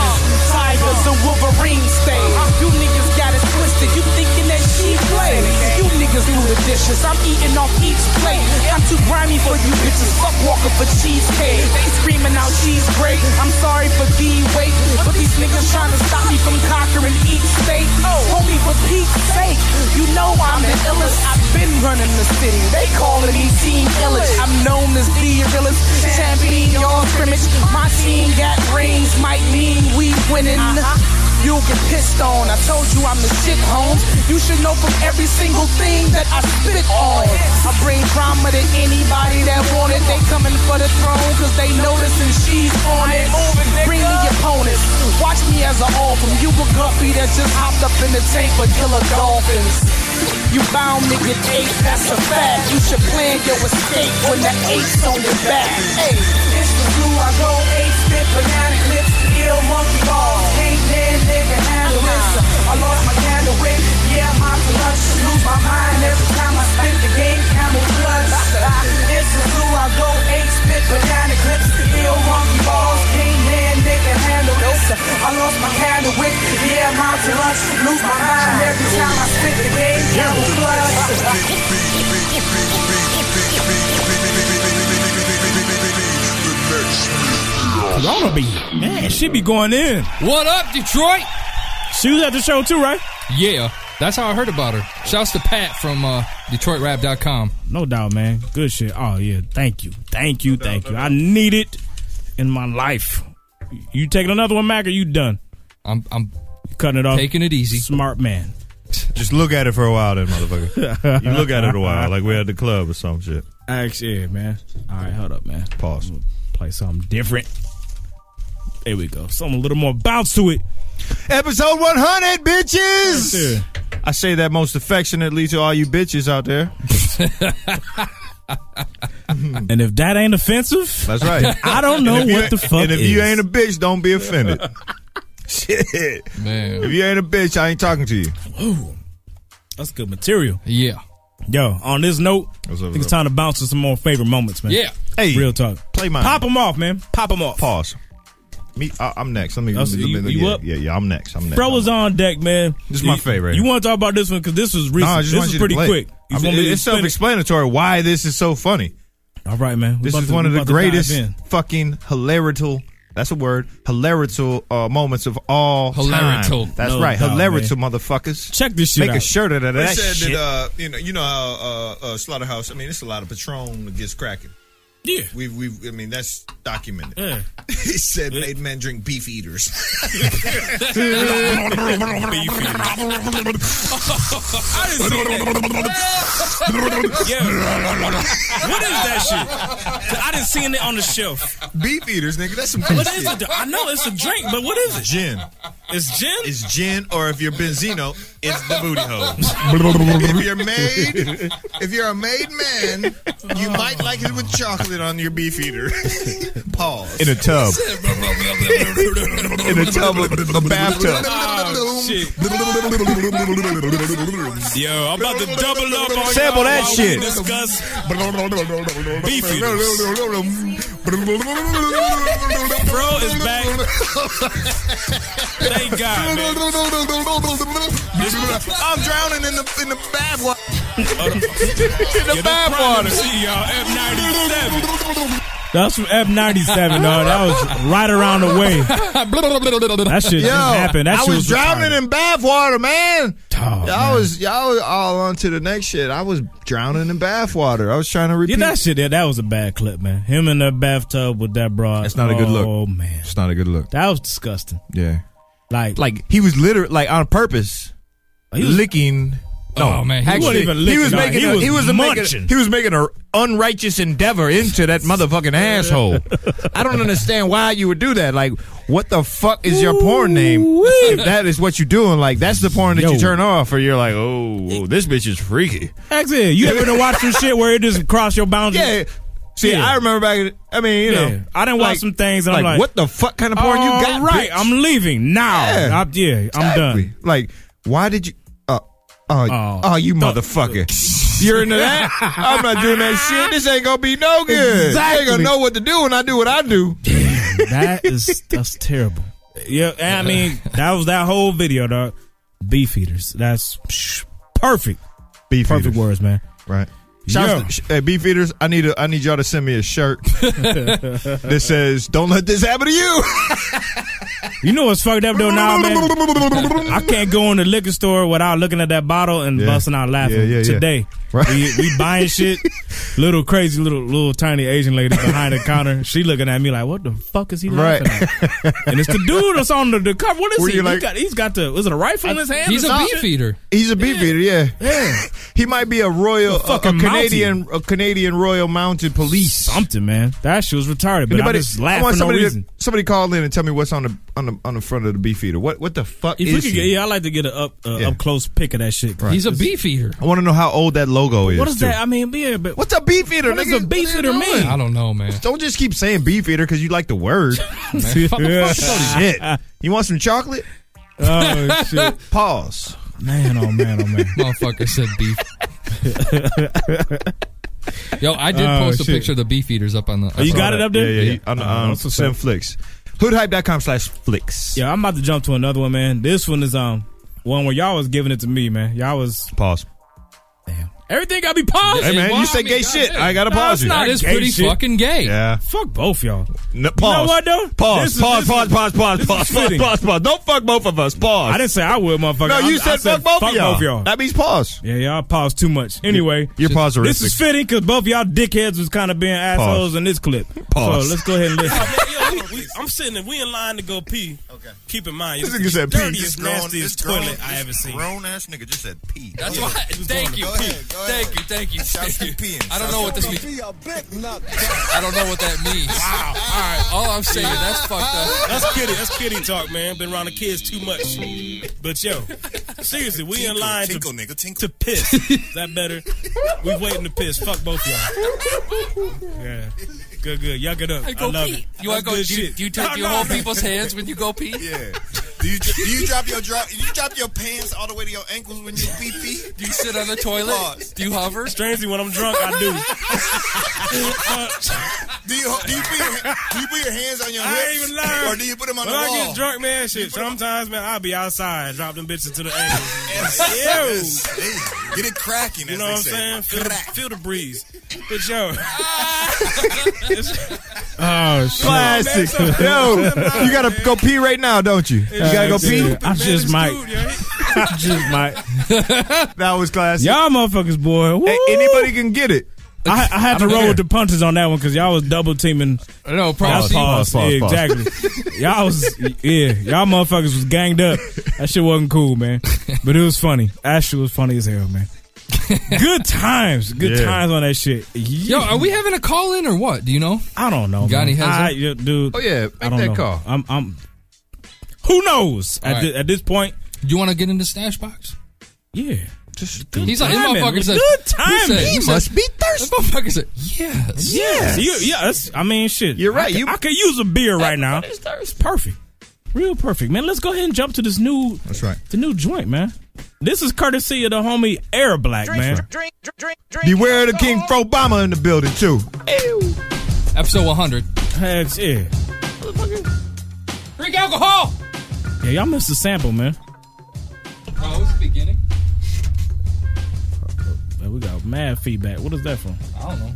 [SPEAKER 11] tigers, and wolverine stain. You niggas got it twisted. You thinking that she play? You niggas do the dishes. I'm eating off each plate. I'm too grimy for you bitches. Fuck walking for cheesecake. They screaming out she's great. I'm sorry for the wait, but these niggas trying to stop me from conquering each state. Oh, homie, for Pete's sake, you know I'm the illest. I've been running the city. They calling me Team Illich. I'm known as the realest champion. Y'all scrimmage. My team got rings. Might mean we winning. You'll get pissed on. I told you I'm the shit, Holmes. You should know from every single thing that I spit it on. I bring drama to anybody that want it. They coming for the throne, cause they noticing she's on it. Bring me opponents. Watch me as an orphan. You a guppy that just hopped up in the tank with killer dolphins. You bound to get eight, that's a fact. You should plan your escape when the eight's on your back. Hey, it's the blue, I go eight, spit banana clips, ill monkey ball. Ain't man, nigga, handle this. I lost my candle wick, yeah, my lunch. Lose my mind every time I spit the game, camel clutch. It's the blue, I go eight, spit banana clips, ill monkey balls. Ain't man, nigga, handle this. I lost my candle wick, yeah, my lunch. Lose my mind every time I spit the game, camel
[SPEAKER 3] Corona be man, she be going in.
[SPEAKER 4] What up, Detroit?
[SPEAKER 3] She was at the show too, right?
[SPEAKER 4] Yeah, that's how I heard about her. Shouts to Pat <laughs> from uh, DetroitRap.com.
[SPEAKER 3] No doubt, man. Good shit. Oh yeah, thank you, thank you, thank you. I need it in my life. You taking another one, Mac? Or you done?
[SPEAKER 4] I'm I'm
[SPEAKER 3] cutting it off.
[SPEAKER 4] Taking it easy.
[SPEAKER 3] Smart man.
[SPEAKER 5] Just look at it for a while, then, motherfucker. you look at it a while, like we're at the club or some shit.
[SPEAKER 3] Actually, yeah, man. All right, hold up, man.
[SPEAKER 5] Pause.
[SPEAKER 3] Play something different. There we go. Something a little more bounce to it.
[SPEAKER 5] Episode 100, bitches! I say that most affectionately to all you bitches out
[SPEAKER 3] <laughs>
[SPEAKER 5] there.
[SPEAKER 3] and if that ain't offensive,
[SPEAKER 5] That's right.
[SPEAKER 3] I don't know
[SPEAKER 5] And if you
[SPEAKER 3] what the
[SPEAKER 5] ain't-
[SPEAKER 3] fuck.
[SPEAKER 5] And if
[SPEAKER 3] is.
[SPEAKER 5] you ain't a bitch, don't be offended. Shit.
[SPEAKER 4] <laughs> Man.
[SPEAKER 5] If you ain't a bitch, I ain't talking to you.
[SPEAKER 3] Ooh, that's good material.
[SPEAKER 4] Yeah.
[SPEAKER 3] Yo, on this note, I
[SPEAKER 5] up,
[SPEAKER 3] think
[SPEAKER 5] what's
[SPEAKER 3] it's time to bounce to some more favorite moments, man.
[SPEAKER 4] Yeah.
[SPEAKER 5] Hey,
[SPEAKER 3] real talk.
[SPEAKER 5] Play mine.
[SPEAKER 3] Pop them off, man. Pop them off.
[SPEAKER 5] Pause. Me, I, I'm next. Let me.
[SPEAKER 3] Oh, so
[SPEAKER 5] let me-
[SPEAKER 3] you-
[SPEAKER 5] let me-
[SPEAKER 3] you
[SPEAKER 5] yeah,
[SPEAKER 3] up?
[SPEAKER 5] yeah, yeah, I'm next. I'm next.
[SPEAKER 3] Bro was on deck, man.
[SPEAKER 5] This is my
[SPEAKER 3] You-
[SPEAKER 5] favorite.
[SPEAKER 3] You want to talk about this one because this was
[SPEAKER 5] No,
[SPEAKER 3] recent.
[SPEAKER 5] I just
[SPEAKER 3] this
[SPEAKER 5] want
[SPEAKER 3] is
[SPEAKER 5] you to
[SPEAKER 3] pretty
[SPEAKER 5] play it.
[SPEAKER 3] quick. You
[SPEAKER 5] I
[SPEAKER 3] just
[SPEAKER 5] mean,
[SPEAKER 3] want me to
[SPEAKER 5] it's
[SPEAKER 3] explain it?
[SPEAKER 5] self-explanatory why this is so funny.
[SPEAKER 3] All right, man. We
[SPEAKER 5] This
[SPEAKER 3] about
[SPEAKER 5] is
[SPEAKER 3] to-
[SPEAKER 5] one of
[SPEAKER 3] we
[SPEAKER 5] the
[SPEAKER 3] about to dive
[SPEAKER 5] greatest
[SPEAKER 3] in.
[SPEAKER 5] fucking hilarious. That's a word. Hilarious uh, moments of all
[SPEAKER 4] Hilarital.
[SPEAKER 5] time. That's
[SPEAKER 3] No
[SPEAKER 5] right.
[SPEAKER 3] doubt,
[SPEAKER 5] Hilarious,
[SPEAKER 3] man.
[SPEAKER 5] motherfuckers.
[SPEAKER 3] Check this shit
[SPEAKER 5] Make a
[SPEAKER 3] out.
[SPEAKER 5] shirt out of
[SPEAKER 9] They
[SPEAKER 5] that
[SPEAKER 9] said
[SPEAKER 5] shit.
[SPEAKER 9] that uh, you know you know how uh, uh, slaughterhouse. I mean, it's a lot of Patron that gets cracking.
[SPEAKER 3] Yeah.
[SPEAKER 9] We we I mean that's documented.
[SPEAKER 3] Yeah.
[SPEAKER 9] <laughs> he said made men drink beef
[SPEAKER 3] <laughs>
[SPEAKER 9] eaters. <laughs>
[SPEAKER 3] I didn't see that. Yeah. What is that shit? I didn't see it on the shelf.
[SPEAKER 9] beef eaters, nigga. That's some cool
[SPEAKER 3] What is
[SPEAKER 9] shit.
[SPEAKER 3] it? I know it's a drink, but what is it?
[SPEAKER 5] Gin
[SPEAKER 3] It's gin.
[SPEAKER 9] It's gin, or if you're Benzino, it's the booty
[SPEAKER 3] <laughs>
[SPEAKER 9] hole. if you're made, if you're a made man, you might like it with chocolate on your beef eater. <laughs> Pause.
[SPEAKER 5] in a tub. In a tub. of- A
[SPEAKER 4] <laughs>
[SPEAKER 5] bathtub.
[SPEAKER 3] Oh, shit. Yo, I'm about to double up on
[SPEAKER 5] Sample
[SPEAKER 3] y'all
[SPEAKER 5] that
[SPEAKER 3] while
[SPEAKER 5] shit.
[SPEAKER 3] We discuss beef eaters. Bro is back. Thank God, man.
[SPEAKER 9] I'm drowning in the in the bath water.
[SPEAKER 3] Uh,
[SPEAKER 9] <laughs>
[SPEAKER 3] the bathwater. See y'all, F97. That's from F97, dog. That was right around the way. That shit just happened. That
[SPEAKER 5] I
[SPEAKER 3] shit
[SPEAKER 5] was,
[SPEAKER 3] was
[SPEAKER 5] drowning
[SPEAKER 3] retarded.
[SPEAKER 5] in bath water, man.
[SPEAKER 3] Oh,
[SPEAKER 5] y'all
[SPEAKER 3] man.
[SPEAKER 5] was y'all was all on to the next shit. I was drowning in bath water. I was trying to repeat.
[SPEAKER 3] Yeah, that shit. Yeah, that was a bad clip, man. Him in the bathtub with that broad.
[SPEAKER 5] That's not a good look.
[SPEAKER 3] Oh man,
[SPEAKER 5] it's not a good look.
[SPEAKER 3] that was disgusting.
[SPEAKER 5] Yeah,
[SPEAKER 3] Like,
[SPEAKER 5] like he was literally like on purpose
[SPEAKER 3] He was-
[SPEAKER 5] licking.
[SPEAKER 4] Oh, man, he
[SPEAKER 3] wasn't even licking,
[SPEAKER 5] He was
[SPEAKER 3] dog.
[SPEAKER 5] making.
[SPEAKER 3] He
[SPEAKER 5] a,
[SPEAKER 3] was
[SPEAKER 5] he was a
[SPEAKER 3] munching.
[SPEAKER 5] making. He was making an unrighteous endeavor into that motherfucking asshole. I don't understand why you would do that. Like, what the fuck is your porn name? If that is what you're doing, like that's the porn that
[SPEAKER 3] Yo.
[SPEAKER 5] you turn off, or you're like, oh, oh, this bitch is freaky.
[SPEAKER 3] that's it. You ever been watching shit where it just crossed your boundaries?
[SPEAKER 5] Yeah. See,
[SPEAKER 3] Yeah.
[SPEAKER 5] I remember back. I mean, you
[SPEAKER 3] Yeah.
[SPEAKER 5] know,
[SPEAKER 3] I done watched
[SPEAKER 5] like-
[SPEAKER 3] some things and I'm like,
[SPEAKER 5] what the fuck kind of porn you got?
[SPEAKER 3] right?
[SPEAKER 5] bitch?
[SPEAKER 3] I'm leaving now.
[SPEAKER 5] Yeah.
[SPEAKER 3] I'm, yeah, I'm done.
[SPEAKER 5] Like, why did you? Uh, uh,
[SPEAKER 3] Oh.
[SPEAKER 5] oh, you motherfucker! You're into that? I'm not doing
[SPEAKER 3] <laughs>
[SPEAKER 5] that shit. This ain't gonna be no good. I ain't
[SPEAKER 3] Exactly.
[SPEAKER 5] gonna know what to do when I do what I do.
[SPEAKER 3] <laughs> that is that's terrible. Yeah, and I mean that was that whole video, dog. Beef eaters. That's psh, perfect.
[SPEAKER 5] Beef
[SPEAKER 3] Perfect words, man.
[SPEAKER 5] right? Shouts
[SPEAKER 3] Yeah.
[SPEAKER 5] to- sh- hey, beef eaters, I need a, I need y'all to send me a
[SPEAKER 3] <laughs>
[SPEAKER 5] shirt that says "Don't let this happen to you."
[SPEAKER 3] You know what's fucked up though now, man. I can't go in the liquor store without looking at that bottle and
[SPEAKER 5] Yeah.
[SPEAKER 3] busting out laughing.
[SPEAKER 5] Yeah, yeah, yeah.
[SPEAKER 3] Today,
[SPEAKER 5] Right.
[SPEAKER 3] we, we
[SPEAKER 5] <laughs>
[SPEAKER 3] buying shit. Little crazy, little little tiny Asian lady behind the counter. She looking at me like, "What the fuck is he
[SPEAKER 5] Right.
[SPEAKER 3] laughing at?"
[SPEAKER 5] <laughs>
[SPEAKER 3] And it's the dude that's on the, the cover. What is
[SPEAKER 5] Were
[SPEAKER 3] he?
[SPEAKER 5] you
[SPEAKER 3] he
[SPEAKER 5] like-
[SPEAKER 3] got, he's got the. Is it a rifle in his hand?
[SPEAKER 4] He's
[SPEAKER 3] or
[SPEAKER 4] a
[SPEAKER 3] some
[SPEAKER 4] beef
[SPEAKER 3] shit?
[SPEAKER 4] eater.
[SPEAKER 5] He's a beef eater, yeah. <laughs> he might be a royal, a, a
[SPEAKER 3] fucking
[SPEAKER 5] Canadian, a Canadian Royal Mounted Police.
[SPEAKER 3] Something, man. That shit was retarded. But I just
[SPEAKER 5] I
[SPEAKER 3] laughed
[SPEAKER 5] want
[SPEAKER 3] for no
[SPEAKER 5] somebody,
[SPEAKER 3] reason.
[SPEAKER 5] To, somebody call in and tell me what's on the on the on the front of the beef eater? What what the fuck
[SPEAKER 3] If we
[SPEAKER 5] is
[SPEAKER 3] could
[SPEAKER 5] he?
[SPEAKER 3] get, yeah, I like to get an up uh,
[SPEAKER 5] Yeah.
[SPEAKER 3] up close pick of that shit.
[SPEAKER 5] Right. He's a
[SPEAKER 3] beef eater.
[SPEAKER 5] I want to know how old that logo is.
[SPEAKER 3] What is
[SPEAKER 5] too.
[SPEAKER 3] that? I mean, yeah, but
[SPEAKER 5] what's a beef eater?
[SPEAKER 3] What does a beef eater
[SPEAKER 5] doing?
[SPEAKER 3] mean?
[SPEAKER 5] I
[SPEAKER 4] don't know, man.
[SPEAKER 5] Don't just keep saying beef eater because you like the
[SPEAKER 3] <laughs>
[SPEAKER 5] word.
[SPEAKER 3] Yeah.
[SPEAKER 5] Shit. You want some chocolate? <laughs>
[SPEAKER 3] Oh, shit.
[SPEAKER 5] Pause.
[SPEAKER 3] Man, oh man, oh man.
[SPEAKER 4] Motherfucker said
[SPEAKER 3] <laughs>
[SPEAKER 4] beef. Yo, I did
[SPEAKER 5] Oh,
[SPEAKER 4] post a
[SPEAKER 5] shit.
[SPEAKER 4] picture of the beef eaters up on the.
[SPEAKER 3] Oh,
[SPEAKER 5] I
[SPEAKER 4] I
[SPEAKER 5] saw
[SPEAKER 4] saw
[SPEAKER 5] that.
[SPEAKER 4] that.
[SPEAKER 5] Yeah, yeah. yeah. On,
[SPEAKER 3] Uh-huh.
[SPEAKER 5] um, Sam Flicks. Hoodhype.com slash flicks.
[SPEAKER 3] Yeah, I'm about to jump to another one, man. This one is um one where y'all was giving it to me, man. Y'all was
[SPEAKER 5] pause.
[SPEAKER 3] Everything gotta be paused.
[SPEAKER 5] Hey, man, you Why? say I mean, gay God, shit. hey. I gotta
[SPEAKER 3] No,
[SPEAKER 5] pause
[SPEAKER 3] it's
[SPEAKER 5] you.
[SPEAKER 3] Not
[SPEAKER 5] That is
[SPEAKER 3] gay
[SPEAKER 5] pretty
[SPEAKER 3] shit.
[SPEAKER 5] fucking gay. Yeah.
[SPEAKER 3] Fuck both y'all.
[SPEAKER 5] No,
[SPEAKER 3] You
[SPEAKER 5] pause.
[SPEAKER 3] know what though?
[SPEAKER 5] Pause.
[SPEAKER 3] This is-
[SPEAKER 5] pause.
[SPEAKER 3] this
[SPEAKER 5] pause.
[SPEAKER 3] is-
[SPEAKER 5] Pause. Pause.
[SPEAKER 3] this is
[SPEAKER 5] Pause. Pause.
[SPEAKER 3] fitting.
[SPEAKER 5] Pause. Pause. Don't fuck both of us. Pause.
[SPEAKER 3] I didn't say I would, motherfucker.
[SPEAKER 5] No, you
[SPEAKER 3] I- I
[SPEAKER 5] said fuck both of y'all.
[SPEAKER 3] y'all.
[SPEAKER 5] That means pause.
[SPEAKER 3] Yeah, y'all paused too much. Anyway,
[SPEAKER 5] You're pauseristic.
[SPEAKER 3] This is fitting because both y'all dickheads was kind of being assholes
[SPEAKER 5] Pause.
[SPEAKER 3] in this clip.
[SPEAKER 5] Pause.
[SPEAKER 3] So let's go ahead and
[SPEAKER 5] <laughs>
[SPEAKER 3] listen.
[SPEAKER 8] I'm sitting there. We in line to go pee. Okay. Keep in mind,
[SPEAKER 3] This
[SPEAKER 8] it's
[SPEAKER 3] nigga
[SPEAKER 8] the
[SPEAKER 3] said pee. This
[SPEAKER 8] dirtiest,
[SPEAKER 3] grown-
[SPEAKER 8] nastiest
[SPEAKER 3] this grown-
[SPEAKER 8] toilet I
[SPEAKER 3] this
[SPEAKER 8] ever seen.
[SPEAKER 9] Grown ass nigga just said pee.
[SPEAKER 4] That's
[SPEAKER 3] <laughs>
[SPEAKER 4] why. Thank you. Thank you. Thank you. Thank you. I don't know what this means. I don't know what that means. Wow. All right. All I'm saying, that's fucked up.
[SPEAKER 8] That's kitty. That's kitty talk, man. Been around the kids too much. But yo, seriously, we in
[SPEAKER 9] Tinkle,
[SPEAKER 8] line
[SPEAKER 9] tinkle,
[SPEAKER 8] to, to piss. Is that better? We waiting to piss. Fuck both y'all. Yeah. Good, good. Yuck it up.
[SPEAKER 4] I go
[SPEAKER 8] love
[SPEAKER 4] pee.
[SPEAKER 8] it.
[SPEAKER 4] You want
[SPEAKER 8] That's
[SPEAKER 4] to go?
[SPEAKER 8] good
[SPEAKER 4] Do you,
[SPEAKER 8] shit.
[SPEAKER 4] do you take
[SPEAKER 8] No,
[SPEAKER 4] your
[SPEAKER 8] no,
[SPEAKER 4] whole
[SPEAKER 8] no.
[SPEAKER 4] people's hands when you
[SPEAKER 9] <laughs>
[SPEAKER 4] go pee? Yeah.
[SPEAKER 9] Do you, do you drop your drop? You drop your pants all the way to your ankles when you pee pee?
[SPEAKER 4] Do you sit on the toilet?
[SPEAKER 9] Pause. <laughs>
[SPEAKER 4] Do you hover?
[SPEAKER 8] Strangely, when I'm drunk, I do.
[SPEAKER 9] Do you do you put your, do you put your hands on your
[SPEAKER 8] I ain't
[SPEAKER 9] hips,
[SPEAKER 8] even lying.
[SPEAKER 9] or do you put them on
[SPEAKER 8] when
[SPEAKER 9] the
[SPEAKER 8] I
[SPEAKER 9] wall?
[SPEAKER 8] get
[SPEAKER 5] <laughs>
[SPEAKER 8] drunk, man, shit. Sometimes, man, I'll be outside, drop them bitches to the
[SPEAKER 9] <laughs>
[SPEAKER 8] ankles.
[SPEAKER 9] Yo, get it cracking.
[SPEAKER 8] You
[SPEAKER 9] as
[SPEAKER 8] know
[SPEAKER 9] they
[SPEAKER 8] what I'm
[SPEAKER 9] say.
[SPEAKER 8] saying? Feel, the-
[SPEAKER 9] Crack.
[SPEAKER 8] feel the breeze, but yo. <laughs>
[SPEAKER 3] Oh, shit.
[SPEAKER 5] Classic. Yo, you gotta go pee right now, don't you? You gotta go pee.
[SPEAKER 3] I just might. <laughs> I just might.
[SPEAKER 5] <laughs> that was classic.
[SPEAKER 3] Y'all motherfuckers, boy. Woo.
[SPEAKER 5] Hey, anybody can get it.
[SPEAKER 3] I, I had
[SPEAKER 5] I
[SPEAKER 3] to
[SPEAKER 5] don't
[SPEAKER 3] roll
[SPEAKER 5] care.
[SPEAKER 3] with the punters on that one because y'all was double teaming.
[SPEAKER 4] No,
[SPEAKER 5] pause, pause, pause,
[SPEAKER 3] yeah,
[SPEAKER 5] pause.
[SPEAKER 3] exactly. y'all was yeah, y'all motherfuckers was ganged up. That shit wasn't cool, man. But it was funny. That shit was funny as hell, man. Good times, good
[SPEAKER 4] Yeah.
[SPEAKER 3] times on that shit. Yeah.
[SPEAKER 4] Yo, are we having a call in or what? Do you know?
[SPEAKER 3] I don't know.
[SPEAKER 4] Got any
[SPEAKER 3] man.
[SPEAKER 4] heads up?
[SPEAKER 3] I- yeah, dude.
[SPEAKER 4] Oh, yeah,
[SPEAKER 3] I
[SPEAKER 4] make
[SPEAKER 3] don't
[SPEAKER 4] that
[SPEAKER 3] know.
[SPEAKER 4] call.
[SPEAKER 3] I'm. I'm. Who knows?
[SPEAKER 4] All
[SPEAKER 3] At, thi-
[SPEAKER 4] right.
[SPEAKER 3] at this point,
[SPEAKER 4] Do you want to get into stash box?
[SPEAKER 3] Yeah. Just good
[SPEAKER 4] He's like, this
[SPEAKER 3] timing.
[SPEAKER 4] motherfucker said,
[SPEAKER 3] good
[SPEAKER 4] he
[SPEAKER 3] timing.
[SPEAKER 4] said- he said- This motherfucker said, yes.
[SPEAKER 3] Yes. You, yes. I mean, shit. You're right. I could, I could use a beer right now. It's perfect. Real perfect, man. Let's go ahead and jump to this new. That's
[SPEAKER 5] right.
[SPEAKER 3] The new joint, man. This is courtesy of the homie Air Black, man.
[SPEAKER 5] Beware the King Fro Obama in the building too.
[SPEAKER 4] Episode 100.
[SPEAKER 3] Heck, yeah.
[SPEAKER 4] Drink alcohol.
[SPEAKER 3] Yeah, y'all missed the sample, man.
[SPEAKER 4] Oh, it's the beginning.
[SPEAKER 3] Man, We got mad feedback. What is that from?
[SPEAKER 4] I don't know.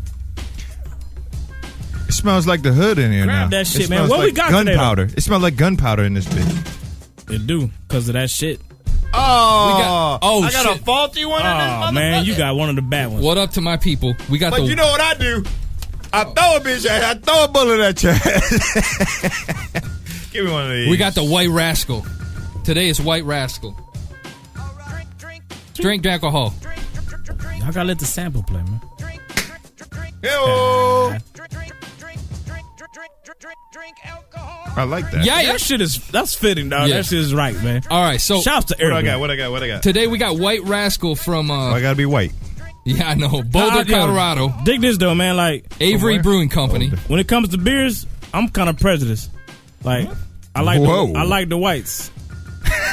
[SPEAKER 5] It smells like the hood in here
[SPEAKER 3] Grab
[SPEAKER 5] now.
[SPEAKER 3] that shit,
[SPEAKER 5] it
[SPEAKER 3] man.
[SPEAKER 5] smells
[SPEAKER 3] What we
[SPEAKER 5] like
[SPEAKER 3] got today, though?
[SPEAKER 5] Gunpowder. It smells like gunpowder in this bitch.
[SPEAKER 3] It do because of that shit.
[SPEAKER 5] Oh,
[SPEAKER 4] oh,
[SPEAKER 5] I got
[SPEAKER 4] shit.
[SPEAKER 5] a faulty one in this
[SPEAKER 3] Oh
[SPEAKER 5] motherfucker.
[SPEAKER 3] man, you got one of the bad ones.
[SPEAKER 4] What up to my people? We got
[SPEAKER 5] But
[SPEAKER 4] the.
[SPEAKER 5] you know what I do? I throw a bitch at I throw a bullet at your ass. <laughs> Give me one of these.
[SPEAKER 4] we got the white rascal. Today is white rascal. Drink alcohol.
[SPEAKER 3] Y'all gotta let the sample play, man.
[SPEAKER 5] Yo. I like that.
[SPEAKER 4] Yeah, yeah.
[SPEAKER 3] that shit is that's fitting, dog.
[SPEAKER 4] Yeah.
[SPEAKER 3] That shit is right, man.
[SPEAKER 4] All right, so
[SPEAKER 3] Shouts to
[SPEAKER 5] What I
[SPEAKER 3] Air
[SPEAKER 5] got?
[SPEAKER 3] Black.
[SPEAKER 5] What I got? What I got?
[SPEAKER 4] today we got white rascal from.
[SPEAKER 5] Oh, I
[SPEAKER 4] uh
[SPEAKER 5] gotta be white.
[SPEAKER 4] Yeah, I know Boulder,
[SPEAKER 3] Dog, yo,
[SPEAKER 4] Colorado.
[SPEAKER 3] Dig this though, man. Like
[SPEAKER 4] Avery Brewing Company.
[SPEAKER 3] when it comes to beers, I'm kind of prejudiced. Like I like
[SPEAKER 5] Whoa.
[SPEAKER 3] the, I like the whites.
[SPEAKER 4] <laughs>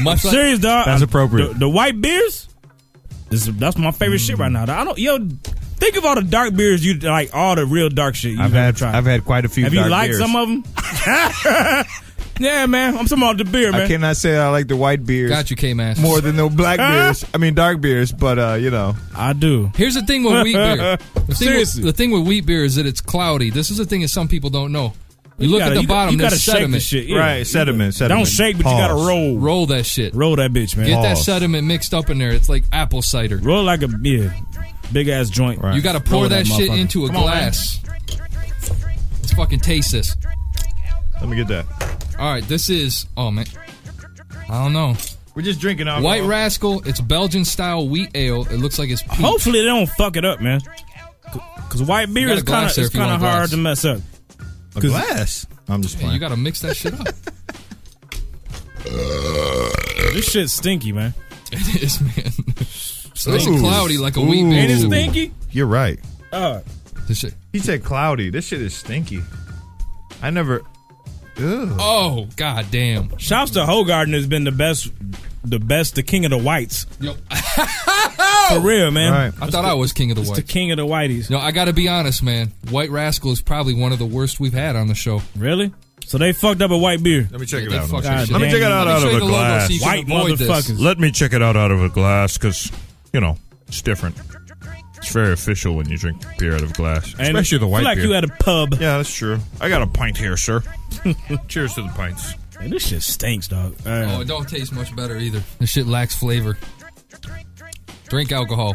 [SPEAKER 4] Much like
[SPEAKER 3] Serious dog.
[SPEAKER 5] That's
[SPEAKER 3] I-
[SPEAKER 5] appropriate.
[SPEAKER 3] The, the white beers. This is, that's my favorite shit right now. dog. I don't yo. Think of all the dark beers you like. All the real dark shit you
[SPEAKER 5] I've
[SPEAKER 3] have
[SPEAKER 5] had
[SPEAKER 3] tried.
[SPEAKER 5] I've had quite a few.
[SPEAKER 3] Have you
[SPEAKER 5] dark
[SPEAKER 3] liked
[SPEAKER 5] beers.
[SPEAKER 3] some
[SPEAKER 5] <laughs>
[SPEAKER 3] of them? <laughs> yeah, man. I'm talking about the beer, man.
[SPEAKER 5] I cannot say I like the white beers
[SPEAKER 4] Got you, K Mass.
[SPEAKER 5] more than the black beers. I mean dark beers, but uh, you know.
[SPEAKER 3] I do.
[SPEAKER 4] Here's the thing with wheat
[SPEAKER 3] <laughs>
[SPEAKER 4] beer. The thing with,
[SPEAKER 3] Seriously.
[SPEAKER 4] the thing with wheat beer is that it's cloudy. This is the thing that some people don't know. You, look
[SPEAKER 3] gotta-
[SPEAKER 4] at the
[SPEAKER 3] you gotta-
[SPEAKER 4] bottom,
[SPEAKER 3] you gotta
[SPEAKER 4] there's
[SPEAKER 3] shake the
[SPEAKER 4] sediment.
[SPEAKER 3] shit. yeah.
[SPEAKER 5] Right, sediment, sediment.
[SPEAKER 3] Don't shake, but you gotta
[SPEAKER 5] Pause.
[SPEAKER 3] roll. roll,
[SPEAKER 4] Roll that shit.
[SPEAKER 3] that bitch, man.
[SPEAKER 4] Get that
[SPEAKER 5] Pause.
[SPEAKER 4] sediment mixed up in there. It's like apple cider.
[SPEAKER 3] Roll like a yeah, big ass joint.
[SPEAKER 5] Right.
[SPEAKER 4] You got to pour
[SPEAKER 3] Roll
[SPEAKER 4] that,
[SPEAKER 3] that
[SPEAKER 4] shit
[SPEAKER 3] motherfucker.
[SPEAKER 4] into a
[SPEAKER 3] Come on,
[SPEAKER 4] glass. Let's fucking taste this.
[SPEAKER 5] Let me get that.
[SPEAKER 4] All right, this is. Oh man, I don't know.
[SPEAKER 5] We're just drinking alcohol.
[SPEAKER 4] White Rascal. It's Belgian style wheat ale. It looks like it's. peat.
[SPEAKER 3] Hopefully they don't fuck it up, man. Cause white beer
[SPEAKER 4] got
[SPEAKER 3] is
[SPEAKER 4] a glass
[SPEAKER 3] kind of
[SPEAKER 4] there
[SPEAKER 3] it's
[SPEAKER 4] if you
[SPEAKER 3] kind of
[SPEAKER 4] want a glass.
[SPEAKER 3] hard to mess up.
[SPEAKER 5] A glass. I'm just
[SPEAKER 4] You
[SPEAKER 5] playing.
[SPEAKER 3] <laughs>
[SPEAKER 4] got to mix that shit up.
[SPEAKER 3] This shit's stinky, man.
[SPEAKER 4] <laughs> It is, man. So it's cloudy like a wheat
[SPEAKER 3] Ain't
[SPEAKER 4] band.
[SPEAKER 3] it stinky?
[SPEAKER 5] You're right.
[SPEAKER 3] Oh,
[SPEAKER 4] This shit.
[SPEAKER 5] He said cloudy. This shit is stinky. I never. Ew.
[SPEAKER 4] Oh, god damn.
[SPEAKER 3] shouts to Hogarden has been the best, the best, the king of the whites.
[SPEAKER 4] <laughs> Yo,
[SPEAKER 3] For real, man.
[SPEAKER 5] Right.
[SPEAKER 4] I thought I was king of the
[SPEAKER 3] It's the
[SPEAKER 4] white.
[SPEAKER 3] king of the whiteys.
[SPEAKER 4] No, I gotta be honest, man. White Rascal is probably one of the worst we've had on the show.
[SPEAKER 3] Really? So they fucked up a white beer.
[SPEAKER 5] Let me check it
[SPEAKER 4] They
[SPEAKER 5] out.
[SPEAKER 4] fucked
[SPEAKER 3] God
[SPEAKER 4] our shit
[SPEAKER 5] Let me
[SPEAKER 4] up.
[SPEAKER 5] check it
[SPEAKER 4] Let
[SPEAKER 5] out
[SPEAKER 4] me
[SPEAKER 5] out
[SPEAKER 4] show
[SPEAKER 5] of
[SPEAKER 4] you
[SPEAKER 5] a
[SPEAKER 4] the logo
[SPEAKER 5] glass.
[SPEAKER 4] so you can
[SPEAKER 3] White
[SPEAKER 4] avoid this.
[SPEAKER 3] motherfuckers.
[SPEAKER 5] Let me check it out out of a glass because, you know, it's different. It's very official when you drink beer out of a glass,
[SPEAKER 3] And
[SPEAKER 5] especially the white
[SPEAKER 3] feel like
[SPEAKER 5] beer.
[SPEAKER 3] you at a pub.
[SPEAKER 5] yeah, that's true. I got a pint here,
[SPEAKER 3] <laughs>
[SPEAKER 5] sir. Cheers to the pints.
[SPEAKER 3] Man, this shit stinks, dog.
[SPEAKER 4] Oh, it don't taste much better either. This shit lacks flavor. Drink alcohol.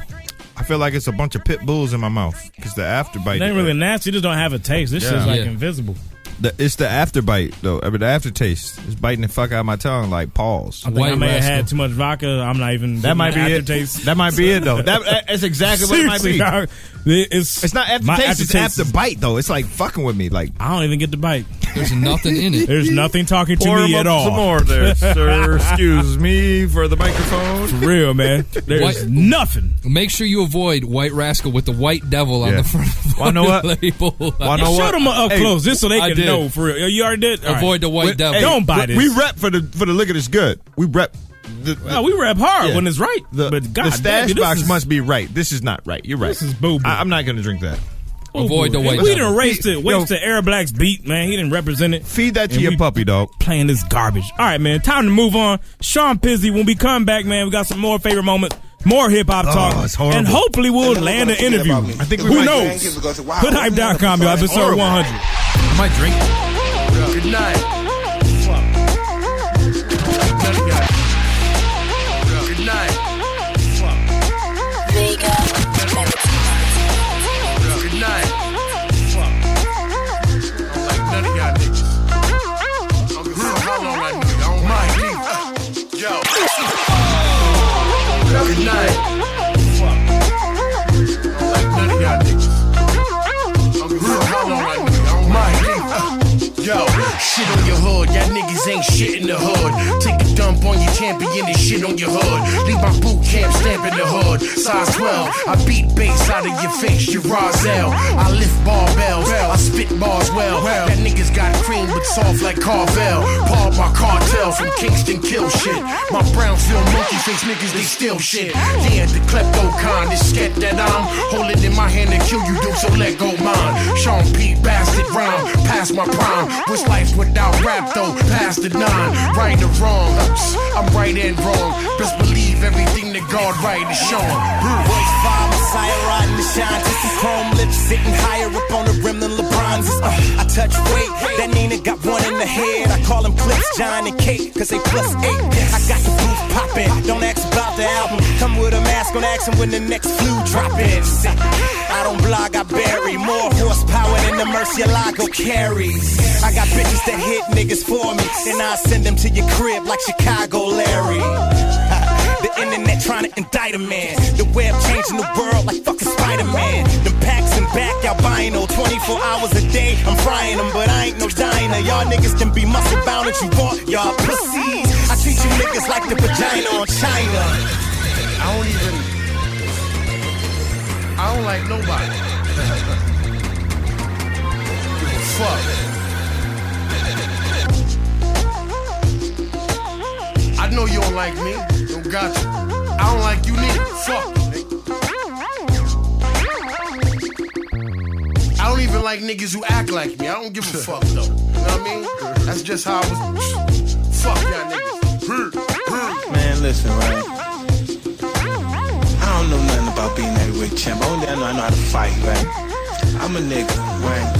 [SPEAKER 5] I feel like it's a bunch of pit bulls in my mouth because the afterbite.
[SPEAKER 3] it ain't really nasty. It just don't have a taste. This shit's like
[SPEAKER 4] Yeah.
[SPEAKER 3] invisible.
[SPEAKER 5] the, it's the afterbite though. I mean, the aftertaste is biting the fuck out of my tongue like paws.
[SPEAKER 3] I think I
[SPEAKER 4] White
[SPEAKER 3] may have
[SPEAKER 4] Rascal.
[SPEAKER 3] had too much vodka. I'm not even.
[SPEAKER 5] That might be it.
[SPEAKER 3] aftertaste.
[SPEAKER 5] That might be it though. That, that's exactly what it might
[SPEAKER 3] Seriously,
[SPEAKER 5] be.
[SPEAKER 3] dog. It- It's,
[SPEAKER 5] It's not
[SPEAKER 3] my
[SPEAKER 5] aftertaste. It's
[SPEAKER 3] aftertaste is-
[SPEAKER 5] after bite though. It's like fucking with me. Like
[SPEAKER 3] I don't even get the bite.
[SPEAKER 4] There's nothing in it.
[SPEAKER 3] There's nothing talking to me at all.
[SPEAKER 5] more
[SPEAKER 3] <laughs>
[SPEAKER 5] there, sir. Excuse me for the microphone.
[SPEAKER 3] For real, man. There's
[SPEAKER 4] White-
[SPEAKER 3] nothing.
[SPEAKER 4] Make sure you avoid White Rascal with the white devil on
[SPEAKER 5] Yeah.
[SPEAKER 4] the front of
[SPEAKER 5] Well, I know
[SPEAKER 4] the
[SPEAKER 5] what?
[SPEAKER 4] label.
[SPEAKER 5] I know
[SPEAKER 3] Show
[SPEAKER 5] what?
[SPEAKER 3] them up
[SPEAKER 5] Hey,
[SPEAKER 3] close just so they
[SPEAKER 4] I
[SPEAKER 3] can
[SPEAKER 4] did.
[SPEAKER 3] know for real. You already did. All right.
[SPEAKER 4] Avoid the white devil.
[SPEAKER 5] Hey,
[SPEAKER 3] Don't buy
[SPEAKER 5] we-
[SPEAKER 3] this.
[SPEAKER 5] We rep for the for the liquor that's good. We rep the, the,
[SPEAKER 3] No, we rap hard
[SPEAKER 5] Yeah.
[SPEAKER 3] when it's right.
[SPEAKER 5] the,
[SPEAKER 3] but God,
[SPEAKER 5] the stash
[SPEAKER 3] damn,
[SPEAKER 5] box
[SPEAKER 3] this is,
[SPEAKER 5] must be right. This is not right. You're right.
[SPEAKER 3] This is boo-boo.
[SPEAKER 5] I, am not gonna drink that.
[SPEAKER 4] Avoid the white
[SPEAKER 3] We
[SPEAKER 4] devil.
[SPEAKER 3] didn't race
[SPEAKER 5] He-
[SPEAKER 3] the waste the Air Blacks beat, man. He didn't represent it.
[SPEAKER 5] Feed that to
[SPEAKER 3] And
[SPEAKER 5] your
[SPEAKER 3] we-
[SPEAKER 5] puppy, dog.
[SPEAKER 3] Playing this garbage. All right, man. Time to move on. Sean Pizzy, when we come back, man, we got some more favorite moments, more hip hop talk,
[SPEAKER 5] Oh, it's horrible.
[SPEAKER 3] and hopefully we'll land an interview. I
[SPEAKER 5] think we
[SPEAKER 3] Who
[SPEAKER 5] might-
[SPEAKER 3] knows? Hoodhype.com, y'all. Episode
[SPEAKER 5] horrible.
[SPEAKER 3] 100.
[SPEAKER 4] My drink.
[SPEAKER 12] Good night. Good night. Good night. None of y'all niggas. I don't like niggas. I don't mind niggas. Yo. Good night. None of y'all niggas. I don't like niggas. I don't mind niggas. Yo.
[SPEAKER 13] Shit on your hood, y'all niggas ain't shit in the hood. Take a dump on your champion and shit on your hood. Leave my boot camp stamp in the hood. Size 12, I beat bass out of your face, you Rozelle. I lift barbells, I spit bars well. That niggas got cream but soft like Carvel. Paul my cartel from Kingston kill shit. My Brownsville monkey face niggas, they steal shit. Yeah, the kleptocon, this scat that I'm holding in my hand to kill you, dude, so let go mine. Sean P. Bastard rhyme, past my prime. What's life without rap though? Past the nine, right or wrong. Ups, I'm right and wrong. Best believe everything that God right is showing.
[SPEAKER 14] Waist five, Messiah riding the shine. Just some chrome lips sitting higher up on the rim than LeBron's. Uh, I touch weight, that Nina got one in the head. I call them clips, John and Kate, cause they plus eight. I got the booth poppin', don't ask about the album. Come with a mask on, ask 'em when the next flu drop is. I don't blog, I bury more horsepower than the Murcielago carries. I got bitches that hit niggas for me, and I send them to your crib like Chicago Larry. The internet trying to indict a man. The web changing the world like fucking Spider Man. The packs and back albino, 24 hours a day. I'm frying them, but I ain't no diner. Y'all niggas can be muscle bound if you want, y'all pussies. I treat you niggas like the vagina on China.
[SPEAKER 13] I don't even. I don't like nobody. Give a fuck. I know you don't like me. Don't got you. I don't like you neither. Fuck. nigga. I don't even like niggas who act like me. I don't give a fuck though. You know what I mean? That's just how I was. Fuck y'all niggas.
[SPEAKER 14] Man, listen, right? I don't know nothing about being that heavyweight champ. Only I know I know how to fight, right? I'm a nigga, right?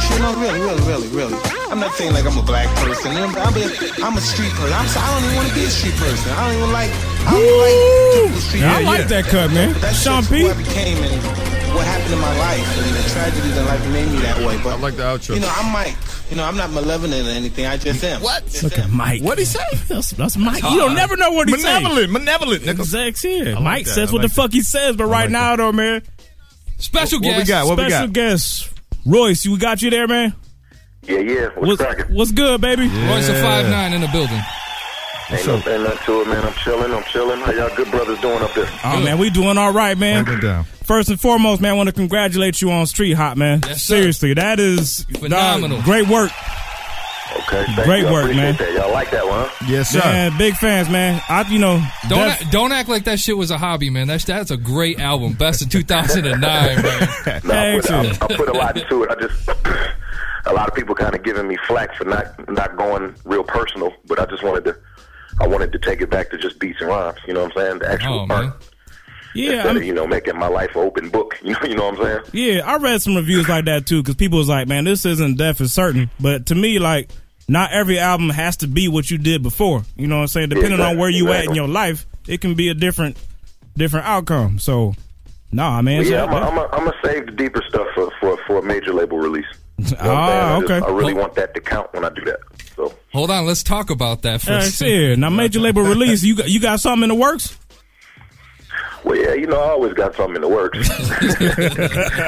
[SPEAKER 14] Shit, no, really, really, really, really. I'm not saying like I'm a black person. I'm, I'm, a, I'm a street person. I'm, so- I don't even want to be a street person. I don't even like. I don't like people street.
[SPEAKER 3] Yeah, I
[SPEAKER 14] people.
[SPEAKER 3] like that cut, man.
[SPEAKER 14] That's
[SPEAKER 3] Sean
[SPEAKER 14] just
[SPEAKER 3] P.
[SPEAKER 14] who I became and what happened in my life and the tragedies in life made me that way. But
[SPEAKER 5] I like the outro.
[SPEAKER 14] You know, I'm Mike. You know, I'm not malevolent or anything. I just am. What?
[SPEAKER 3] Look at Mike.
[SPEAKER 5] What'd he say?
[SPEAKER 3] <laughs> That's, that's Mike. You don't never know what he's saying.
[SPEAKER 5] Malevolent, malevolent, nigga.
[SPEAKER 3] Zach's here. Mike
[SPEAKER 5] that.
[SPEAKER 3] says
[SPEAKER 5] I
[SPEAKER 3] what
[SPEAKER 5] like
[SPEAKER 3] the fuck he says, but right now though, man,
[SPEAKER 4] Special
[SPEAKER 5] What
[SPEAKER 4] guest.
[SPEAKER 5] we got? What we
[SPEAKER 3] special
[SPEAKER 5] got?
[SPEAKER 3] guest Royce, we got you there, man.
[SPEAKER 15] Yeah, yeah. What's
[SPEAKER 3] What's,
[SPEAKER 15] cracking?
[SPEAKER 3] what's good, baby?
[SPEAKER 4] Royce of
[SPEAKER 5] Yeah.
[SPEAKER 4] five nine in the building.
[SPEAKER 15] Ain't, no, ain't nothing to it, man. I'm chilling. I'm chilling. How y'all good brothers doing up there?
[SPEAKER 3] Oh man, we doing all right, man. First and foremost, man, I want to congratulate you on Street Hot, man. Seriously, that is dog,
[SPEAKER 15] Phenomenal.
[SPEAKER 3] great work.
[SPEAKER 15] Okay, thank
[SPEAKER 3] Great
[SPEAKER 15] you. I
[SPEAKER 3] work,
[SPEAKER 15] appreciate
[SPEAKER 3] man.
[SPEAKER 15] That. Y'all like that one, huh?
[SPEAKER 3] Man, big fans, man. I, you know,
[SPEAKER 4] Don't
[SPEAKER 3] def-
[SPEAKER 4] act, don't act like that shit was a hobby, man. That's that's a great album, best of
[SPEAKER 5] <laughs>
[SPEAKER 4] 2009, man.
[SPEAKER 15] No, I, put, I, I put a lot into it. I just <clears throat> a lot of people kind of giving me flack for not not going real personal, but I just wanted to I wanted to take it back to just beats and rhymes. You know what I'm saying? The actual
[SPEAKER 3] Oh,
[SPEAKER 15] art.
[SPEAKER 3] man. Yeah,
[SPEAKER 15] Instead
[SPEAKER 3] I'm-
[SPEAKER 15] of you know making my life an open book. <laughs> You know, you know what I'm saying?
[SPEAKER 3] yeah, I read some reviews like that too, because people was like, man, this isn't death is certain. But to me, like, not every album has to be what you did before. You know what I'm saying?
[SPEAKER 15] Yeah,
[SPEAKER 3] Depending on
[SPEAKER 15] exactly,
[SPEAKER 3] where you at in
[SPEAKER 15] exactly.
[SPEAKER 3] your life, it can be a different, different outcome. So, nah, man.
[SPEAKER 15] But
[SPEAKER 3] so-
[SPEAKER 15] yeah, I'm gonna I'm a- I'm a save the deeper stuff for, for, for a major label release. You know what I'm
[SPEAKER 3] Ah,
[SPEAKER 15] saying? I just-
[SPEAKER 3] okay.
[SPEAKER 15] I really want that to count when I do that. So
[SPEAKER 4] Hold on, let's talk about that
[SPEAKER 3] Yeah,
[SPEAKER 4] first.
[SPEAKER 3] shit. Now, major label release. You got you got something in the works?
[SPEAKER 15] Well, yeah, you know, I always got something in the works.
[SPEAKER 3] <laughs>
[SPEAKER 15] <laughs>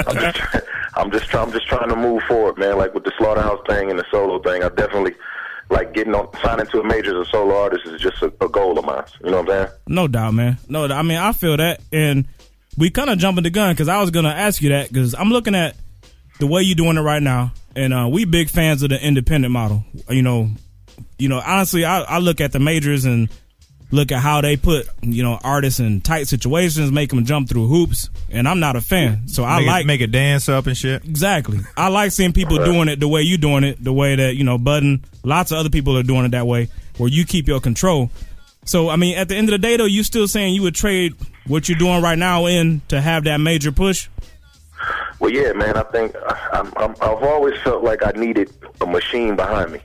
[SPEAKER 15] I'm just, I'm just, I'm just trying to move forward, man. Like with the slaughterhouse thing and the solo thing, I definitely like getting on signing to a major as a solo artist is just a, a goal of mine. You know what I'm saying?
[SPEAKER 3] No doubt, man. No, I mean I feel that, and we kind of jumping the gun because I was gonna ask you that because I'm looking at the way you're doing it right now, and uh, we big fans of the independent model. You know, you know. Honestly, I, I look at the majors and look at how they put you know artists in tight situations, make them jump through hoops, and I'm not a fan. So I
[SPEAKER 5] Make it-
[SPEAKER 3] like
[SPEAKER 5] make a dance up and shit.
[SPEAKER 3] Exactly. I like seeing people doing it the way you doing it, the way that, you know, Budden, lots of other people are doing it that way, where you keep your control. So, I mean, at the end of the day, though, you still saying you would trade what you're doing right now in to have that major push?
[SPEAKER 15] Well, yeah, man. I think I, I'm, I'm, I've always felt like I needed a machine behind me.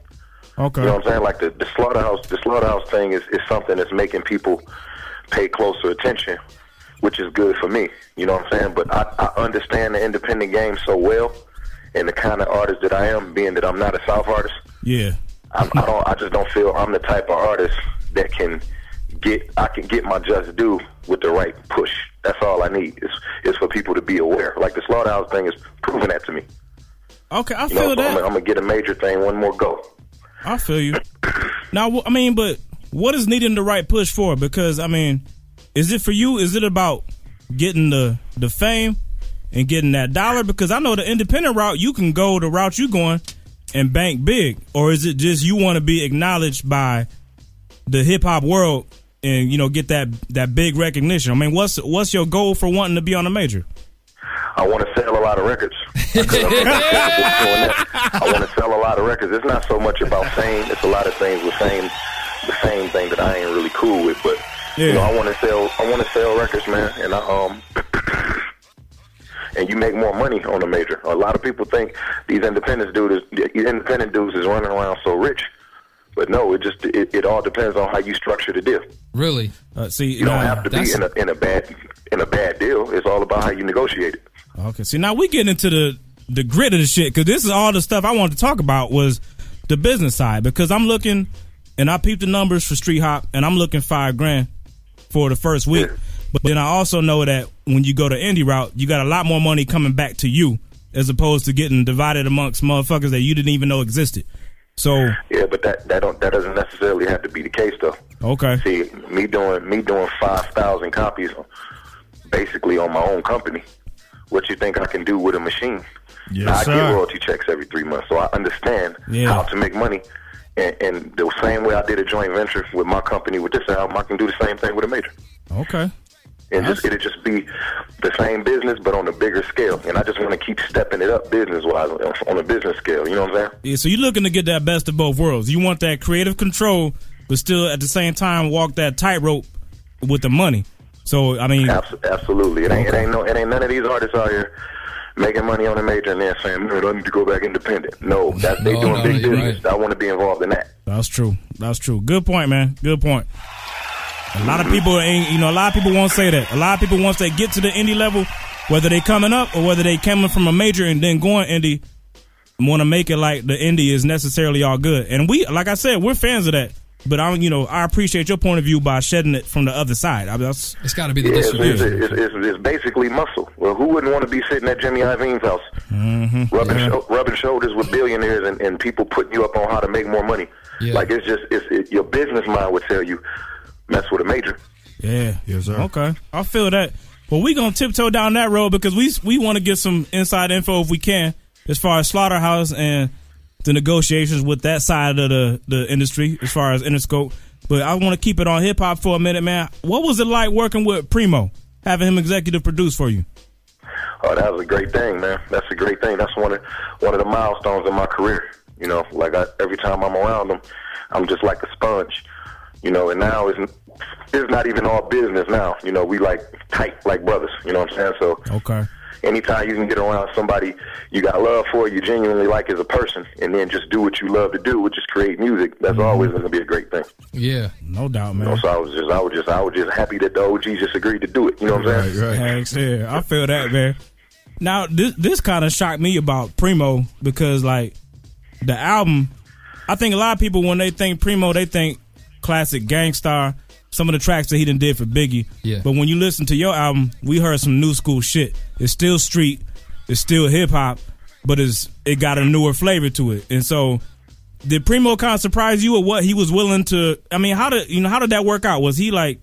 [SPEAKER 3] Okay.
[SPEAKER 15] You know what I'm saying? Like the, the slaughterhouse, the slaughterhouse thing is, is something that's making people pay closer attention, which is good for me. You know what I'm saying? But I, I understand the independent game so well, and the kind of artist that I am, being that I'm not a South artist.
[SPEAKER 3] Yeah.
[SPEAKER 15] I, I don't. I just don't feel I'm the type of artist that can get. I can get my just due with the right push. That's all I need. It's it's for people to be aware. Like the slaughterhouse thing is proving that to me.
[SPEAKER 3] Okay, I
[SPEAKER 15] You
[SPEAKER 3] feel
[SPEAKER 15] know, so I'm,
[SPEAKER 3] that.
[SPEAKER 15] gonna- I'm gonna get a major thing one more go.
[SPEAKER 3] I feel you. Now, wh- I mean, but what is needing the right push for? Because I mean, is it for you? Is it about getting the the fame and getting that dollar? Because I know the independent route, you can go the route you going and bank big, or is it just you want to be acknowledged by the hip hop world and you know get that that big recognition? I mean, what's what's your goal for wanting to be on a major?
[SPEAKER 15] I want to sell a lot of records. I'm doing that. I want to sell a lot of records. It's not so much about fame. It's a lot of things with fame, the fame thing that I ain't really cool with. But you know, I want to sell. I want to sell records, man. And I um, <coughs> and you make more money on a major. A lot of people think these independent dudes, these independent dudes, is running around so rich. But no, it just it, it all depends on how you structure the deal.
[SPEAKER 4] Really?
[SPEAKER 3] Uh, see,
[SPEAKER 15] You don't have to be in a in a bad in a bad deal. It's all about how you negotiate it.
[SPEAKER 3] Okay. See, now we get into the the grit of the shit because this is all the stuff I wanted to talk about was the business side because I'm looking and I peeped the numbers for Street Hop and I'm looking five grand for the first week. But then I also know that when you go to indie route, you got a lot more money coming back to you as opposed to getting divided amongst motherfuckers that you didn't even know existed. So
[SPEAKER 15] Yeah, but that that don't that doesn't necessarily have to be the case though.
[SPEAKER 3] okay,
[SPEAKER 15] See, me doing me doing five thousand copies, basically on my own company. What you think I can do with a machine?
[SPEAKER 5] Yes,
[SPEAKER 15] Now, I get
[SPEAKER 5] sir.
[SPEAKER 15] royalty checks every three months, so I understand
[SPEAKER 5] Yeah.
[SPEAKER 15] how to make money. And, and the same way I did a joint venture with my company with this album, I can do the same thing with a major.
[SPEAKER 3] okay.
[SPEAKER 15] And just it'll just be the same business, but on a bigger scale. And I just want to keep stepping it up business wise on a business scale. You know what I'm saying?
[SPEAKER 3] Yeah, so you're looking to get that best of both worlds. You want that creative control, but still at the same time walk that tightrope with the money. So I mean,
[SPEAKER 15] Absolutely. It ain't, it ain't no. It ain't none of these artists out here making money on a major and then saying, "Man, I need to go back independent." No, that, they
[SPEAKER 3] No,
[SPEAKER 15] doing
[SPEAKER 3] no,
[SPEAKER 15] big
[SPEAKER 3] you're
[SPEAKER 15] business. I want to be involved in that.
[SPEAKER 3] That's true. That's true. Good point, man. Good point. A lot of people ain't, you know, a lot of people won't say that. A lot of people once they get to the indie level, whether they coming up or whether they coming from a major and then going indie, want to make it like the indie is necessarily all good. And we, like I said, we're fans of that. But I, don't- you know, I appreciate your point of view by shedding it from the other side. I mean, that's,
[SPEAKER 4] it's got to
[SPEAKER 15] Yeah, it's, it's, it's, it's, it's basically muscle. Well, who wouldn't want to be sitting at Jimmy Iovine's house, rubbing, sho- rubbing shoulders with billionaires and, and people putting you up on how to make more money? Like it's just it's it, your business mind would tell you mess with a major.
[SPEAKER 3] Yeah. Yes, sir. Okay. I feel that. Well, we gonna tiptoe down that road because we we want to get some inside info if we can, as far as slaughterhouse and the negotiations with that side of the the industry, as far as Interscope. But I want to keep it on hip hop for a minute, man. What was it like working with Primo, having him executive produce for you?
[SPEAKER 15] Oh, that was a great thing, man. That's a great thing. That's one of one of the milestones in my career. You know, like I, every time I'm around them, I'm just like a sponge. You know, and now it's it's not even all business now. You know, we like tight like brothers. You know what I'm saying? So
[SPEAKER 3] Okay.
[SPEAKER 15] anytime you can get around somebody you got love for, you genuinely like as a person, and then just do what you love to do, which is create music. That's always going to be a great thing.
[SPEAKER 4] Yeah.
[SPEAKER 3] No doubt, Mm-hmm. man.
[SPEAKER 15] You know, so I was just, I was just, I was just happy that the OGs just agreed to do it. You know what I'm saying?
[SPEAKER 3] Thanks. Yeah, I feel that, man. Now this this kind of shocked me about Primo because like the album, I think a lot of people when they think Primo, they think classic Gangstar, some of the tracks that he done did for Biggie.
[SPEAKER 4] Yeah.
[SPEAKER 3] But when you listen to your album, we heard some new school shit. It's still street, it's still hip hop, but it's it got a newer flavor to it. And so did Primo kind of surprise you at what he was willing to? I mean, how did you know how did that work out? Was he like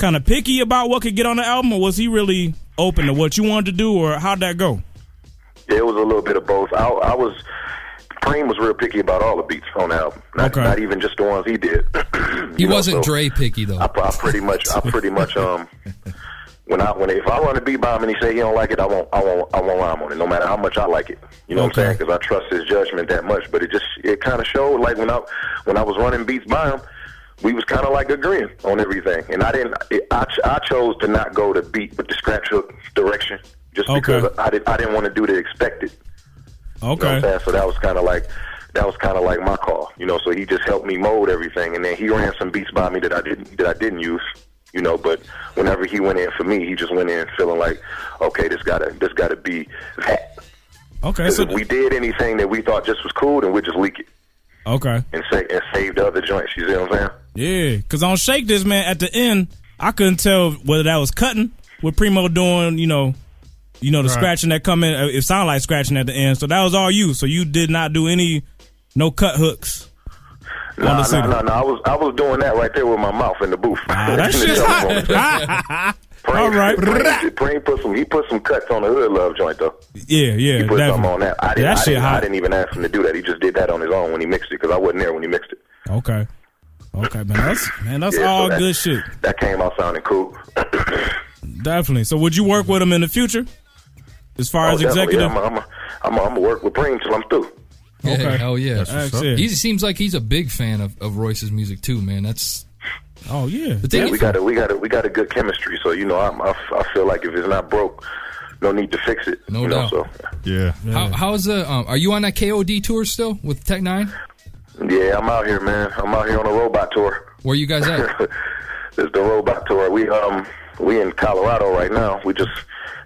[SPEAKER 3] kind of picky about what could get on the album, or was he really open to what you wanted to do, or how'd that go?
[SPEAKER 15] Yeah, it was a little bit of both. I, I was Preem was real picky about all the beats on the album, not, not even just the ones he did.
[SPEAKER 4] He
[SPEAKER 15] You know,
[SPEAKER 4] wasn't
[SPEAKER 15] so
[SPEAKER 4] Dre picky though.
[SPEAKER 15] I, I pretty much, I pretty much, um, when I when if I run a beat by him and he say he don't like it, I won't, I won't, I won't rhyme on it, no matter how much I like it. You know what I'm saying? Because I trust his judgment that much. But it just it kind of showed like when I when I was running beats by him. We was kind of like agreeing on everything, and I didn't. It, I, ch- I chose to not go to beat with the scratch hook direction, just because I did. I didn't want to do the expected. You know what I'm saying? So that was kind of like that was kind of like my call, you know. So he just helped me mold everything, and then he ran some beats by me that I didn't that I didn't use, you know. But whenever he went in for me, he just went in feeling like, okay, this gotta this gotta be that.
[SPEAKER 3] Okay,
[SPEAKER 15] 'Cause
[SPEAKER 3] so
[SPEAKER 15] if we did anything that we thought just was cool, then we just leak it
[SPEAKER 3] okay,
[SPEAKER 15] and say and save the other joints. You see what I'm saying?
[SPEAKER 3] yeah, because on Shake This Man at the end, I couldn't tell whether that was cutting with Primo doing, you know, you know the
[SPEAKER 15] Right.
[SPEAKER 3] scratching that come in. uh, It sounded like scratching at the end, so that was all you. So you did not do any no cut hooks.
[SPEAKER 15] No, no, no, no. I was I was doing that right there with my mouth in the booth. <laughs>
[SPEAKER 3] Ah, that
[SPEAKER 15] In the
[SPEAKER 3] shit's
[SPEAKER 15] jump
[SPEAKER 3] hot.
[SPEAKER 15] moment.
[SPEAKER 3] <laughs>
[SPEAKER 15] All right. Preen, Preen put some he put some cuts on the hood love joint though.
[SPEAKER 3] Yeah, yeah,
[SPEAKER 15] He put
[SPEAKER 3] definitely.
[SPEAKER 15] something on that. I didn't,
[SPEAKER 3] That
[SPEAKER 15] I,
[SPEAKER 3] shit
[SPEAKER 15] didn't, I
[SPEAKER 3] hot.
[SPEAKER 15] didn't even ask him to do that. He just did that on his own when he mixed it because I wasn't there when he mixed it.
[SPEAKER 3] Okay, okay, man, that's man, that's
[SPEAKER 15] Yeah, so
[SPEAKER 3] all
[SPEAKER 15] that-
[SPEAKER 3] good shit.
[SPEAKER 15] That came out sounding cool.
[SPEAKER 3] Definitely. So would you work with him in the future? As far
[SPEAKER 15] Oh,
[SPEAKER 3] as
[SPEAKER 15] definitely.
[SPEAKER 3] executive?
[SPEAKER 15] I'm going I'm to work with Preem till I'm through.
[SPEAKER 4] Yeah,
[SPEAKER 15] Okay.
[SPEAKER 4] hell yeah.
[SPEAKER 15] That's what's up. Yeah.
[SPEAKER 4] He seems like he's a big fan of, of Royce's music too, man. That's
[SPEAKER 3] Oh yeah.
[SPEAKER 4] The thing
[SPEAKER 15] Yeah,
[SPEAKER 4] is-
[SPEAKER 15] we got a, we got a, we got a good chemistry. So you know, I'm, I, f- I feel like if it's not broke, no need to fix it.
[SPEAKER 4] No
[SPEAKER 15] you know,
[SPEAKER 4] doubt.
[SPEAKER 15] So
[SPEAKER 5] Yeah.
[SPEAKER 4] How, how's the? Um, are you on that KOD tour still with Tech Nine?
[SPEAKER 15] yeah, I'm out here, man. I'm out here on a robot tour.
[SPEAKER 4] Where you guys at?
[SPEAKER 15] <laughs> It's the robot tour. We um we in Colorado right now. We just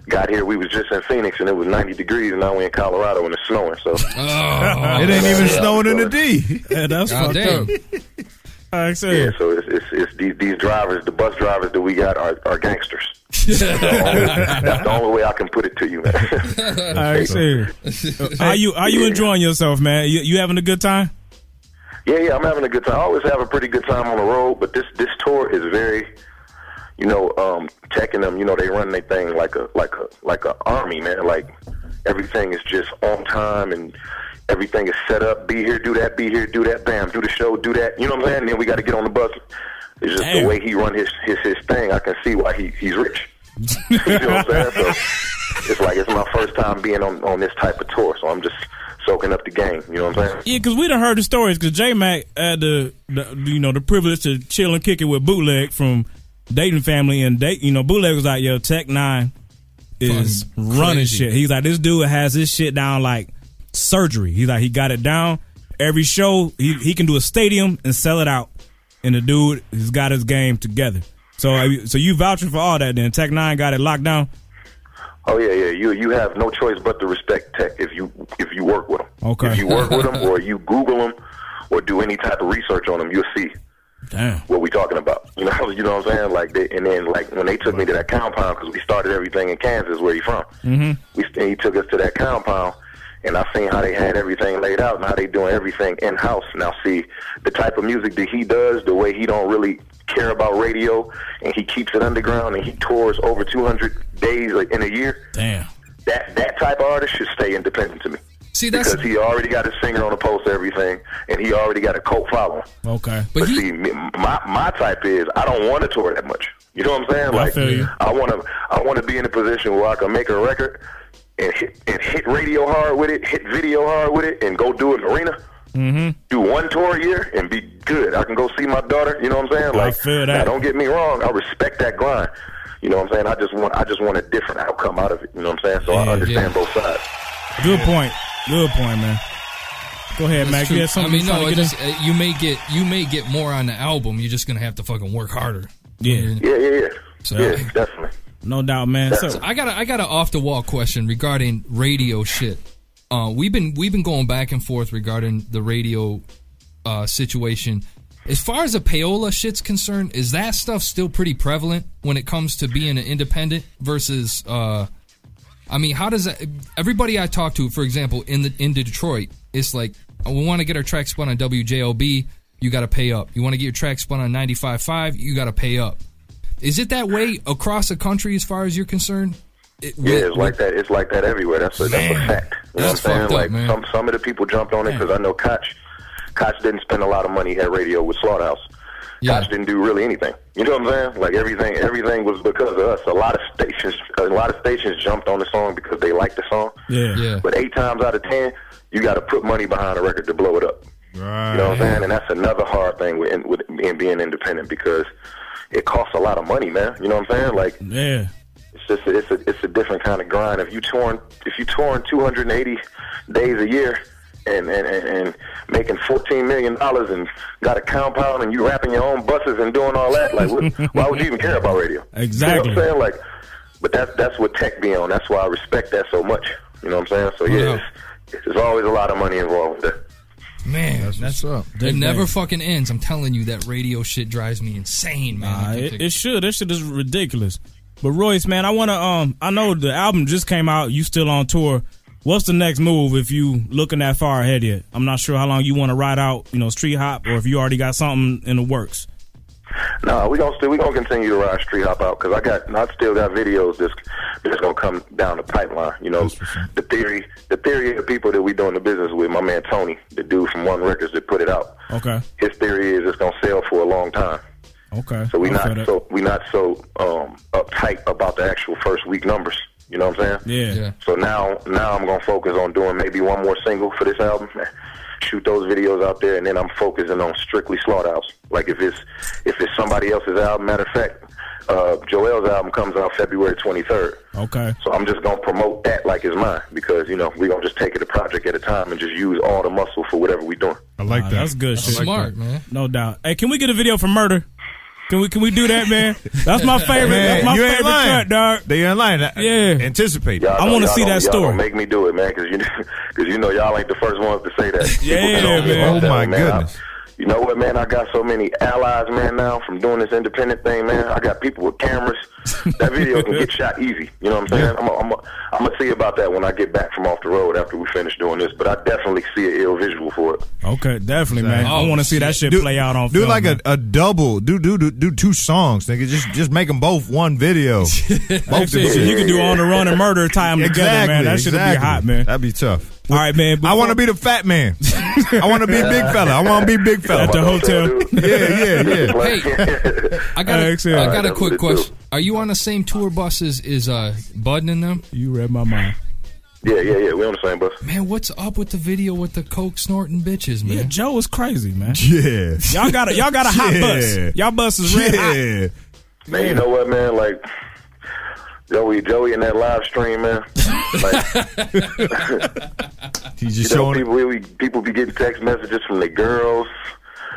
[SPEAKER 15] got here. We was just in Phoenix and it was 90 degrees, and now we in Colorado and it's snowing.
[SPEAKER 4] <laughs>
[SPEAKER 15] So
[SPEAKER 4] Oh.
[SPEAKER 5] <laughs> it ain't even
[SPEAKER 15] Yeah,
[SPEAKER 5] snowing in
[SPEAKER 15] so
[SPEAKER 5] the D.
[SPEAKER 3] <laughs> Yeah, that's
[SPEAKER 15] God
[SPEAKER 5] fucked
[SPEAKER 15] damn.
[SPEAKER 5] up.
[SPEAKER 15] Yeah, so it's, it's, it's these, these drivers, the bus drivers that we got are, are
[SPEAKER 4] <laughs>
[SPEAKER 15] gangsters. That's the only way I can put it to you,
[SPEAKER 5] <laughs>
[SPEAKER 15] man.
[SPEAKER 3] I see.
[SPEAKER 15] <laughs>
[SPEAKER 4] <laughs>
[SPEAKER 3] Are you are you enjoying yourself, man? You, you having a good time?
[SPEAKER 15] Yeah, yeah, I'm having a good time. I always have a pretty good time on the road, but this this tour is very, you know, um, checking them. You know, they run their thing like a like a like a army, man. Like everything is just on time and everything is set up. Be here, do that. Be here, do that. Bam, do the show, do that. You know what I'm saying? Then we got to get on the bus. It's just the way he run his his his thing. I can see why he he's rich. you know what I'm saying? So it's like it's my first time being on on this type of tour, so I'm just soaking up the game. You know what I'm saying?
[SPEAKER 3] Yeah, because we done heard the stories. Because J Mac had the, the you know the privilege to chill and kick it with Bootleg from Dayton family, and Dayton, you know Bootleg was like, "Yo, Tech Nine is running
[SPEAKER 8] crazy.
[SPEAKER 3] shit." He's like, "This dude has his shit down like surgery." He's like, "He got it down." Every show, he he can do a stadium and sell it out, and the dude has got his game together. So, I- so you vouching for all that? Then Tech Nine got it locked down.
[SPEAKER 15] Oh yeah, yeah. You you have no choice but to respect Tech if you if you work with them.
[SPEAKER 3] Okay.
[SPEAKER 15] If you work with them, or you Google them, or do any type of research on them, you'll see.
[SPEAKER 3] Damn.
[SPEAKER 15] what we talking about. You know, <laughs> you know what I'm saying? Like, they, and then like when they took me to that compound because we started everything in Kansas, where he from.
[SPEAKER 12] Mm-hmm.
[SPEAKER 15] We and he took us to that compound, and I seen how they had everything laid out and how they doing everything in house. Now, see the type of music that he does, the way he don't really care about radio, and he keeps it underground, and he tours over 200 days like, in a year.
[SPEAKER 3] Damn.
[SPEAKER 15] That that type of artist should stay independent to me.
[SPEAKER 4] See, that's
[SPEAKER 15] because he already got a singer on the post, everything, and he already got a cult following.
[SPEAKER 3] Okay.
[SPEAKER 15] But, see, me- my my type is I don't want to tour that much. You know what I'm saying?
[SPEAKER 3] I
[SPEAKER 15] Like
[SPEAKER 3] feel you.
[SPEAKER 15] I want to I want to be in a position where I can make a record and hit and hit radio hard with it, hit video hard with it, and go do an arena.
[SPEAKER 3] Mm-hmm.
[SPEAKER 15] Do one tour a year and be good. I can go see my daughter. You know what I'm saying?
[SPEAKER 3] I
[SPEAKER 15] Like,
[SPEAKER 3] feel
[SPEAKER 15] now
[SPEAKER 3] that.
[SPEAKER 15] don't get me wrong. I respect that grind. You know what I'm saying? I just want I just want a different outcome out of it. You know what I'm saying? So I understand both sides.
[SPEAKER 3] Good point. Good point, man. Go ahead,
[SPEAKER 4] That's
[SPEAKER 3] Mac.
[SPEAKER 4] true.
[SPEAKER 3] You had
[SPEAKER 4] I
[SPEAKER 3] something
[SPEAKER 4] mean,
[SPEAKER 3] you trying
[SPEAKER 4] no,
[SPEAKER 3] to
[SPEAKER 4] it
[SPEAKER 3] get
[SPEAKER 4] just, uh, you may get you may get more on the album. You're just gonna have to fucking work harder.
[SPEAKER 3] Yeah.
[SPEAKER 15] Yeah, yeah, yeah.
[SPEAKER 3] Yeah,
[SPEAKER 15] definitely.
[SPEAKER 3] No doubt, man. So,
[SPEAKER 4] I got a, I got an off the wall question regarding radio shit. Uh, we've been we've been going back and forth regarding the radio uh, situation. As far as the payola shit's concerned, is that stuff still pretty prevalent when it comes to being an independent versus? Uh, I mean, how does that, everybody I talk to, for example, in the in Detroit, it's like "Oh, we want to get our track spun on WJLB, you got to pay up. You want to get your track spun on 95.5, you got to pay up. Is it that way across the country as far as you're concerned? It-
[SPEAKER 15] Yeah, it's like that. It's like that everywhere. That's a, that's a fact. You know what I'm saying?
[SPEAKER 4] fucked up,
[SPEAKER 15] like some some of the people jumped on it because I know Koch, Koch didn't spend a lot of money at radio with Slaughterhouse. Koch didn't do really anything. You know what I'm saying? Like everything, everything was because of us. A lot of stations, a lot of stations jumped on the song because they liked the song.
[SPEAKER 3] Yeah.
[SPEAKER 15] But eight times out of ten, you got to put money behind a record to blow it up.
[SPEAKER 5] Right.
[SPEAKER 15] You know what I'm saying? And that's another hard thing with, in- with in being independent because it costs a lot of money, man. You know what I'm saying? Like
[SPEAKER 3] yeah.
[SPEAKER 15] it's just a, it's a it's a different kind of grind. If you touring if you touring 280 days a year and and, and, and making 14 million dollars and got a compound and you wrapping your own buses and doing all that, like what, why would you even care about radio?
[SPEAKER 3] Exactly.
[SPEAKER 15] You know what I'm saying? Like, but that's that's what tech be on. That's why I respect that so much. You know what I'm saying? So yeah, it's, there's always a lot of money involved with that.
[SPEAKER 4] Man, that's,
[SPEAKER 5] what's
[SPEAKER 4] up. It
[SPEAKER 3] Big
[SPEAKER 4] never
[SPEAKER 3] bang.
[SPEAKER 4] fucking ends. I'm telling you, that radio shit drives me insane, man.
[SPEAKER 3] Nah, uh, it, it should. That shit is ridiculous. But Royce, man, I wanna um I know the album just came out, you still on tour. What's the next move if you looking that far ahead yet? I'm not sure how long you wanna ride out, you know, street hop or if you already got something in the works.
[SPEAKER 15] No, we gonna still we gonna continue to ride street hop out because I got I still got videos that's that's gonna come down the pipeline. You know, the theory the theory of the people that we doing the business with, my man Tony, the dude from One Records that put it out.
[SPEAKER 3] Okay.
[SPEAKER 15] His theory is it's gonna sell for a long time.
[SPEAKER 3] Uh-huh. Okay.
[SPEAKER 15] So we
[SPEAKER 3] I feel
[SPEAKER 15] not
[SPEAKER 3] that.
[SPEAKER 15] so we not so um, uptight about the actual first week numbers. You know what I'm saying?
[SPEAKER 3] Yeah. yeah.
[SPEAKER 15] So now now I'm gonna focus on doing maybe one more single for this album. <laughs> Shoot those videos out there, and then I'm focusing on strictly Slaughterhouse. Like if it's if it's somebody else's album. Matter of fact, uh, Joel's album comes out February 23rd.
[SPEAKER 3] Okay.
[SPEAKER 15] So I'm just gonna promote that like it's mine because you know we gonna just take it a project at a time and just use all the muscle for whatever we doing.
[SPEAKER 5] I like
[SPEAKER 3] Nah, Uh, That's good shit.
[SPEAKER 4] smart, man.
[SPEAKER 3] No doubt. Hey, can we get a video for murder? Can we can we do that, man? That's
[SPEAKER 5] <laughs>
[SPEAKER 3] my favorite. that's my
[SPEAKER 5] you ain't
[SPEAKER 3] favorite
[SPEAKER 5] lying.
[SPEAKER 3] cut, dog.
[SPEAKER 5] They ain't lying. Yeah. Anticipate.
[SPEAKER 15] Y'all
[SPEAKER 5] I
[SPEAKER 15] know-
[SPEAKER 5] want to
[SPEAKER 15] y'all
[SPEAKER 5] see
[SPEAKER 15] don't-
[SPEAKER 5] that
[SPEAKER 15] y'all
[SPEAKER 5] story.
[SPEAKER 15] Don't make me do it, man, because you, <laughs> cause you know y'all ain't the first ones to say that.
[SPEAKER 3] <laughs>
[SPEAKER 15] People
[SPEAKER 5] Yeah,
[SPEAKER 15] been on me
[SPEAKER 5] man.
[SPEAKER 15] about
[SPEAKER 5] Oh,
[SPEAKER 15] that,
[SPEAKER 5] my
[SPEAKER 15] man. I-
[SPEAKER 5] goodness.
[SPEAKER 15] you know what, man? I got so many allies, man. Now from doing this independent thing, man, I got people with cameras. That video can
[SPEAKER 3] <laughs>
[SPEAKER 15] get shot easy. You know what I'm saying? I'm gonna I'm I'm see about that when I get back from off the road after we finish doing this. But I definitely see an ill visual for it.
[SPEAKER 3] Okay, definitely, man. I
[SPEAKER 5] Oh,
[SPEAKER 3] want to see that shit
[SPEAKER 5] Do-
[SPEAKER 3] play out on
[SPEAKER 5] Do
[SPEAKER 3] film,
[SPEAKER 5] like
[SPEAKER 3] man.
[SPEAKER 5] a, a double. Do do do do two songs, nigga. Just just make them both one
[SPEAKER 3] <laughs>
[SPEAKER 5] video. both
[SPEAKER 3] Actually, you can do on the run and murder tie 'em together, man. That shit'd be hot,
[SPEAKER 5] man. That'd be tough.
[SPEAKER 3] All right, man.
[SPEAKER 5] I want to be the fat man. I want to be big fella. I want to be big fella
[SPEAKER 3] At the hotel.
[SPEAKER 5] yeah, <laughs> yeah, yeah.
[SPEAKER 3] <laughs>
[SPEAKER 4] I got, a,
[SPEAKER 3] Excellent.
[SPEAKER 4] I got a
[SPEAKER 3] That's
[SPEAKER 4] quick
[SPEAKER 3] what it
[SPEAKER 4] question. Are you on the same tour buses as uh, Bud and them?
[SPEAKER 3] You read my mind.
[SPEAKER 15] Yeah, yeah, yeah. We on the same bus.
[SPEAKER 4] Man, what's up with the video with the coke snorting bitches, man?
[SPEAKER 3] Yeah, Joe is
[SPEAKER 4] <laughs>
[SPEAKER 3] crazy, man.
[SPEAKER 5] Yeah.
[SPEAKER 3] Y'all got a y'all got
[SPEAKER 5] <laughs>
[SPEAKER 3] a hot bus. Y'all bus is red
[SPEAKER 5] yeah.
[SPEAKER 15] Man, you know what, man? Like Joey, Joey in that live stream, man.
[SPEAKER 3] <laughs>
[SPEAKER 15] Like,
[SPEAKER 5] He's
[SPEAKER 15] just you know, people, we, people be getting text messages from their girls.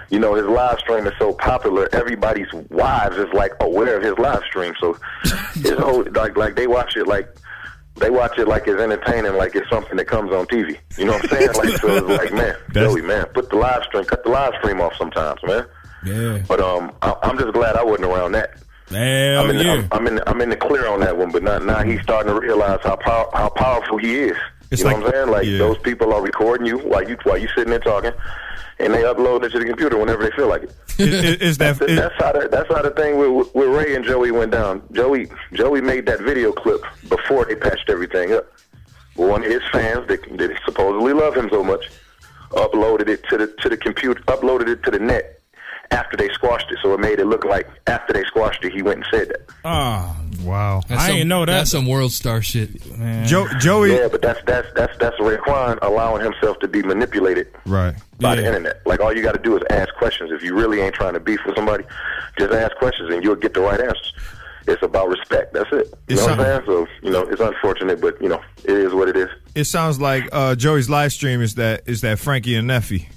[SPEAKER 15] You know, his live stream is so popular. Everybody's wives is like aware of his live stream, so his whole like like they watch it like. They watch it like it's entertaining, like it's something that comes on TV. You know what I'm saying? Like, so it's like, man, Joey, man, put the live stream, cut the live stream off sometimes, man.
[SPEAKER 3] Yeah.
[SPEAKER 15] But um, I, I'm just glad I wasn't around that.
[SPEAKER 3] Hell
[SPEAKER 15] I'm in,
[SPEAKER 3] yeah.
[SPEAKER 15] I'm, I'm in, I'm in the clear on that one, but not now. He's starting to realize how pow- how powerful he is. you know what I'm saying? Like those people are recording you while you while you sitting there talking, and they upload it to the computer whenever they feel like it.
[SPEAKER 5] is that
[SPEAKER 15] That's, that's how the, that's how the thing with, with Ray and Joey went down. Joey Joey made that video clip before they patched everything up. One of his fans that, that supposedly love him so much uploaded it to the to the computer, uploaded it to the net after they squashed it. So it made it look like after they squashed it, he went and said that.
[SPEAKER 3] Ah,
[SPEAKER 5] wow.
[SPEAKER 15] I ain't know that.
[SPEAKER 4] That's some world star shit.
[SPEAKER 5] Joey.
[SPEAKER 15] Yeah, but that's that's that's that's Raekwon allowing himself to be manipulated
[SPEAKER 5] Right.
[SPEAKER 15] by the internet. Like all you got to do is ask questions. If you really ain't trying to beef with somebody, just ask questions and you'll get the right answers. It's about respect. That's it. You know what I'm saying? So you know it's unfortunate, but you know it is what it is.
[SPEAKER 5] It sounds like uh, Joey's live stream is that is that Frankie and Neffy.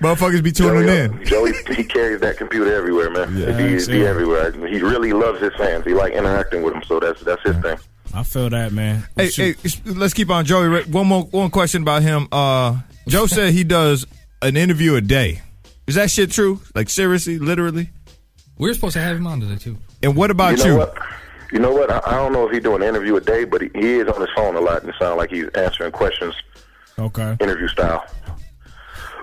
[SPEAKER 5] Motherfuckers be tuning in.
[SPEAKER 15] Joey, he carries that computer everywhere, man. he, he everywhere. He really loves his fans. He like interacting with them, so that's that's his thing.
[SPEAKER 3] I feel that, man.
[SPEAKER 5] Hey, hey, s- let's keep on Joey. Ra- One more, one question about him. Uh,
[SPEAKER 3] <laughs>
[SPEAKER 5] Joe said he does an interview a day. Is that shit true? Like seriously, literally?
[SPEAKER 4] We're supposed to have him on today too.
[SPEAKER 5] And what about
[SPEAKER 15] you
[SPEAKER 5] you?
[SPEAKER 15] know what? You know what? I, I don't know if he's doing an interview a day, but he, he is on his phone a lot, and it sounds like he's answering questions,
[SPEAKER 3] Okay.
[SPEAKER 15] interview style.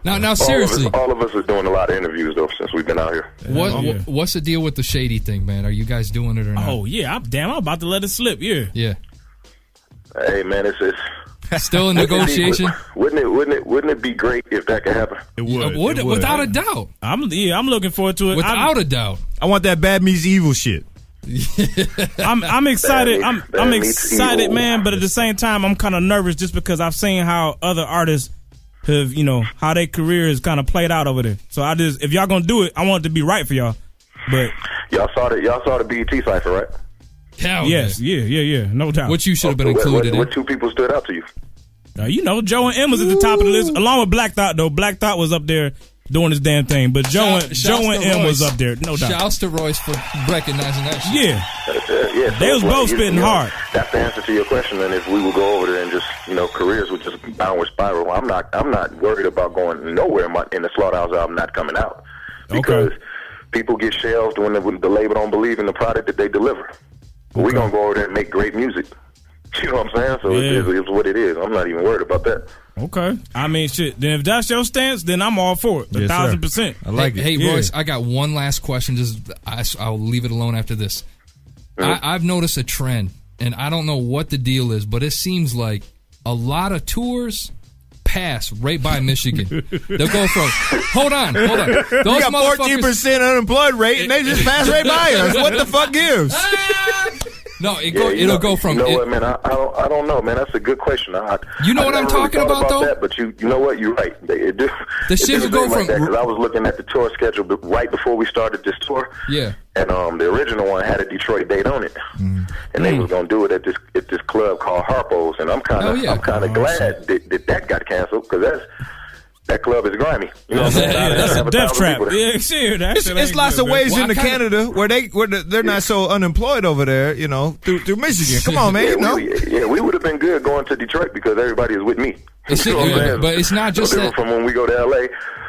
[SPEAKER 4] Now, now,
[SPEAKER 15] All of us-
[SPEAKER 4] seriously,
[SPEAKER 15] all of us is doing a lot of interviews though since we've been out here.
[SPEAKER 4] what, wha- what's the deal with the shady thing, man? Are you guys doing it or not?
[SPEAKER 3] Oh yeah, I'm damn. I'm about to let it slip. Yeah.
[SPEAKER 4] Yeah.
[SPEAKER 15] Hey man, it's it's
[SPEAKER 4] Still
[SPEAKER 15] <laughs>
[SPEAKER 4] in
[SPEAKER 3] <laughs>
[SPEAKER 15] wouldn't it be-
[SPEAKER 4] negotiation?
[SPEAKER 15] Wouldn't it? Wouldn't it? Wouldn't it be great if that could happen?
[SPEAKER 3] It would.
[SPEAKER 4] would,
[SPEAKER 3] It
[SPEAKER 4] Uh, without a doubt.
[SPEAKER 3] I'm yeah. I'm looking forward to it.
[SPEAKER 4] Without a doubt.
[SPEAKER 5] I want that bad meets evil shit.
[SPEAKER 3] I'm I'm excited.
[SPEAKER 5] That
[SPEAKER 3] I'm
[SPEAKER 5] means-
[SPEAKER 3] I'm
[SPEAKER 5] that means
[SPEAKER 3] excited,
[SPEAKER 5] evil.
[SPEAKER 3] man. But at the same time, I'm kind of nervous just because I've seen how other artists have, you know, how their career is kind of played out over there. So I just, if y'all gonna do it, I want it to be right for y'all. But
[SPEAKER 15] Y'all saw the y'all saw the BET cipher, right?
[SPEAKER 3] yes, yeah, yeah, yeah, no doubt.
[SPEAKER 4] What you should have been
[SPEAKER 15] What- what-
[SPEAKER 4] included
[SPEAKER 15] What,
[SPEAKER 4] in.
[SPEAKER 15] two people stood out to you?
[SPEAKER 3] Uh, you know, Joe and M was at the top of the list, along with Black Thought. Though Black Thought was up there doing his damn thing, but Joe and
[SPEAKER 4] Shouts
[SPEAKER 3] Joe
[SPEAKER 4] to
[SPEAKER 3] and M
[SPEAKER 4] Royce.
[SPEAKER 3] was up there, no doubt.
[SPEAKER 4] Shouts to Royce for recognizing that shit.
[SPEAKER 3] Yeah.
[SPEAKER 15] Uh, yeah, so
[SPEAKER 3] They
[SPEAKER 15] it's
[SPEAKER 3] was
[SPEAKER 15] like,
[SPEAKER 3] both
[SPEAKER 15] you-
[SPEAKER 3] spitting
[SPEAKER 15] you know,
[SPEAKER 3] hard.
[SPEAKER 15] That's the answer to your question. And if we would go over there and just you know careers would just downward spiral. I'm not I'm not worried about going nowhere. in My in the slaughterhouse album not coming out because people get shelved when the, when the label don't believe in the product that they deliver. We're gonna go over there and make great music. <laughs> You know what I'm saying? So it's, it's, it's what it is. I'm not even worried about that.
[SPEAKER 3] Okay. I mean, shit. Then if that's your stance, then I'm all for it. A thousand percent.
[SPEAKER 4] hey, Hey, Royce, I got one last question. Just I, will leave it alone after this. I, I've noticed a trend, and I don't know what the deal is, but it seems like a lot of tours pass right by Michigan. They'll go from hold on, hold
[SPEAKER 5] <laughs>
[SPEAKER 4] on. Those
[SPEAKER 5] we got
[SPEAKER 4] motherfuckers-
[SPEAKER 5] fourteen percent unemployed rate, and they just pass right by us. What <laughs> the fuck gives?
[SPEAKER 4] No, it
[SPEAKER 15] Yeah,
[SPEAKER 4] go,
[SPEAKER 15] you
[SPEAKER 4] it'll
[SPEAKER 15] know,
[SPEAKER 4] go from
[SPEAKER 15] You know
[SPEAKER 4] it-
[SPEAKER 15] what, man? I, I don't. I don't know, man. That's a good question. I,
[SPEAKER 4] You know
[SPEAKER 15] I
[SPEAKER 4] what I'm
[SPEAKER 15] never really
[SPEAKER 4] talking
[SPEAKER 15] thought
[SPEAKER 4] about, though?
[SPEAKER 15] That, but you, you know what? You're right. They, it do,
[SPEAKER 4] The
[SPEAKER 15] it
[SPEAKER 4] shit
[SPEAKER 15] do
[SPEAKER 4] would go
[SPEAKER 15] seem like
[SPEAKER 4] from-
[SPEAKER 15] that, 'cause I was looking at the tour schedule be- right before we started this tour,
[SPEAKER 4] yeah.
[SPEAKER 15] and um, the original one had a Detroit date on it,
[SPEAKER 4] Mm.
[SPEAKER 15] and they was gonna do it at this at this club called Harpo's, and I'm kind
[SPEAKER 4] Oh,
[SPEAKER 15] of I'm kind of glad that, that that got canceled because that's. That club is grimy. You know what I'm saying? I didn't have a thousand people there.
[SPEAKER 5] it's, it's lots of ways into Canada where they where the, they're not so unemployed over there. You know, through through Michigan. Come on, man.
[SPEAKER 15] Yeah,
[SPEAKER 5] You <laughs> know,
[SPEAKER 15] we, yeah, we would have been good going to Detroit because everybody is with me.
[SPEAKER 4] It's-
[SPEAKER 15] You know what I'm
[SPEAKER 4] yeah,
[SPEAKER 15] saying?
[SPEAKER 4] but it's not just
[SPEAKER 15] no different
[SPEAKER 4] that-
[SPEAKER 15] From when we go to LA,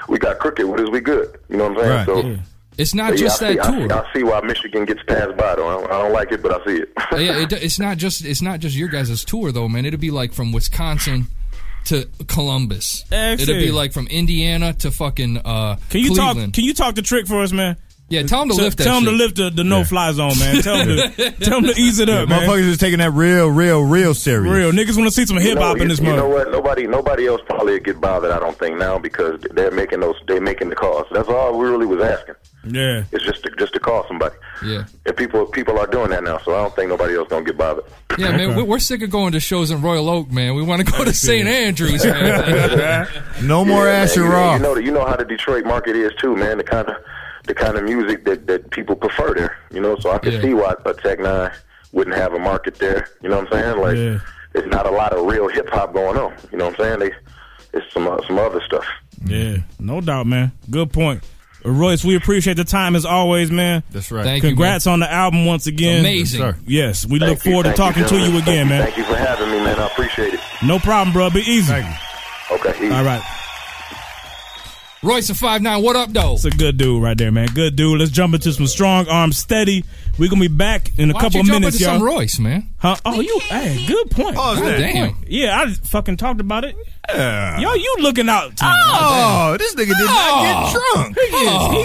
[SPEAKER 15] we got crooked with us. We good. You know what I'm saying?
[SPEAKER 4] Right,
[SPEAKER 15] so
[SPEAKER 4] yeah. It's not
[SPEAKER 15] so, yeah,
[SPEAKER 4] just
[SPEAKER 15] I see,
[SPEAKER 4] that
[SPEAKER 15] I
[SPEAKER 4] tour.
[SPEAKER 15] see- I, see why Michigan gets passed by though. I don't, I don't like it, but I see it.
[SPEAKER 4] Uh, yeah, it, it's not just it's not just your guys' tour though, man. It'll be like from Wisconsin to Columbus.
[SPEAKER 3] Excellent.
[SPEAKER 4] It'll be like from Indiana to fucking uh,
[SPEAKER 3] Can you
[SPEAKER 4] Cleveland.
[SPEAKER 3] talk? Can you talk the trick for us, man?
[SPEAKER 4] Yeah, tell 'em to lift that
[SPEAKER 3] Tell him to
[SPEAKER 4] shit.
[SPEAKER 3] lift the, the no fly zone, man. Tell him
[SPEAKER 5] <laughs>
[SPEAKER 3] to tell 'em to ease it up, man.
[SPEAKER 5] motherfuckers is taking that real, real, real serious.
[SPEAKER 3] Real niggas want to see some
[SPEAKER 15] You
[SPEAKER 3] hip
[SPEAKER 15] know,
[SPEAKER 3] hop in
[SPEAKER 15] you-
[SPEAKER 3] this
[SPEAKER 15] You know
[SPEAKER 3] mother.
[SPEAKER 15] what? Nobody, nobody else probably would get bothered. I don't think now because they're making those, they're making the calls. That's all we really was asking.
[SPEAKER 3] Yeah.
[SPEAKER 15] It's just to, just to call somebody.
[SPEAKER 4] Yeah.
[SPEAKER 15] And people, people are doing that now, so I don't think nobody else gonna get bothered.
[SPEAKER 4] Yeah, man, we're, we're sick of going to shows in Royal Oak, man. We want to go to St. Andrews, man.
[SPEAKER 5] <laughs> No
[SPEAKER 15] Yeah,
[SPEAKER 5] more
[SPEAKER 15] man,
[SPEAKER 5] ass
[SPEAKER 15] you,
[SPEAKER 5] or
[SPEAKER 15] know-
[SPEAKER 5] raw.
[SPEAKER 15] You know, you know how the Detroit market is too, man. The kind of the kind of music that, that people prefer there. You know, so I can
[SPEAKER 4] Yeah.
[SPEAKER 15] see why a Tech Nine wouldn't have a market there. You know what I'm saying? Like, there's not a lot of real hip hop going on. You know what I'm saying? They, it's some uh, some other stuff.
[SPEAKER 3] Yeah, no doubt, man. Good point. Uh, Royce, we appreciate the time as always, man.
[SPEAKER 5] That's right.
[SPEAKER 15] Thank you,
[SPEAKER 3] Congrats on the album once again.
[SPEAKER 15] Amazing. Yes, sir.
[SPEAKER 3] Yes, we
[SPEAKER 15] Thank
[SPEAKER 3] look
[SPEAKER 15] you,
[SPEAKER 3] forward to
[SPEAKER 15] thank
[SPEAKER 3] talking to
[SPEAKER 15] gentlemen.
[SPEAKER 3] you
[SPEAKER 15] Thank
[SPEAKER 3] again, man.
[SPEAKER 15] Thank you for having me, man. I appreciate it.
[SPEAKER 3] No problem, bro. Be easy.
[SPEAKER 15] Okay.
[SPEAKER 3] All right.
[SPEAKER 4] Royce of five nine. What up, though? It's
[SPEAKER 3] a good dude right there, man. Good dude. Let's jump into some strong arm steady. We're gonna be back in a
[SPEAKER 4] Why don't
[SPEAKER 3] couple
[SPEAKER 4] you jump
[SPEAKER 3] minutes,
[SPEAKER 4] into
[SPEAKER 3] y'all.
[SPEAKER 4] some Royce, man?
[SPEAKER 3] Huh? Oh, you. Hey, good point.
[SPEAKER 4] Oh, is
[SPEAKER 3] Good
[SPEAKER 4] that- damn.
[SPEAKER 3] point. Yeah, I just fucking talked about it.
[SPEAKER 5] Yeah.
[SPEAKER 3] Yo, you looking out? Tonight.
[SPEAKER 5] Uh. Oh, this nigga did not
[SPEAKER 4] Oh.
[SPEAKER 5] get drunk.
[SPEAKER 3] He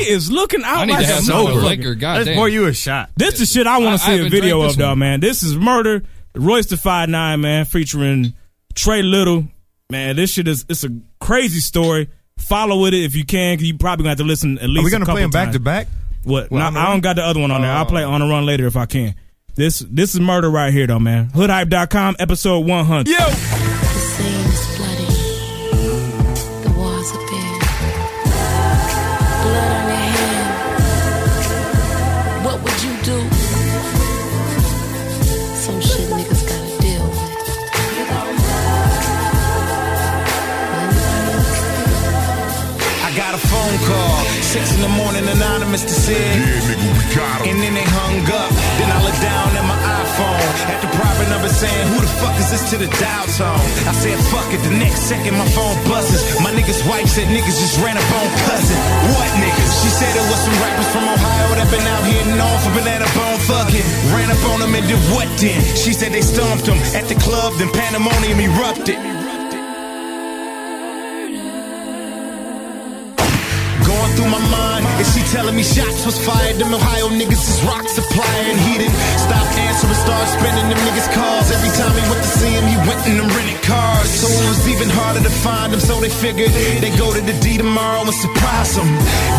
[SPEAKER 3] is, he is looking out
[SPEAKER 5] I need
[SPEAKER 3] like
[SPEAKER 5] to have
[SPEAKER 3] a
[SPEAKER 5] some
[SPEAKER 3] sober.
[SPEAKER 5] liquor, goddamn. That's more you a shot.
[SPEAKER 3] This the shit I
[SPEAKER 5] I- I
[SPEAKER 3] want to see a
[SPEAKER 5] haven't
[SPEAKER 3] video
[SPEAKER 5] drank
[SPEAKER 3] of,
[SPEAKER 5] this
[SPEAKER 3] though,
[SPEAKER 5] one.
[SPEAKER 3] man. This is murder. Royce the Five Nine, man, featuring Trey Little. Man, this shit is it's a crazy story. Follow with it if you can. 'cause You probably gonna have to listen at least.
[SPEAKER 5] we
[SPEAKER 3] a
[SPEAKER 5] gonna play
[SPEAKER 3] couple
[SPEAKER 5] them back
[SPEAKER 3] times.
[SPEAKER 5] to back?
[SPEAKER 3] What?
[SPEAKER 5] Well,
[SPEAKER 3] No,
[SPEAKER 5] on the
[SPEAKER 3] I don't
[SPEAKER 5] run? Oh.
[SPEAKER 3] got the other one on there. I'll play on the run later if I can. This this is murder right here, though, man. Hoodhype.com, episode one hundred.
[SPEAKER 5] Yo.
[SPEAKER 12] The scene is bloody. The walls are bare. Blood on your hand. What would you do? Some shit niggas gotta deal with.
[SPEAKER 14] I got a phone call, six in the morning, anonymous to say, Yeah, nigga, we got him. And then they hung up. Then I looked down at my iPhone at the private number saying, Who the fuck is this to the dial tone? I said, Fuck it. The next second, my phone buzzes. My nigga's wife said, Niggas just ran up on cousin. What niggas? She said it was some rappers from Ohio that been out here known for banana bone fucking. Ran up on them and did what then? She said they stomped them at the club, then pandemonium erupted. Going through my mind, is she telling me shots was fired? Them Ohio niggas is rock supply and heated. Stop answering, start spending them niggas calls. Every time he went to see him, he went in them rented cars. So it was even harder to find him, so they figured they go to the D tomorrow and surprise him.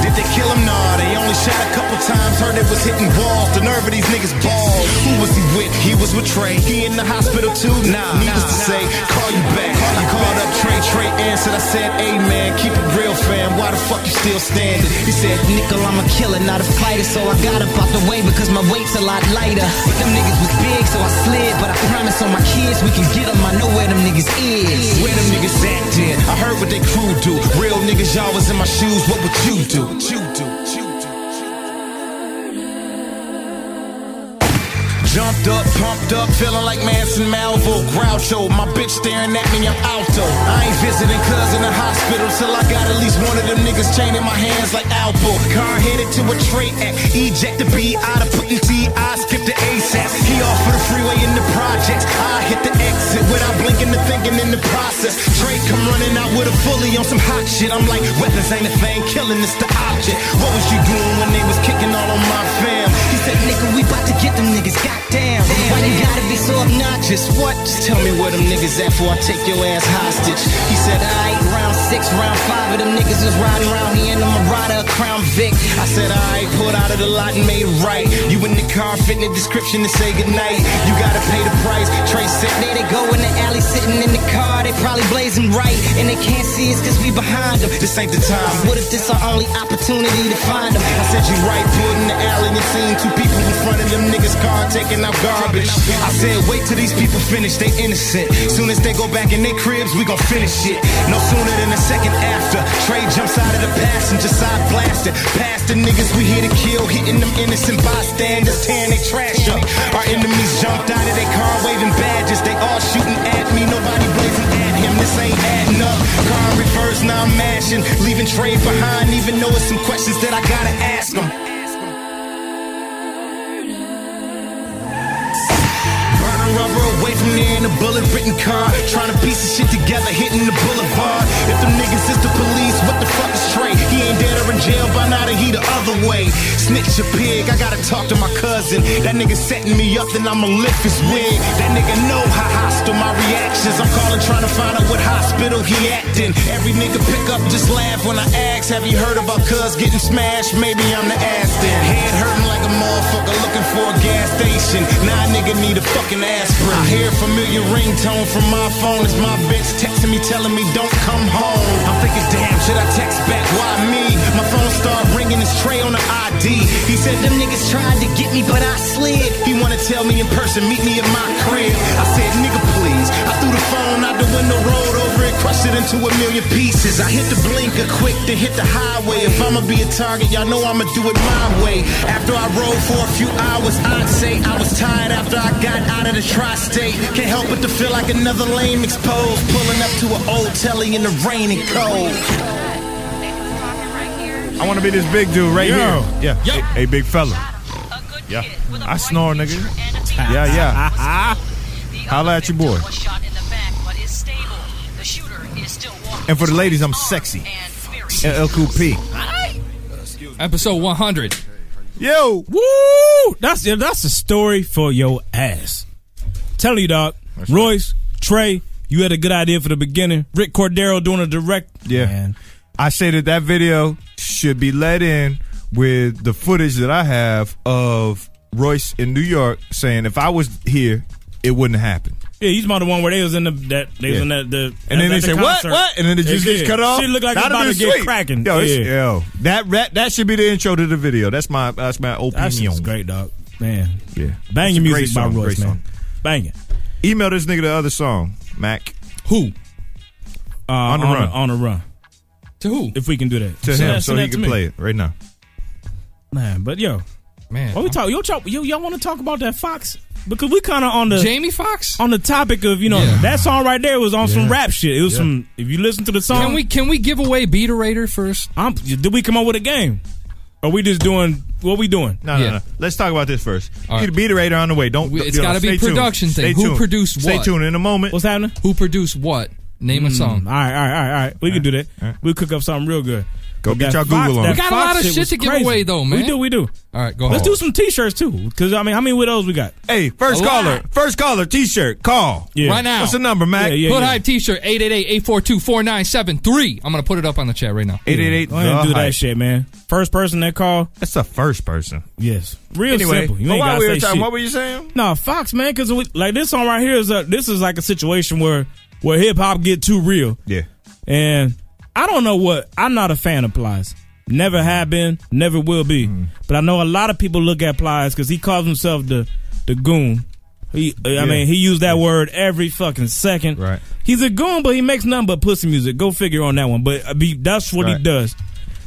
[SPEAKER 14] Did they kill him? Nah, they only shot a couple times. Heard it was hitting walls. The nerve of these niggas balls. Who was he with? He was with Trey. He in the hospital too? Nah, needless to say, call you back. I called up Trey, Trey answered. I said, hey man, keep it real fam. Why the fuck you still standing? He said,
[SPEAKER 16] Nickel, I'm a killer, not a fighter, so I got up out the way because my weight's a lot lighter. But them niggas was big, so I slid. But I promise on my kids, we can get them. I know where them niggas is.
[SPEAKER 14] Where them niggas at then? I heard what they crew do. Real niggas, y'all was in my shoes. What would you do? You do. You do. Jumped up, pumped up, feeling like Manson Malvo, Groucho. My bitch staring at me, I'm out though. I ain't visiting cuz in the hospital till I got at least one of them niggas chained in my hands like Alpo. Car headed to a tray at eject the B out of putting T. I skip the ASAP. He off for the freeway in the projects. I hit the exit without blinking the thinking in the process. Trey come running out with a fully on some hot shit. I'm like, weapons ain't a thing, killing is the object. What was you doing when they was kicking all on my fam? He said, nigga, we about to get them niggas. Goddamn,
[SPEAKER 16] Why you gotta be so obnoxious? What?
[SPEAKER 14] Just tell me where them niggas at before I take your ass hostage. He said, I
[SPEAKER 16] Alright, round six, round five of them niggas is riding around here in a Marada, a Crown Vic.
[SPEAKER 14] I said, I pulled out of the lot and made right. You in the car, fit in the description to say goodnight. You gotta pay the price. Trey said,
[SPEAKER 16] There they go in the alley, sitting in the car. They probably blazing right, and they can't see us 'cause we behind them.
[SPEAKER 14] this ain't the time.
[SPEAKER 16] What if this our only opportunity to find them?
[SPEAKER 14] I said, you right, pulled in the alley and seen two people in front of them niggas' car taking out garbage. I said, wait till these people finish, they innocent. Soon as they go back in their cribs, we gon' finish it. No sooner than a second after, Trey jumps out of the passenger side blasting. Past the niggas we here to kill, hitting them innocent bystanders, tearing they trash up. Our enemies jumped out of their car waving badges, they all shooting at me, nobody blazing at him. This ain't adding up. Car in reverse, now I'm mashing, leaving Trey behind, even though it's some questions that I gotta ask him. Burning rubber away from there in a bullet written car. Trying to piece the shit together, hitting the boulevard. If them niggas is the police, what the fuck is Trey? He ain't dead or in jail by now, then he the other way. Snitch a pig, I gotta talk to my cousin. That nigga setting me up, then I'ma lift his wig. That nigga know how hostile my reactions. I'm calling trying to find out what hospital he actin'. Every nigga pick up, just laugh when I ask. Have you heard about cuz getting smashed? Maybe I'm the ass then. Head hurting like a motherfucker looking for a gas station. Nah, nigga need a fucking aspirin. I hear a familiar ringtone from my phone. It's my bitch texting me, telling me don't come home. I'm thinking, damn, should I text back? Why me? My phone start ringing. It's Trey on the ID. He said them niggas tried to get me, but I slid. He wanna tell me in person, meet me at my crib. I said, nigga, please. I threw the phone out the window, rolled over it, crushed it into a million pieces. I hit the blinker quick, then hit the highway. If I'ma be a target, y'all know I'ma do it my way. After I rode for a few hours, I'd say I was tired after I got out of the tri-state. Can't help but to feel like another lame exposed. Pulling up to an old telly in the rain and cold.
[SPEAKER 5] I want to be this big dude right
[SPEAKER 8] Yeah.
[SPEAKER 5] here. Oh, Yeah.
[SPEAKER 8] Yep.
[SPEAKER 5] Hey, big fella. Yeah. I snore, nigga. Yeah, yeah. <laughs> Holla at your boy. And for the ladies, I'm sexy. LL Cool P.
[SPEAKER 4] Episode 100.
[SPEAKER 5] Yo,
[SPEAKER 3] woo! That's yeah, that's a story for your ass. Telling you, dog. Royce, Trey, you had a good idea for the beginning. Rick Cordero doing a direct.
[SPEAKER 5] Yeah. I say that that video should be let in with the footage that I have of Royce in New York saying, if I was here, it wouldn't happen.
[SPEAKER 3] Yeah, he's about the one where they was in the that they was
[SPEAKER 5] Yeah.
[SPEAKER 3] in that the
[SPEAKER 5] And then
[SPEAKER 3] at
[SPEAKER 5] they
[SPEAKER 3] the
[SPEAKER 5] say, what?
[SPEAKER 3] concert.
[SPEAKER 5] What? And then it just
[SPEAKER 3] Yeah,
[SPEAKER 5] gets
[SPEAKER 3] yeah.
[SPEAKER 5] cut off.
[SPEAKER 3] Shit look like it's
[SPEAKER 5] That'd
[SPEAKER 3] about to
[SPEAKER 5] been
[SPEAKER 3] get
[SPEAKER 5] sweet.
[SPEAKER 3] cracking.
[SPEAKER 5] Yo, it's-
[SPEAKER 3] yeah.
[SPEAKER 5] yo, that, that that should be the intro to the video. That's my that's my opinion.
[SPEAKER 3] That shit's great, dog. Man.
[SPEAKER 5] Yeah.
[SPEAKER 3] Bang
[SPEAKER 5] It's
[SPEAKER 3] your
[SPEAKER 5] a great
[SPEAKER 3] music by
[SPEAKER 5] song,
[SPEAKER 3] Royce,
[SPEAKER 5] great
[SPEAKER 3] man.
[SPEAKER 5] song.
[SPEAKER 3] Bang it.
[SPEAKER 5] Email this nigga the other song, Mac.
[SPEAKER 3] Who? Uh,
[SPEAKER 5] on the
[SPEAKER 3] on,
[SPEAKER 5] run.
[SPEAKER 3] A, on a run.
[SPEAKER 4] To who?
[SPEAKER 3] If we can do that.
[SPEAKER 5] to
[SPEAKER 3] Send
[SPEAKER 5] him
[SPEAKER 3] that-
[SPEAKER 5] so
[SPEAKER 3] send
[SPEAKER 5] he
[SPEAKER 3] that to
[SPEAKER 5] can
[SPEAKER 3] me.
[SPEAKER 5] play it right now.
[SPEAKER 3] Man, but yo,
[SPEAKER 4] man,
[SPEAKER 3] what we talk? Yo, talk, yo y'all want to talk about that Fox because we kind of on the
[SPEAKER 4] Jamie Fox
[SPEAKER 3] on the topic of you know that song right there was on some
[SPEAKER 4] Yeah.
[SPEAKER 3] rap shit. It was
[SPEAKER 4] Yeah.
[SPEAKER 3] some. If you listen to the song,
[SPEAKER 4] Can we can we give away Beater Raider first?
[SPEAKER 3] I'm, did we come up with a game? Or we just doing what we doing?
[SPEAKER 5] No, no, no. Let's talk about this first.
[SPEAKER 3] All right.
[SPEAKER 5] Beat the radar on the way. Don't.
[SPEAKER 3] We- it's
[SPEAKER 5] you know,
[SPEAKER 3] gotta be
[SPEAKER 5] stay tuned.
[SPEAKER 3] production thing.
[SPEAKER 5] Stay
[SPEAKER 3] Who
[SPEAKER 5] tuned.
[SPEAKER 3] produced
[SPEAKER 5] Stay
[SPEAKER 3] what?
[SPEAKER 5] tuned in a moment.
[SPEAKER 3] What's happening? Hmm.
[SPEAKER 4] Who produced what? Name a song.
[SPEAKER 3] All right, all right, all right, all right. We can do that. We'll cook up something real good.
[SPEAKER 5] Go
[SPEAKER 3] But
[SPEAKER 5] get
[SPEAKER 3] that
[SPEAKER 5] y'all
[SPEAKER 3] Fox-
[SPEAKER 5] Google on
[SPEAKER 3] that
[SPEAKER 5] it.
[SPEAKER 4] We got a
[SPEAKER 3] Fox
[SPEAKER 4] lot of shit
[SPEAKER 3] was
[SPEAKER 4] to give
[SPEAKER 3] crazy.
[SPEAKER 4] away, though, man.
[SPEAKER 3] We do, we do.
[SPEAKER 4] All right, go
[SPEAKER 3] Let's
[SPEAKER 4] ahead.
[SPEAKER 3] do some t-shirts too, because I mean, how many of those we got?
[SPEAKER 5] Hey, first
[SPEAKER 3] A lot.
[SPEAKER 5] caller. First caller. T-shirt. Call.
[SPEAKER 3] Yeah.
[SPEAKER 4] Right now.
[SPEAKER 5] What's the number, Mac?
[SPEAKER 3] Yeah, yeah,
[SPEAKER 4] Hood Hype T-shirt 888-842-4973. I'm gonna put it up on the chat right now.
[SPEAKER 5] 888
[SPEAKER 3] Go ahead and
[SPEAKER 5] The
[SPEAKER 3] do that
[SPEAKER 5] Hype.
[SPEAKER 3] shit, man. First person that call.
[SPEAKER 5] That's the first person.
[SPEAKER 3] Yes. Real
[SPEAKER 5] Anyway,
[SPEAKER 3] simple. You
[SPEAKER 5] but
[SPEAKER 3] ain't
[SPEAKER 5] why
[SPEAKER 3] gotta
[SPEAKER 5] we were
[SPEAKER 3] say
[SPEAKER 5] talking-
[SPEAKER 3] shit.
[SPEAKER 5] what were you saying?
[SPEAKER 3] No, Fox, man, because like this song right here is a, this is like a situation where where hip hop get too real.
[SPEAKER 5] Yeah.
[SPEAKER 3] And I don't know what I'm not a fan of Plies.
[SPEAKER 5] Mm-hmm.
[SPEAKER 3] Never have been, never will be. But I know a lot of people look at Plies because he calls himself the the goon. He, uh, I
[SPEAKER 5] Yeah.
[SPEAKER 3] mean, he used that word every fucking second.
[SPEAKER 5] Right.
[SPEAKER 3] He's a goon, but he makes nothing but pussy music. Go figure on that one. But uh, be, that's what
[SPEAKER 5] Right.
[SPEAKER 3] he does.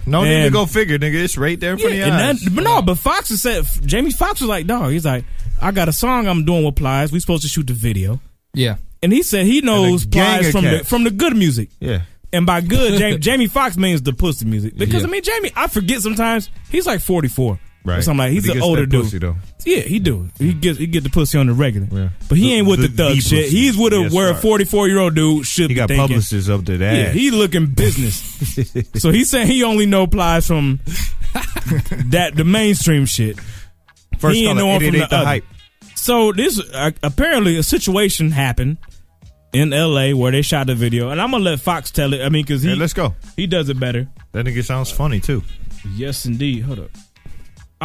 [SPEAKER 5] No need to
[SPEAKER 3] And-
[SPEAKER 5] go figure, nigga. It's right there in front
[SPEAKER 3] and
[SPEAKER 5] of your eyes.
[SPEAKER 3] that- but no, but Fox has said Jamie Foxx was like, dog, he's like, I got a song I'm doing with Plies. We supposed to shoot the video.
[SPEAKER 4] Yeah.
[SPEAKER 3] And he said he knows
[SPEAKER 5] gang
[SPEAKER 3] Plies
[SPEAKER 5] of
[SPEAKER 3] from the
[SPEAKER 5] cats.
[SPEAKER 3] from the good music.
[SPEAKER 5] Yeah.
[SPEAKER 3] And
[SPEAKER 5] <laughs>
[SPEAKER 3] by good, Jamie, Jamie Foxx means the pussy music. Because
[SPEAKER 5] Yeah.
[SPEAKER 3] I mean, Jamie, I forget sometimes he's like 44. Or
[SPEAKER 5] Right.
[SPEAKER 3] something like he's
[SPEAKER 5] But he
[SPEAKER 3] an
[SPEAKER 5] gets
[SPEAKER 3] older
[SPEAKER 5] that
[SPEAKER 3] dude.
[SPEAKER 5] pussy, though.
[SPEAKER 3] Yeah, he do. He gets he get the pussy on the regular. But he
[SPEAKER 5] The-
[SPEAKER 3] ain't with the,
[SPEAKER 5] the-
[SPEAKER 3] thug
[SPEAKER 5] the
[SPEAKER 3] shit.
[SPEAKER 5] pussy.
[SPEAKER 3] He's with a
[SPEAKER 5] Yes,
[SPEAKER 3] where a
[SPEAKER 5] sir.
[SPEAKER 3] 44 year old dude should
[SPEAKER 5] He
[SPEAKER 3] be
[SPEAKER 5] got
[SPEAKER 3] thinking.
[SPEAKER 5] publicists up to that.
[SPEAKER 3] Yeah, he looking business.
[SPEAKER 5] <laughs>
[SPEAKER 3] <laughs> so he's saying he only know plies from that the mainstream shit.
[SPEAKER 5] First
[SPEAKER 3] he ain't
[SPEAKER 5] caller,
[SPEAKER 3] know 'em from
[SPEAKER 5] 888
[SPEAKER 3] the,
[SPEAKER 5] the
[SPEAKER 3] other.
[SPEAKER 5] hype.
[SPEAKER 3] So this uh, apparently a situation happened in L.A. where they shot the video, and I'm gonna let Fox tell it. I mean, because he
[SPEAKER 5] Hey, let's go.
[SPEAKER 3] He does it better.
[SPEAKER 5] That nigga sounds funny too.
[SPEAKER 3] Yes, indeed. Hold up.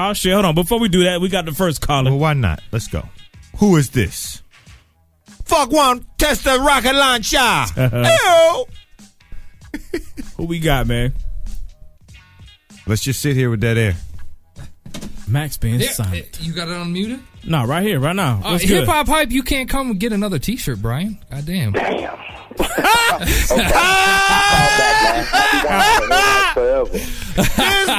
[SPEAKER 3] Oh shit! Hold on. Before we do that, we got the first caller.
[SPEAKER 5] Well, why not? Let's go. Who is
[SPEAKER 3] <laughs>
[SPEAKER 5] this? Fuck one, test the rocket
[SPEAKER 3] Uh,
[SPEAKER 5] launcher. Ew.
[SPEAKER 3] Who we got, man?
[SPEAKER 5] Let's just sit here with that air.
[SPEAKER 3] Max being
[SPEAKER 4] There-
[SPEAKER 3] silent.
[SPEAKER 4] You got it unmuted?
[SPEAKER 3] Nah, right here,
[SPEAKER 5] <laughs>
[SPEAKER 3] right now.
[SPEAKER 4] Uh,
[SPEAKER 3] What's
[SPEAKER 4] Hip
[SPEAKER 3] good?
[SPEAKER 4] Hop Hype, you can't come and get another T-shirt, Brian. God damn. Damn.
[SPEAKER 5] this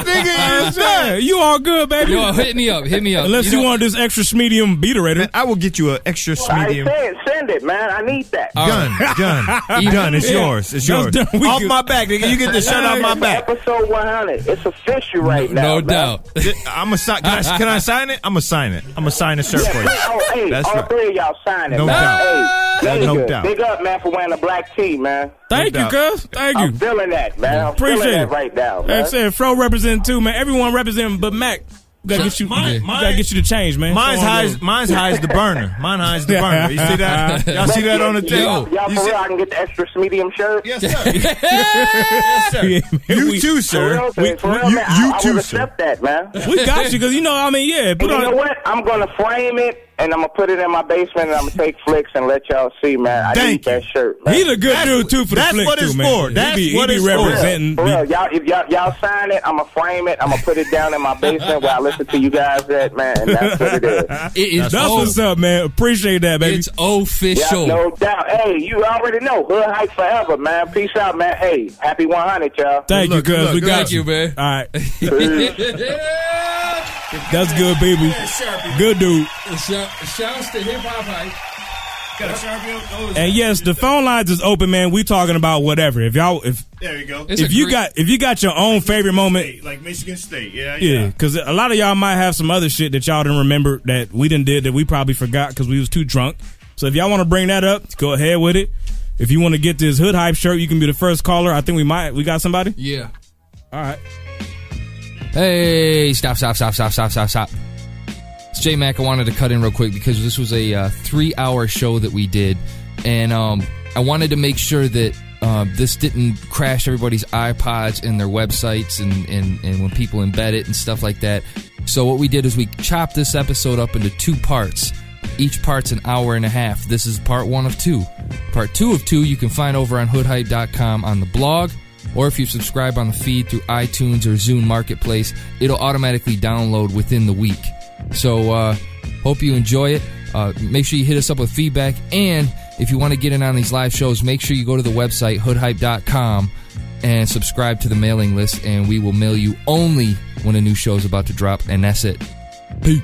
[SPEAKER 5] nigga is
[SPEAKER 3] Hey, you all good, baby?
[SPEAKER 4] Yo, hit me up. Hit me up.
[SPEAKER 3] Unless you,
[SPEAKER 4] know-
[SPEAKER 3] want this extra medium beater rater,
[SPEAKER 5] I will get you an extra medium.
[SPEAKER 10] Send, send it, man. I need that.
[SPEAKER 5] Done, done, done. It's yours. It's yours. Off my back, nigga. You get the shirt off my back.
[SPEAKER 10] Episode 100. It's official right now. man.
[SPEAKER 5] I'm a sign. Can I, can I sign it? I'm gonna sign it. I'm gonna sign the shirt for
[SPEAKER 10] Yeah,
[SPEAKER 5] you.
[SPEAKER 10] oh, hey,
[SPEAKER 5] That's
[SPEAKER 10] all
[SPEAKER 5] right.
[SPEAKER 10] three of y'all sign it.
[SPEAKER 5] No
[SPEAKER 10] man.
[SPEAKER 5] doubt.
[SPEAKER 10] Hey,
[SPEAKER 5] No
[SPEAKER 10] big up.
[SPEAKER 5] doubt.
[SPEAKER 10] Big up, man, for wearing a black tee, man.
[SPEAKER 3] Thank
[SPEAKER 5] No
[SPEAKER 3] you,
[SPEAKER 5] doubt.
[SPEAKER 3] cuz. Thank
[SPEAKER 10] I'm
[SPEAKER 3] you.
[SPEAKER 10] feeling that, man. I'm
[SPEAKER 3] Appreciate
[SPEAKER 10] feeling that
[SPEAKER 3] it.
[SPEAKER 10] right now, man.
[SPEAKER 3] That's it. Fro represent too, man. Everyone representing, but Mac. We gotta get you.
[SPEAKER 5] Mine-
[SPEAKER 3] we
[SPEAKER 5] mine-
[SPEAKER 3] gotta get you to change, man.
[SPEAKER 5] Mine's
[SPEAKER 3] Go on,
[SPEAKER 5] high.
[SPEAKER 3] yo.
[SPEAKER 5] As, mine's high as the burner. Mine high as the burner. You see that? Y'all see that on the
[SPEAKER 10] Y'all,
[SPEAKER 5] table?
[SPEAKER 10] y'all
[SPEAKER 5] You
[SPEAKER 10] for
[SPEAKER 5] see-
[SPEAKER 10] real? I can get the extra medium shirt.
[SPEAKER 5] Yes, sir. yes, sir. <laughs> You too,
[SPEAKER 10] For
[SPEAKER 5] sir.
[SPEAKER 10] real, man. For
[SPEAKER 5] We-
[SPEAKER 10] real,
[SPEAKER 5] you,
[SPEAKER 10] man. I,
[SPEAKER 5] you
[SPEAKER 10] I
[SPEAKER 5] too,
[SPEAKER 10] would
[SPEAKER 5] sir.
[SPEAKER 10] accept that, man.
[SPEAKER 3] <laughs> We got you, cause you know. I mean, yeah.
[SPEAKER 10] And
[SPEAKER 3] Put
[SPEAKER 10] you know
[SPEAKER 3] on.
[SPEAKER 10] what? I'm gonna frame it and I'm gonna put it in my basement and I'm gonna take flicks and let y'all see, man. I
[SPEAKER 5] Thank
[SPEAKER 10] need that shirt, man.
[SPEAKER 3] He's a good dude too for the
[SPEAKER 5] that's
[SPEAKER 3] flick
[SPEAKER 5] what
[SPEAKER 3] too,
[SPEAKER 5] it's
[SPEAKER 3] man.
[SPEAKER 5] for.
[SPEAKER 3] He
[SPEAKER 5] That's
[SPEAKER 3] be, he
[SPEAKER 5] what
[SPEAKER 3] be
[SPEAKER 5] it's for.
[SPEAKER 3] representing.
[SPEAKER 10] For real, y'all, if y'all, y'all sign it, I'm gonna frame it. I'm gonna put it down in my basement where I listen to you guys at, man. And that's what it
[SPEAKER 3] <laughs>
[SPEAKER 10] is.
[SPEAKER 4] It is
[SPEAKER 3] That's what's up, man. Appreciate that, baby.
[SPEAKER 4] It's official.
[SPEAKER 10] Yeah, no doubt. Hey, you already know. Hood hype forever, man. Peace out, man. Hey, happy 100, y'all.
[SPEAKER 3] Thank you,
[SPEAKER 4] Good
[SPEAKER 3] cuz.
[SPEAKER 4] luck,
[SPEAKER 3] We
[SPEAKER 4] good
[SPEAKER 3] got
[SPEAKER 4] luck.
[SPEAKER 3] you,
[SPEAKER 4] Thank you, man.
[SPEAKER 3] All <laughs> right, that's good, baby. Good dude.
[SPEAKER 4] Shouts to Hip Hop Hype.
[SPEAKER 8] Got a Sharpie? Oh,
[SPEAKER 3] And yes, the phone lines is open, man. We talking about whatever. If y'all, if
[SPEAKER 9] There you go.
[SPEAKER 3] if you got if you got your own favorite moment,
[SPEAKER 9] like Michigan State, yeah,
[SPEAKER 3] yeah, because a lot of y'all might have some other shit that y'all didn't remember that we didn't did that we probably forgot because we was too drunk. So if y'all want to bring that up, go ahead with it. If you want to get this hood hype shirt, you can be the first caller. I think we might we got somebody.
[SPEAKER 4] Yeah.
[SPEAKER 3] All right.
[SPEAKER 4] Hey, stop, stop, stop, stop, stop, stop, stop. It's J Mac. I wanted to cut in real quick because this was a uh, three-hour show that we did, and um, I wanted to make sure that uh, this didn't crash everybody's iPods and their websites, and, and and when people embed it and stuff like that. So what we did is we chopped this episode up into two parts. Each part's an hour and a half. This is part one of two. Part two of two you can find over on hoodhype.com on the blog or if you subscribe on the feed through iTunes or Zune Marketplace, it'll automatically download within the week. So, uh, hope you enjoy it. Uh, make sure you hit us up with feedback. And if you want to get in on these live shows, make sure you go to the website, hoodhype.com, and subscribe to the mailing list. And we will mail you only when a new show is about to drop. And that's it. Peace.